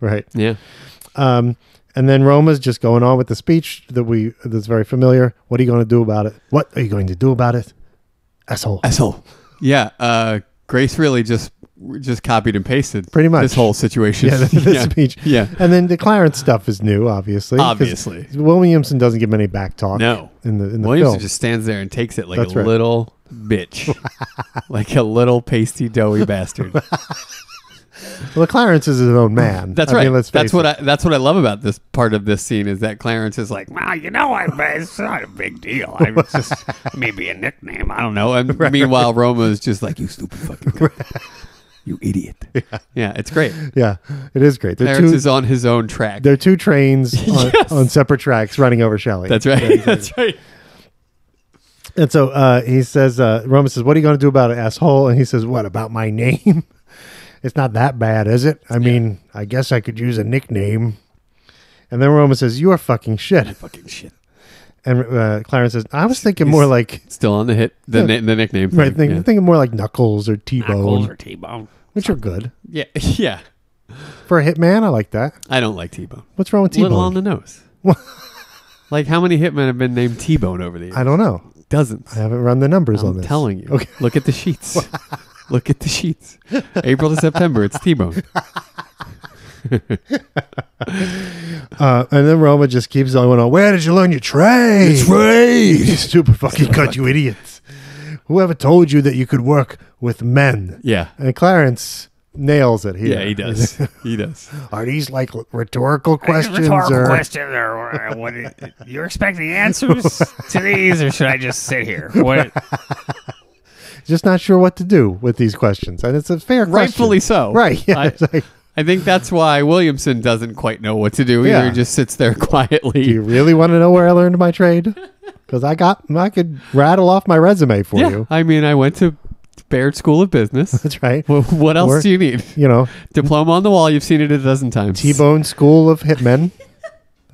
Speaker 2: right.
Speaker 1: Yeah.
Speaker 2: Um, and then Roma's just going on with the speech that we that's very familiar. What are you going to do about it? What are you going to do about it? Asshole.
Speaker 1: Asshole. Yeah. Uh, Grace really just just copied and pasted
Speaker 2: Pretty much.
Speaker 1: this whole situation.
Speaker 2: Yeah, the, the
Speaker 1: yeah.
Speaker 2: speech.
Speaker 1: Yeah.
Speaker 2: and then the Clarence stuff is new, obviously. 'cause
Speaker 1: Obviously.
Speaker 2: Williamson doesson give him any back talk.
Speaker 1: No.
Speaker 2: in the in the
Speaker 1: Williamson
Speaker 2: film,
Speaker 1: just stands there and takes it like
Speaker 2: That's
Speaker 1: a
Speaker 2: right.
Speaker 1: little bitch, like a little pasty doughy bastard.
Speaker 2: well, Clarence is his own man.
Speaker 1: That's
Speaker 2: I
Speaker 1: right.
Speaker 2: Mean, let's
Speaker 1: that's
Speaker 2: face
Speaker 1: what
Speaker 2: it.
Speaker 1: I. That's what I love about this part of this scene is that Clarence is like,
Speaker 6: Well, you know, I, it's not a big deal. I it's just maybe a nickname. I
Speaker 1: I
Speaker 6: don't
Speaker 1: don't know. And meanwhile, Roma is just like, you stupid fucking, cunt. you idiot. Yeah. it's great.
Speaker 2: Yeah, it is great. They're
Speaker 1: Clarence
Speaker 2: two.
Speaker 1: is on his own track.
Speaker 2: They're two trains on, on separate tracks running over Shelley.
Speaker 1: That's right. That's right.
Speaker 2: And so uh, he says, uh, Roman says, "What are you going to do about it, asshole?" And he says, "What about my name? it's not that bad, is it? I mean, I guess I could use a nickname." And then Roman says, "You are fucking shit."
Speaker 1: Fucking shit.
Speaker 2: And uh, Clarence says, "I was thinking more like
Speaker 1: Still on the hit. The,
Speaker 2: Yeah.
Speaker 1: na- the nickname. Thing.
Speaker 2: right, think,
Speaker 1: Yeah.
Speaker 2: thinking more like Knuckles or
Speaker 6: know.
Speaker 2: T-Bone,
Speaker 6: or T-Bone.
Speaker 2: which are good
Speaker 1: Yeah, yeah.
Speaker 2: for a hitman. I like that.
Speaker 1: I don't like T-Bone.
Speaker 2: What's wrong with
Speaker 1: Little on
Speaker 2: T-Bone?
Speaker 1: the nose. like how many hitmen have been named T-Bone over the years?
Speaker 2: I don't know.
Speaker 1: Dozens.
Speaker 2: I haven't run the numbers on
Speaker 1: I'm
Speaker 2: this.
Speaker 1: telling you.
Speaker 2: Okay.
Speaker 1: Look at the sheets. Look at the sheets. April to September, it's T-Bone.
Speaker 2: Uh, and then Roma just keeps going on. Where did you learn your trade? It's trade. You stupid fucking cut, you idiots. Whoever told you that you could work with men?
Speaker 1: Yeah.
Speaker 2: And Clarence nails it here.
Speaker 1: Yeah, he does. he does.
Speaker 2: Are these like rhetorical questions?
Speaker 6: Rhetorical
Speaker 2: or-
Speaker 6: question, or uh, what? You're expecting answers to these, or should I just sit here? What?
Speaker 2: Just not sure what to do with these questions, and it's a fair
Speaker 1: Rightfully
Speaker 2: question.
Speaker 1: so.
Speaker 2: Right. Yeah.
Speaker 1: I-
Speaker 2: it's like,
Speaker 1: I think that's why Williamson doesn't quite know what to do either.
Speaker 2: Yeah.
Speaker 1: He just sits there
Speaker 2: do you
Speaker 1: quietly.
Speaker 2: really want to know where I learned my trade? Because I got, I could rattle off my resume for
Speaker 1: Yeah.
Speaker 2: you.
Speaker 1: I mean, I went to Baird School of Business.
Speaker 2: That's right.
Speaker 1: Well, what else
Speaker 2: Or-
Speaker 1: do you need?
Speaker 2: You know,
Speaker 1: Diploma on the wall. You've seen it a dozen times.
Speaker 2: T-Bone School of Hitmen.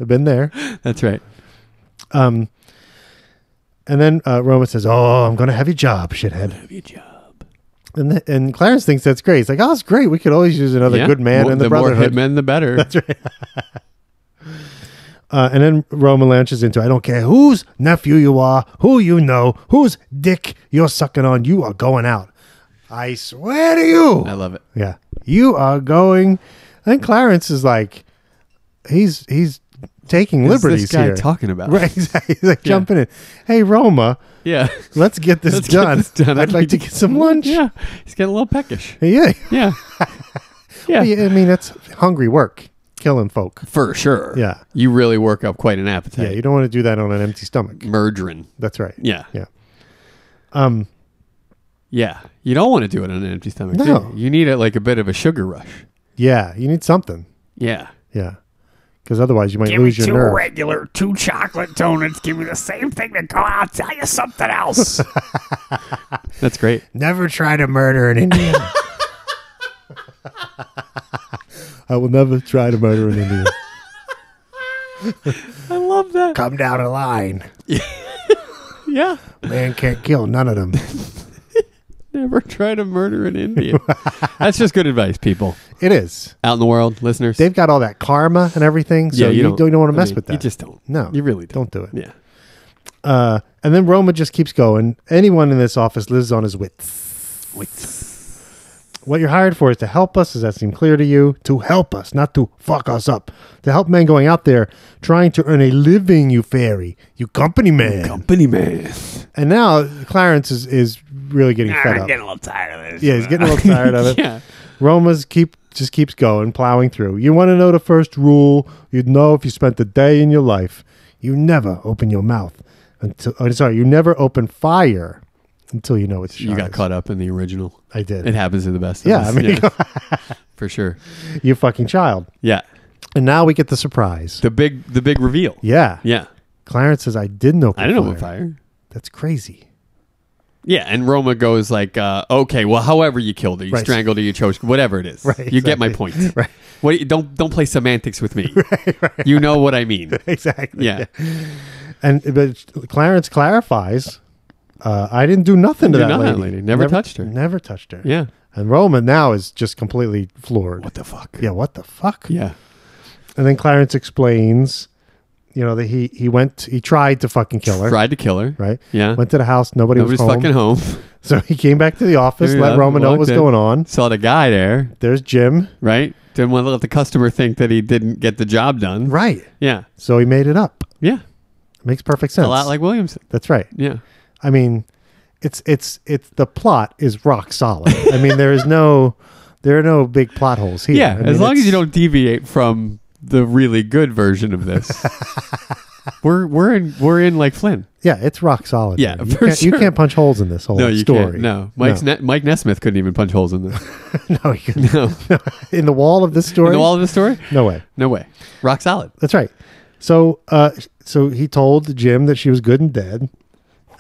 Speaker 2: I've been there.
Speaker 1: That's right.
Speaker 2: Um, and then uh, Roman says, "Oh, I'm gonna have your job, shithead. Have your job." And th- and Clarence thinks that's great. He's like, "Oh, it's great. We could always use another
Speaker 1: Yeah.
Speaker 2: good man
Speaker 1: Well,
Speaker 2: in the, brotherhood."
Speaker 1: more hitmen, the better. That's right.
Speaker 2: Uh, and then Roman launches into, "I don't care whose nephew you are, who you know, whose dick you're sucking on. You are going out. I swear to you."
Speaker 1: I love it.
Speaker 2: Yeah. You are going. And Clarence is like, he's he's taking
Speaker 1: What is
Speaker 2: liberties
Speaker 1: this guy
Speaker 2: here.
Speaker 1: talking about?
Speaker 2: Right, exactly. He's like jumping in. Hey, Roma,
Speaker 1: Yeah.
Speaker 2: let's get this,
Speaker 1: Let's get
Speaker 2: done.
Speaker 1: this done.
Speaker 2: I'd like to get some lunch.
Speaker 1: yeah. He's getting a little peckish.
Speaker 2: Yeah.
Speaker 1: Yeah. yeah.
Speaker 2: Yeah, I mean, that's hungry work, killing folk.
Speaker 1: For sure.
Speaker 2: Yeah.
Speaker 1: You really work up quite an
Speaker 2: Yeah,
Speaker 1: appetite.
Speaker 2: you don't want to do that on an empty stomach.
Speaker 1: Murdering.
Speaker 2: That's right.
Speaker 1: Mm. Yeah.
Speaker 2: Yeah. Um,
Speaker 1: Yeah. You don't want to do it on an empty stomach. do
Speaker 2: No.
Speaker 1: You You need it like a bit of a sugar rush.
Speaker 2: Yeah, you need something.
Speaker 1: Yeah.
Speaker 2: Yeah. Because otherwise you might
Speaker 6: Give me
Speaker 2: lose your
Speaker 6: two
Speaker 2: nerve.
Speaker 6: regular, two chocolate donuts. Give me the same thing to go out. Tell you something else.
Speaker 1: That's great.
Speaker 2: Never try to murder an Indian. I will never try to murder an Indian.
Speaker 1: I love that.
Speaker 2: Come down a line.
Speaker 1: Yeah.
Speaker 2: Man can't kill none of them.
Speaker 1: Never try to murder an Indian. That's just good advice, people
Speaker 2: It is.
Speaker 1: out in the world, listeners.
Speaker 2: They've got all that karma and everything, so
Speaker 1: Yeah,
Speaker 2: you,
Speaker 1: you
Speaker 2: don't,
Speaker 1: don't-
Speaker 2: want to
Speaker 1: I
Speaker 2: mess
Speaker 1: mean,
Speaker 2: with that.
Speaker 1: you just don't.
Speaker 2: No,
Speaker 1: You really
Speaker 2: don't,
Speaker 1: don't.
Speaker 2: do it.
Speaker 1: yeah.
Speaker 2: Uh, and then Roma just keeps going. Anyone in this office lives on his wits. What you're hired for is to help us. Does that seem clear to you? To help us, not to fuck us up. To help men going out there trying to earn a living, you fairy, you company man.
Speaker 1: Company man.
Speaker 2: and now Clarence is, is really getting
Speaker 1: Ah,
Speaker 6: I'm
Speaker 2: fed
Speaker 6: getting
Speaker 2: up.
Speaker 6: a little tired of this.
Speaker 2: Yeah, he's getting a little tired of it.
Speaker 1: Yeah.
Speaker 2: Roma's keep just keeps going, plowing through. You want to know the first rule? You'd know if you spent a day in your life. You never open your mouth until. Oh, sorry, you never open fire until you know it's.
Speaker 1: You got caught up in the original.
Speaker 2: I did.
Speaker 1: It happens to the best of
Speaker 2: Yeah,
Speaker 1: us.
Speaker 2: I mean,
Speaker 1: for sure.
Speaker 2: you fucking child.
Speaker 1: Yeah.
Speaker 2: And now we get the surprise.
Speaker 1: The big the big reveal.
Speaker 2: yeah.
Speaker 1: Yeah.
Speaker 2: Clarence says I didn't open.
Speaker 1: I didn't
Speaker 2: fire.
Speaker 1: open fire.
Speaker 2: That's crazy.
Speaker 1: Yeah, and Roma goes like, uh, "Okay, well, however you killed her, you
Speaker 2: Right.
Speaker 1: strangled her, you chose whatever it is.
Speaker 2: Right,
Speaker 1: you get my
Speaker 2: exactly.
Speaker 1: point.
Speaker 2: Right.
Speaker 1: What, don't don't play semantics with me. You know what I mean.
Speaker 2: Exactly.
Speaker 1: Yeah,
Speaker 2: And but Clarence clarifies. Uh, I didn't do nothing to
Speaker 1: Did
Speaker 2: that
Speaker 1: nothing,
Speaker 2: lady.
Speaker 1: lady. Never touched her.
Speaker 2: Never touched her.
Speaker 1: yeah.
Speaker 2: And Roman now is just completely floored.
Speaker 1: the fuck?
Speaker 2: yeah, what the fuck?
Speaker 1: Yeah,
Speaker 2: And then Clarence explains, you know, that he he went he tried to fucking kill her.
Speaker 1: tried to kill her.
Speaker 2: Right.
Speaker 1: Yeah.
Speaker 2: Went to the house, nobody
Speaker 1: Nobody's
Speaker 2: was home.
Speaker 1: fucking home.
Speaker 2: So he came back to the office,
Speaker 1: There you
Speaker 2: let
Speaker 1: go.
Speaker 2: Roman know what was
Speaker 1: Walked in.
Speaker 2: going on.
Speaker 1: Saw the guy there.
Speaker 2: There's Jim.
Speaker 1: Right. Didn't want to let the customer think that he didn't get the job done.
Speaker 2: Right.
Speaker 1: Yeah.
Speaker 2: So he made it up.
Speaker 1: Yeah.
Speaker 2: Makes perfect sense.
Speaker 1: A lot like Williamson.
Speaker 2: That's right.
Speaker 1: Yeah.
Speaker 2: I mean, it's it's it's the plot is rock solid. I mean, there is no there are no big plot holes here.
Speaker 1: Yeah.
Speaker 2: I mean,
Speaker 1: as long as you
Speaker 2: it's-
Speaker 1: don't deviate from the really good version of this, we're we're in we're in like Flynn.
Speaker 2: Yeah, it's rock solid.
Speaker 1: Yeah,
Speaker 2: man. you
Speaker 1: for
Speaker 2: can't, you
Speaker 1: sure.
Speaker 2: can't punch holes in this whole
Speaker 1: No, you
Speaker 2: story.
Speaker 1: can't. No, Mike's Ne- Mike Nesmith couldn't even punch holes in this.
Speaker 2: No, you couldn't.
Speaker 1: No,
Speaker 2: in the wall of this story.
Speaker 1: in the wall of the story.
Speaker 2: No way.
Speaker 1: No way. Rock solid.
Speaker 2: That's right. So, uh, so he told Jim that she was good and dead,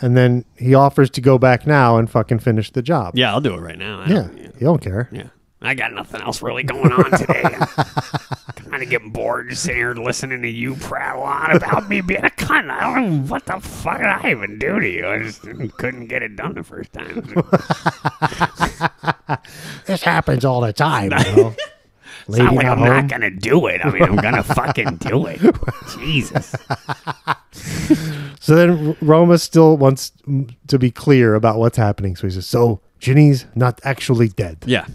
Speaker 2: and then he offers to go back now and fucking finish the job.
Speaker 1: Yeah, I'll do it right now. I
Speaker 2: yeah.
Speaker 1: don't-
Speaker 2: You don't care.
Speaker 1: yeah.
Speaker 6: I got nothing else really going on today. I'm kind of getting bored just sitting here listening to you prattle on about me being a cunt. I don't know what the fuck did I even do to you. I just couldn't get it done the first time. It's
Speaker 2: This happens all the time. You know? Lady
Speaker 6: not like I'm
Speaker 2: home.
Speaker 6: not gonna do it. I mean, I'm gonna fucking do it. Jesus.
Speaker 2: So then R- Roma still wants mm, to be clear about what's happening. So he says, "So Ginny's not actually dead."
Speaker 1: Yeah.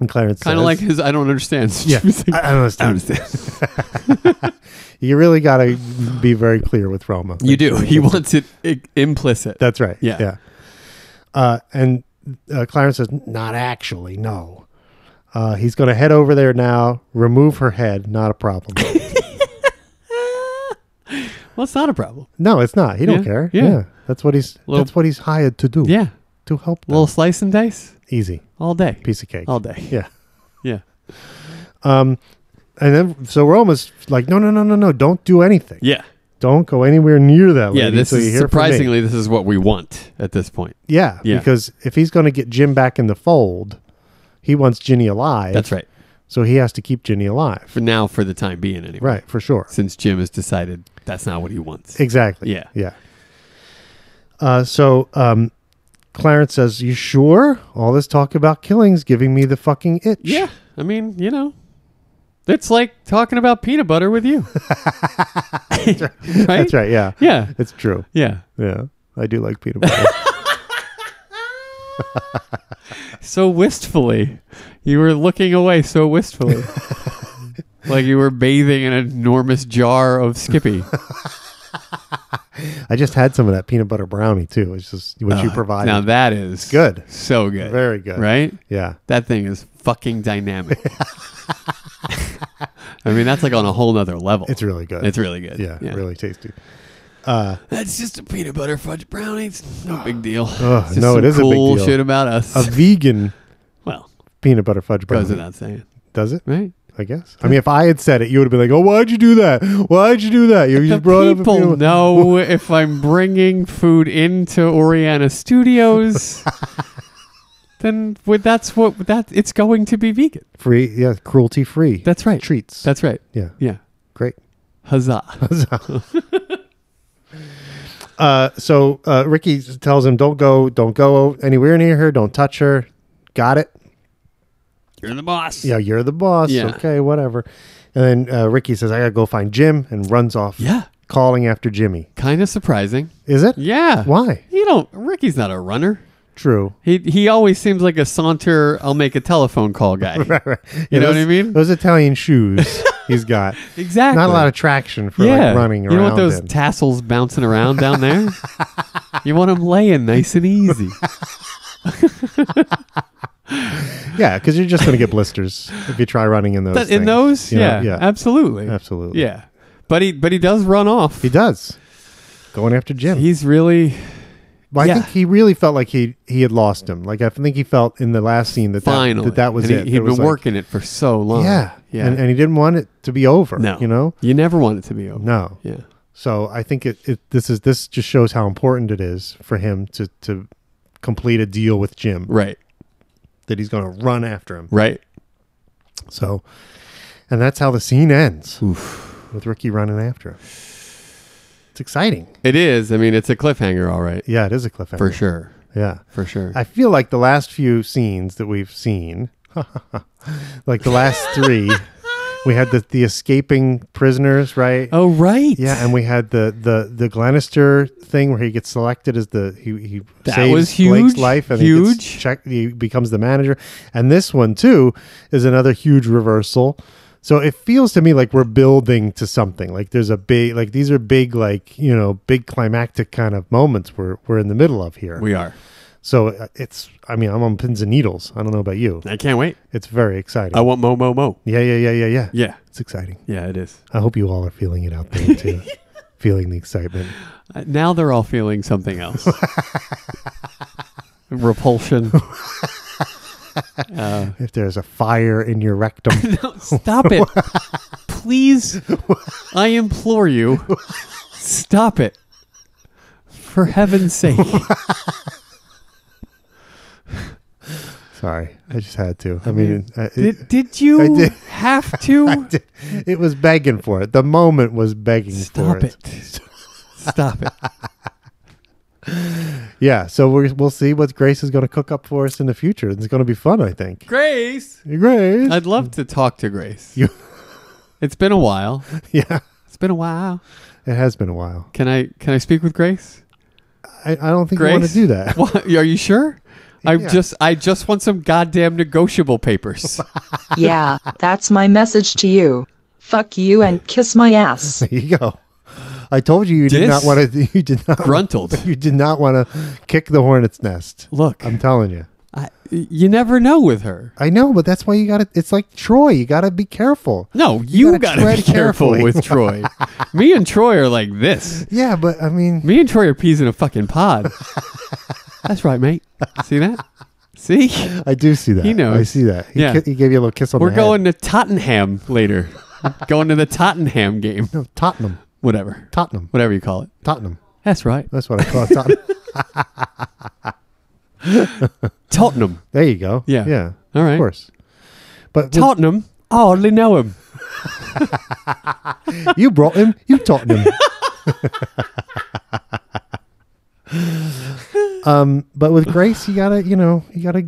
Speaker 2: And Clarence
Speaker 1: Kind of
Speaker 2: says-
Speaker 1: like his. I don't understand.
Speaker 2: Yeah, I, I don't understand. you really got to be very clear with Roma.
Speaker 1: you do. He wants it i- implicit.
Speaker 2: That's right.
Speaker 1: Yeah.
Speaker 2: Yeah. Uh, and uh, Clarence says, "Not actually, no." Uh, he's going to head over there now, remove her head. Not a problem.
Speaker 1: Well, it's not a problem.
Speaker 2: no, it's not. He don't
Speaker 1: Yeah,
Speaker 2: care. Yeah.
Speaker 1: yeah.
Speaker 2: that's what he's.
Speaker 1: Little-
Speaker 2: that's what he's hired to do.
Speaker 1: Yeah.
Speaker 2: to help. Them.
Speaker 1: little slice and dice
Speaker 2: Easy
Speaker 1: all day.
Speaker 2: piece of cake.
Speaker 1: All day.
Speaker 2: Yeah.
Speaker 1: Yeah.
Speaker 2: Um, And then so Rome is like, no, no, no, no, no, don't do anything.
Speaker 1: Yeah.
Speaker 2: Don't go anywhere near that.
Speaker 1: Yeah.
Speaker 2: lady
Speaker 1: This
Speaker 2: till you
Speaker 1: is
Speaker 2: hear from me."
Speaker 1: surprisingly, this is what we want at this point.
Speaker 2: Yeah,
Speaker 1: Yeah.
Speaker 2: because if he's going to get Jim back in the fold, he wants Ginny alive.
Speaker 1: That's right.
Speaker 2: So he has to keep Ginny alive.
Speaker 1: For now, for the time being, anyway.
Speaker 2: Right, for sure.
Speaker 1: Since Jim has decided that's not what he wants.
Speaker 2: Exactly.
Speaker 1: Yeah.
Speaker 2: Yeah. Uh, so um, Clarence says, "You sure? All this talk about killings giving me the fucking itch."
Speaker 1: Yeah. I mean, you know, it's like talking about peanut butter with you. right?
Speaker 2: that's right. Yeah,
Speaker 1: Yeah.
Speaker 2: it's true.
Speaker 1: Yeah.
Speaker 2: Yeah, I do like peanut butter.
Speaker 1: So wistfully. You were looking away so wistfully. like you were bathing in an enormous jar of Skippy.
Speaker 2: I just had some of that peanut butter brownie too. It's just what you provided.
Speaker 1: Uh, Now that is
Speaker 2: Good.
Speaker 1: So good.
Speaker 2: Very good.
Speaker 1: Right?
Speaker 2: yeah.
Speaker 1: That thing is fucking dynamic. I mean, that's like on a whole nother level.
Speaker 2: It's really good.
Speaker 1: It's really good.
Speaker 2: yeah, really tasty.
Speaker 1: That's just a peanut butter fudge brownie. It's no big deal.
Speaker 2: Ugh,
Speaker 1: It's just
Speaker 2: no, it
Speaker 1: some
Speaker 2: is a big
Speaker 1: cool
Speaker 2: deal.
Speaker 1: shit about us.
Speaker 2: A vegan
Speaker 1: well,
Speaker 2: peanut butter fudge brownie.
Speaker 1: goes without saying,
Speaker 2: Does it?
Speaker 1: right?
Speaker 2: I guess. I mean, if I had said it, you would have been like, "Oh, why'd you do that? Why'd you do that? You
Speaker 1: The
Speaker 2: just brought up a
Speaker 1: people
Speaker 2: peanut-
Speaker 1: know if I'm bringing food into Oriana Studios, then with, that's what that it's going to be vegan.
Speaker 2: free, yeah, cruelty free.
Speaker 1: That's right.
Speaker 2: treats.
Speaker 1: That's right.
Speaker 2: yeah,
Speaker 1: Yeah.
Speaker 2: great.
Speaker 1: Huzzah.
Speaker 2: Uh, so uh, Ricky tells him, "Don't go, don't go anywhere near her. Don't touch her. Got it?
Speaker 6: You're the boss.
Speaker 2: Yeah, you're the boss.
Speaker 1: Yeah.
Speaker 2: Okay, whatever." And then uh, Ricky says, "I gotta go find Jim," and runs off.
Speaker 1: Yeah.
Speaker 2: calling after Jimmy.
Speaker 1: kind of surprising.
Speaker 2: Is it?
Speaker 1: Yeah.
Speaker 2: Why?
Speaker 1: You don't. Ricky's not a runner.
Speaker 2: True.
Speaker 1: He he always seems like a saunter. I'll make a telephone call guy. You know what I mean?
Speaker 2: Those Italian shoes he's got.
Speaker 1: Exactly.
Speaker 2: Not a lot of traction for like running
Speaker 1: you
Speaker 2: around.
Speaker 1: don't want those
Speaker 2: in.
Speaker 1: tassels bouncing around down there. you want them laying nice and easy.
Speaker 2: yeah, because you're just going to get blisters if you try running in those.
Speaker 1: But in
Speaker 2: things,
Speaker 1: those,
Speaker 2: you know?
Speaker 1: yeah, absolutely,
Speaker 2: Absolutely.
Speaker 1: yeah. But he but he does run off.
Speaker 2: He does. Going after Jim.
Speaker 1: He's really
Speaker 2: But I
Speaker 1: yeah.
Speaker 2: think he really felt like he he had lost him. Like I think he felt in the last scene that
Speaker 1: finally.
Speaker 2: that, that, that was
Speaker 1: and
Speaker 2: it.
Speaker 1: He,
Speaker 2: It
Speaker 1: had been
Speaker 2: was like-
Speaker 1: working it for so long.
Speaker 2: Yeah,
Speaker 1: yeah.
Speaker 2: And, and he didn't want it to be over.
Speaker 1: no,
Speaker 2: you know,
Speaker 1: you never want it to be over.
Speaker 2: no.
Speaker 1: Yeah,
Speaker 2: So I think it, it this is this just shows how important it is for him to to complete a deal with Jim
Speaker 1: right,
Speaker 2: that he's going to run after him.
Speaker 1: right.
Speaker 2: So, and that's how the scene ends with Ricky running after him. It's exciting.
Speaker 1: It is. I mean, it's a cliffhanger, all right,
Speaker 2: Yeah, it is a cliffhanger.
Speaker 1: for sure,
Speaker 2: Yeah.
Speaker 1: for sure.
Speaker 2: I feel like the last few scenes that we've seen, like the last three, we had the, the escaping prisoners, right?
Speaker 1: oh right,
Speaker 2: Yeah, and we had the the the Glenister thing where he gets selected as the he he
Speaker 1: That
Speaker 2: saves
Speaker 1: was
Speaker 2: Blake's
Speaker 1: huge,
Speaker 2: life and he gets
Speaker 1: huge.
Speaker 2: check he becomes the manager. And this one too is another huge reversal. So it feels to me like we're building to something. Like there's a big like these are big like, you know, big climactic kind of moments we're we're in the middle of here.
Speaker 1: we are.
Speaker 2: so uh, it's I mean, I'm on pins and needles. I don't know about you.
Speaker 1: I can't wait.
Speaker 2: It's very exciting.
Speaker 1: I want mo mo mo.
Speaker 2: yeah, yeah, yeah, yeah, yeah.
Speaker 1: Oh. Yeah,
Speaker 2: It's exciting.
Speaker 1: yeah, it is.
Speaker 2: I hope you all are feeling it out there too. feeling the excitement.
Speaker 1: Uh, Now they're all feeling something else. Repulsion.
Speaker 2: if there's a fire in your rectum.
Speaker 1: Stop it. Please. I implore you. Stop it. For heaven's sake.
Speaker 2: Sorry, I just had to. I mean, I- it,
Speaker 1: Did, did you
Speaker 2: did.
Speaker 1: have to?
Speaker 2: it was begging for it. The moment was begging
Speaker 1: Stop
Speaker 2: for
Speaker 1: it. Stop it.
Speaker 2: Yeah, so we're, we'll see what Grace is going to cook up for us in the future. It's going to be fun, I think.
Speaker 1: Grace.
Speaker 2: Hey, Grace.
Speaker 1: I'd love to talk to Grace.
Speaker 2: You-
Speaker 1: It's been a while.
Speaker 2: yeah,
Speaker 1: It's been a while.
Speaker 2: it has been a while.
Speaker 1: Can I can I speak with Grace?
Speaker 2: I, I don't think
Speaker 1: Grace,
Speaker 2: you want to do that.
Speaker 1: What, are you sure? I
Speaker 2: Yeah.
Speaker 1: just I just want some goddamn negotiable papers.
Speaker 9: Yeah, that's my message to you. Fuck you and kiss my ass.
Speaker 2: There you go. I told you you did
Speaker 1: Dis-
Speaker 2: not want to. You did not.
Speaker 1: Gruntled.
Speaker 2: You did not want to kick the hornet's nest.
Speaker 1: Look,
Speaker 2: I'm telling you.
Speaker 1: you never know with her.
Speaker 2: I know, but that's why you got to. It's like Troy. You got to be careful.
Speaker 1: No, you,
Speaker 2: gotta
Speaker 1: got to
Speaker 2: tread
Speaker 1: be careful
Speaker 2: carefully.
Speaker 1: with Troy. Me and Troy are like this.
Speaker 2: Yeah, but I mean,
Speaker 1: Me and Troy are peas in a fucking pod. That's right, mate. See that? See?
Speaker 2: I do see that.
Speaker 1: He knows.
Speaker 2: I see that. He,
Speaker 1: Yeah.
Speaker 2: ki- he gave you a little kiss on
Speaker 1: We're
Speaker 2: the
Speaker 1: going to Tottenham later. going to the Tottenham game.
Speaker 2: head. No, Tottenham.
Speaker 1: Whatever.
Speaker 2: Tottenham.
Speaker 1: Whatever you call it.
Speaker 2: Tottenham.
Speaker 1: That's right.
Speaker 2: That's what I call it. Tottenham.
Speaker 1: Tottenham.
Speaker 2: there you go.
Speaker 1: Yeah.
Speaker 2: Yeah.
Speaker 1: All right.
Speaker 2: Of course. But with-
Speaker 1: Tottenham. I hardly know him.
Speaker 2: you brought him. You Tottenham. um, but with Grace, you gotta, you know, you gotta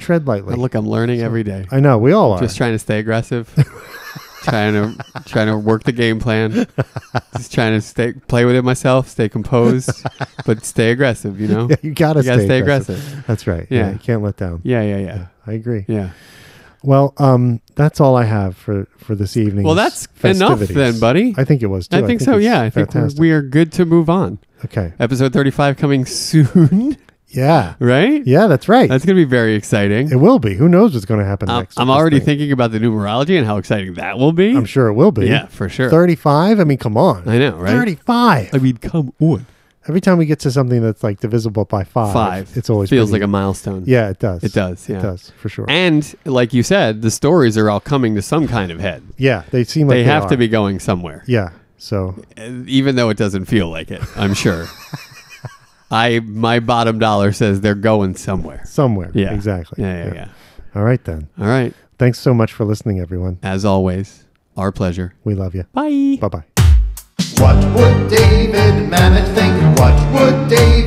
Speaker 2: tread lightly.
Speaker 1: Look, I'm learning every day.
Speaker 2: I know we all are.
Speaker 1: Just trying to stay aggressive. trying to trying to work the game plan. Just trying to stay play with it myself, stay composed, but stay aggressive, you know?
Speaker 2: you gotta,
Speaker 1: You gotta
Speaker 2: stay,
Speaker 1: stay
Speaker 2: aggressive.
Speaker 1: aggressive.
Speaker 2: That's right.
Speaker 1: Yeah.
Speaker 2: yeah, you can't let down.
Speaker 1: Yeah, yeah, yeah.
Speaker 2: I agree.
Speaker 1: Yeah.
Speaker 2: Well, um, that's all I have for for this evening.
Speaker 1: Well, that's enough then, buddy.
Speaker 2: I think it was. Too.
Speaker 1: I think so,
Speaker 2: it's
Speaker 1: yeah. I think we're-
Speaker 2: fantastic.
Speaker 1: we are good to move on.
Speaker 2: Okay.
Speaker 1: Episode 35 coming soon,
Speaker 2: Yeah.
Speaker 1: right?
Speaker 2: Yeah, that's right.
Speaker 1: That's going to be very exciting.
Speaker 2: it will be. Who knows what's going to happen
Speaker 1: Um,
Speaker 2: next?
Speaker 1: I'm
Speaker 2: with this
Speaker 1: already
Speaker 2: thing.
Speaker 1: thinking about the numerology and how exciting that will be.
Speaker 2: I'm sure it will be.
Speaker 1: Yeah, for sure.
Speaker 2: Thirty-five. I mean, come on.
Speaker 1: I know, right?
Speaker 2: Thirty-five.
Speaker 1: I mean, come on.
Speaker 2: Every time we get to something that's like divisible by five,
Speaker 1: Five.
Speaker 2: it's always
Speaker 1: feels
Speaker 2: pretty-
Speaker 1: like a milestone.
Speaker 2: Yeah, it does.
Speaker 1: It does, yeah.
Speaker 2: It does for sure.
Speaker 1: And like you said, the stories are all coming to some kind of head.
Speaker 2: yeah, they seem like
Speaker 1: they have to
Speaker 2: are.
Speaker 1: be going somewhere,
Speaker 2: Yeah. So
Speaker 1: even though it doesn't feel like it. I'm sure. I my bottom dollar says they're going somewhere.
Speaker 2: somewhere.
Speaker 1: Yeah,
Speaker 2: Exactly.
Speaker 1: Yeah, yeah, yeah.
Speaker 2: All right then.
Speaker 1: All right.
Speaker 2: Thanks so much for listening, everyone.
Speaker 1: As always, our pleasure.
Speaker 2: We love you.
Speaker 1: Bye.
Speaker 2: Bye bye.
Speaker 3: What would David Mamet think? What would David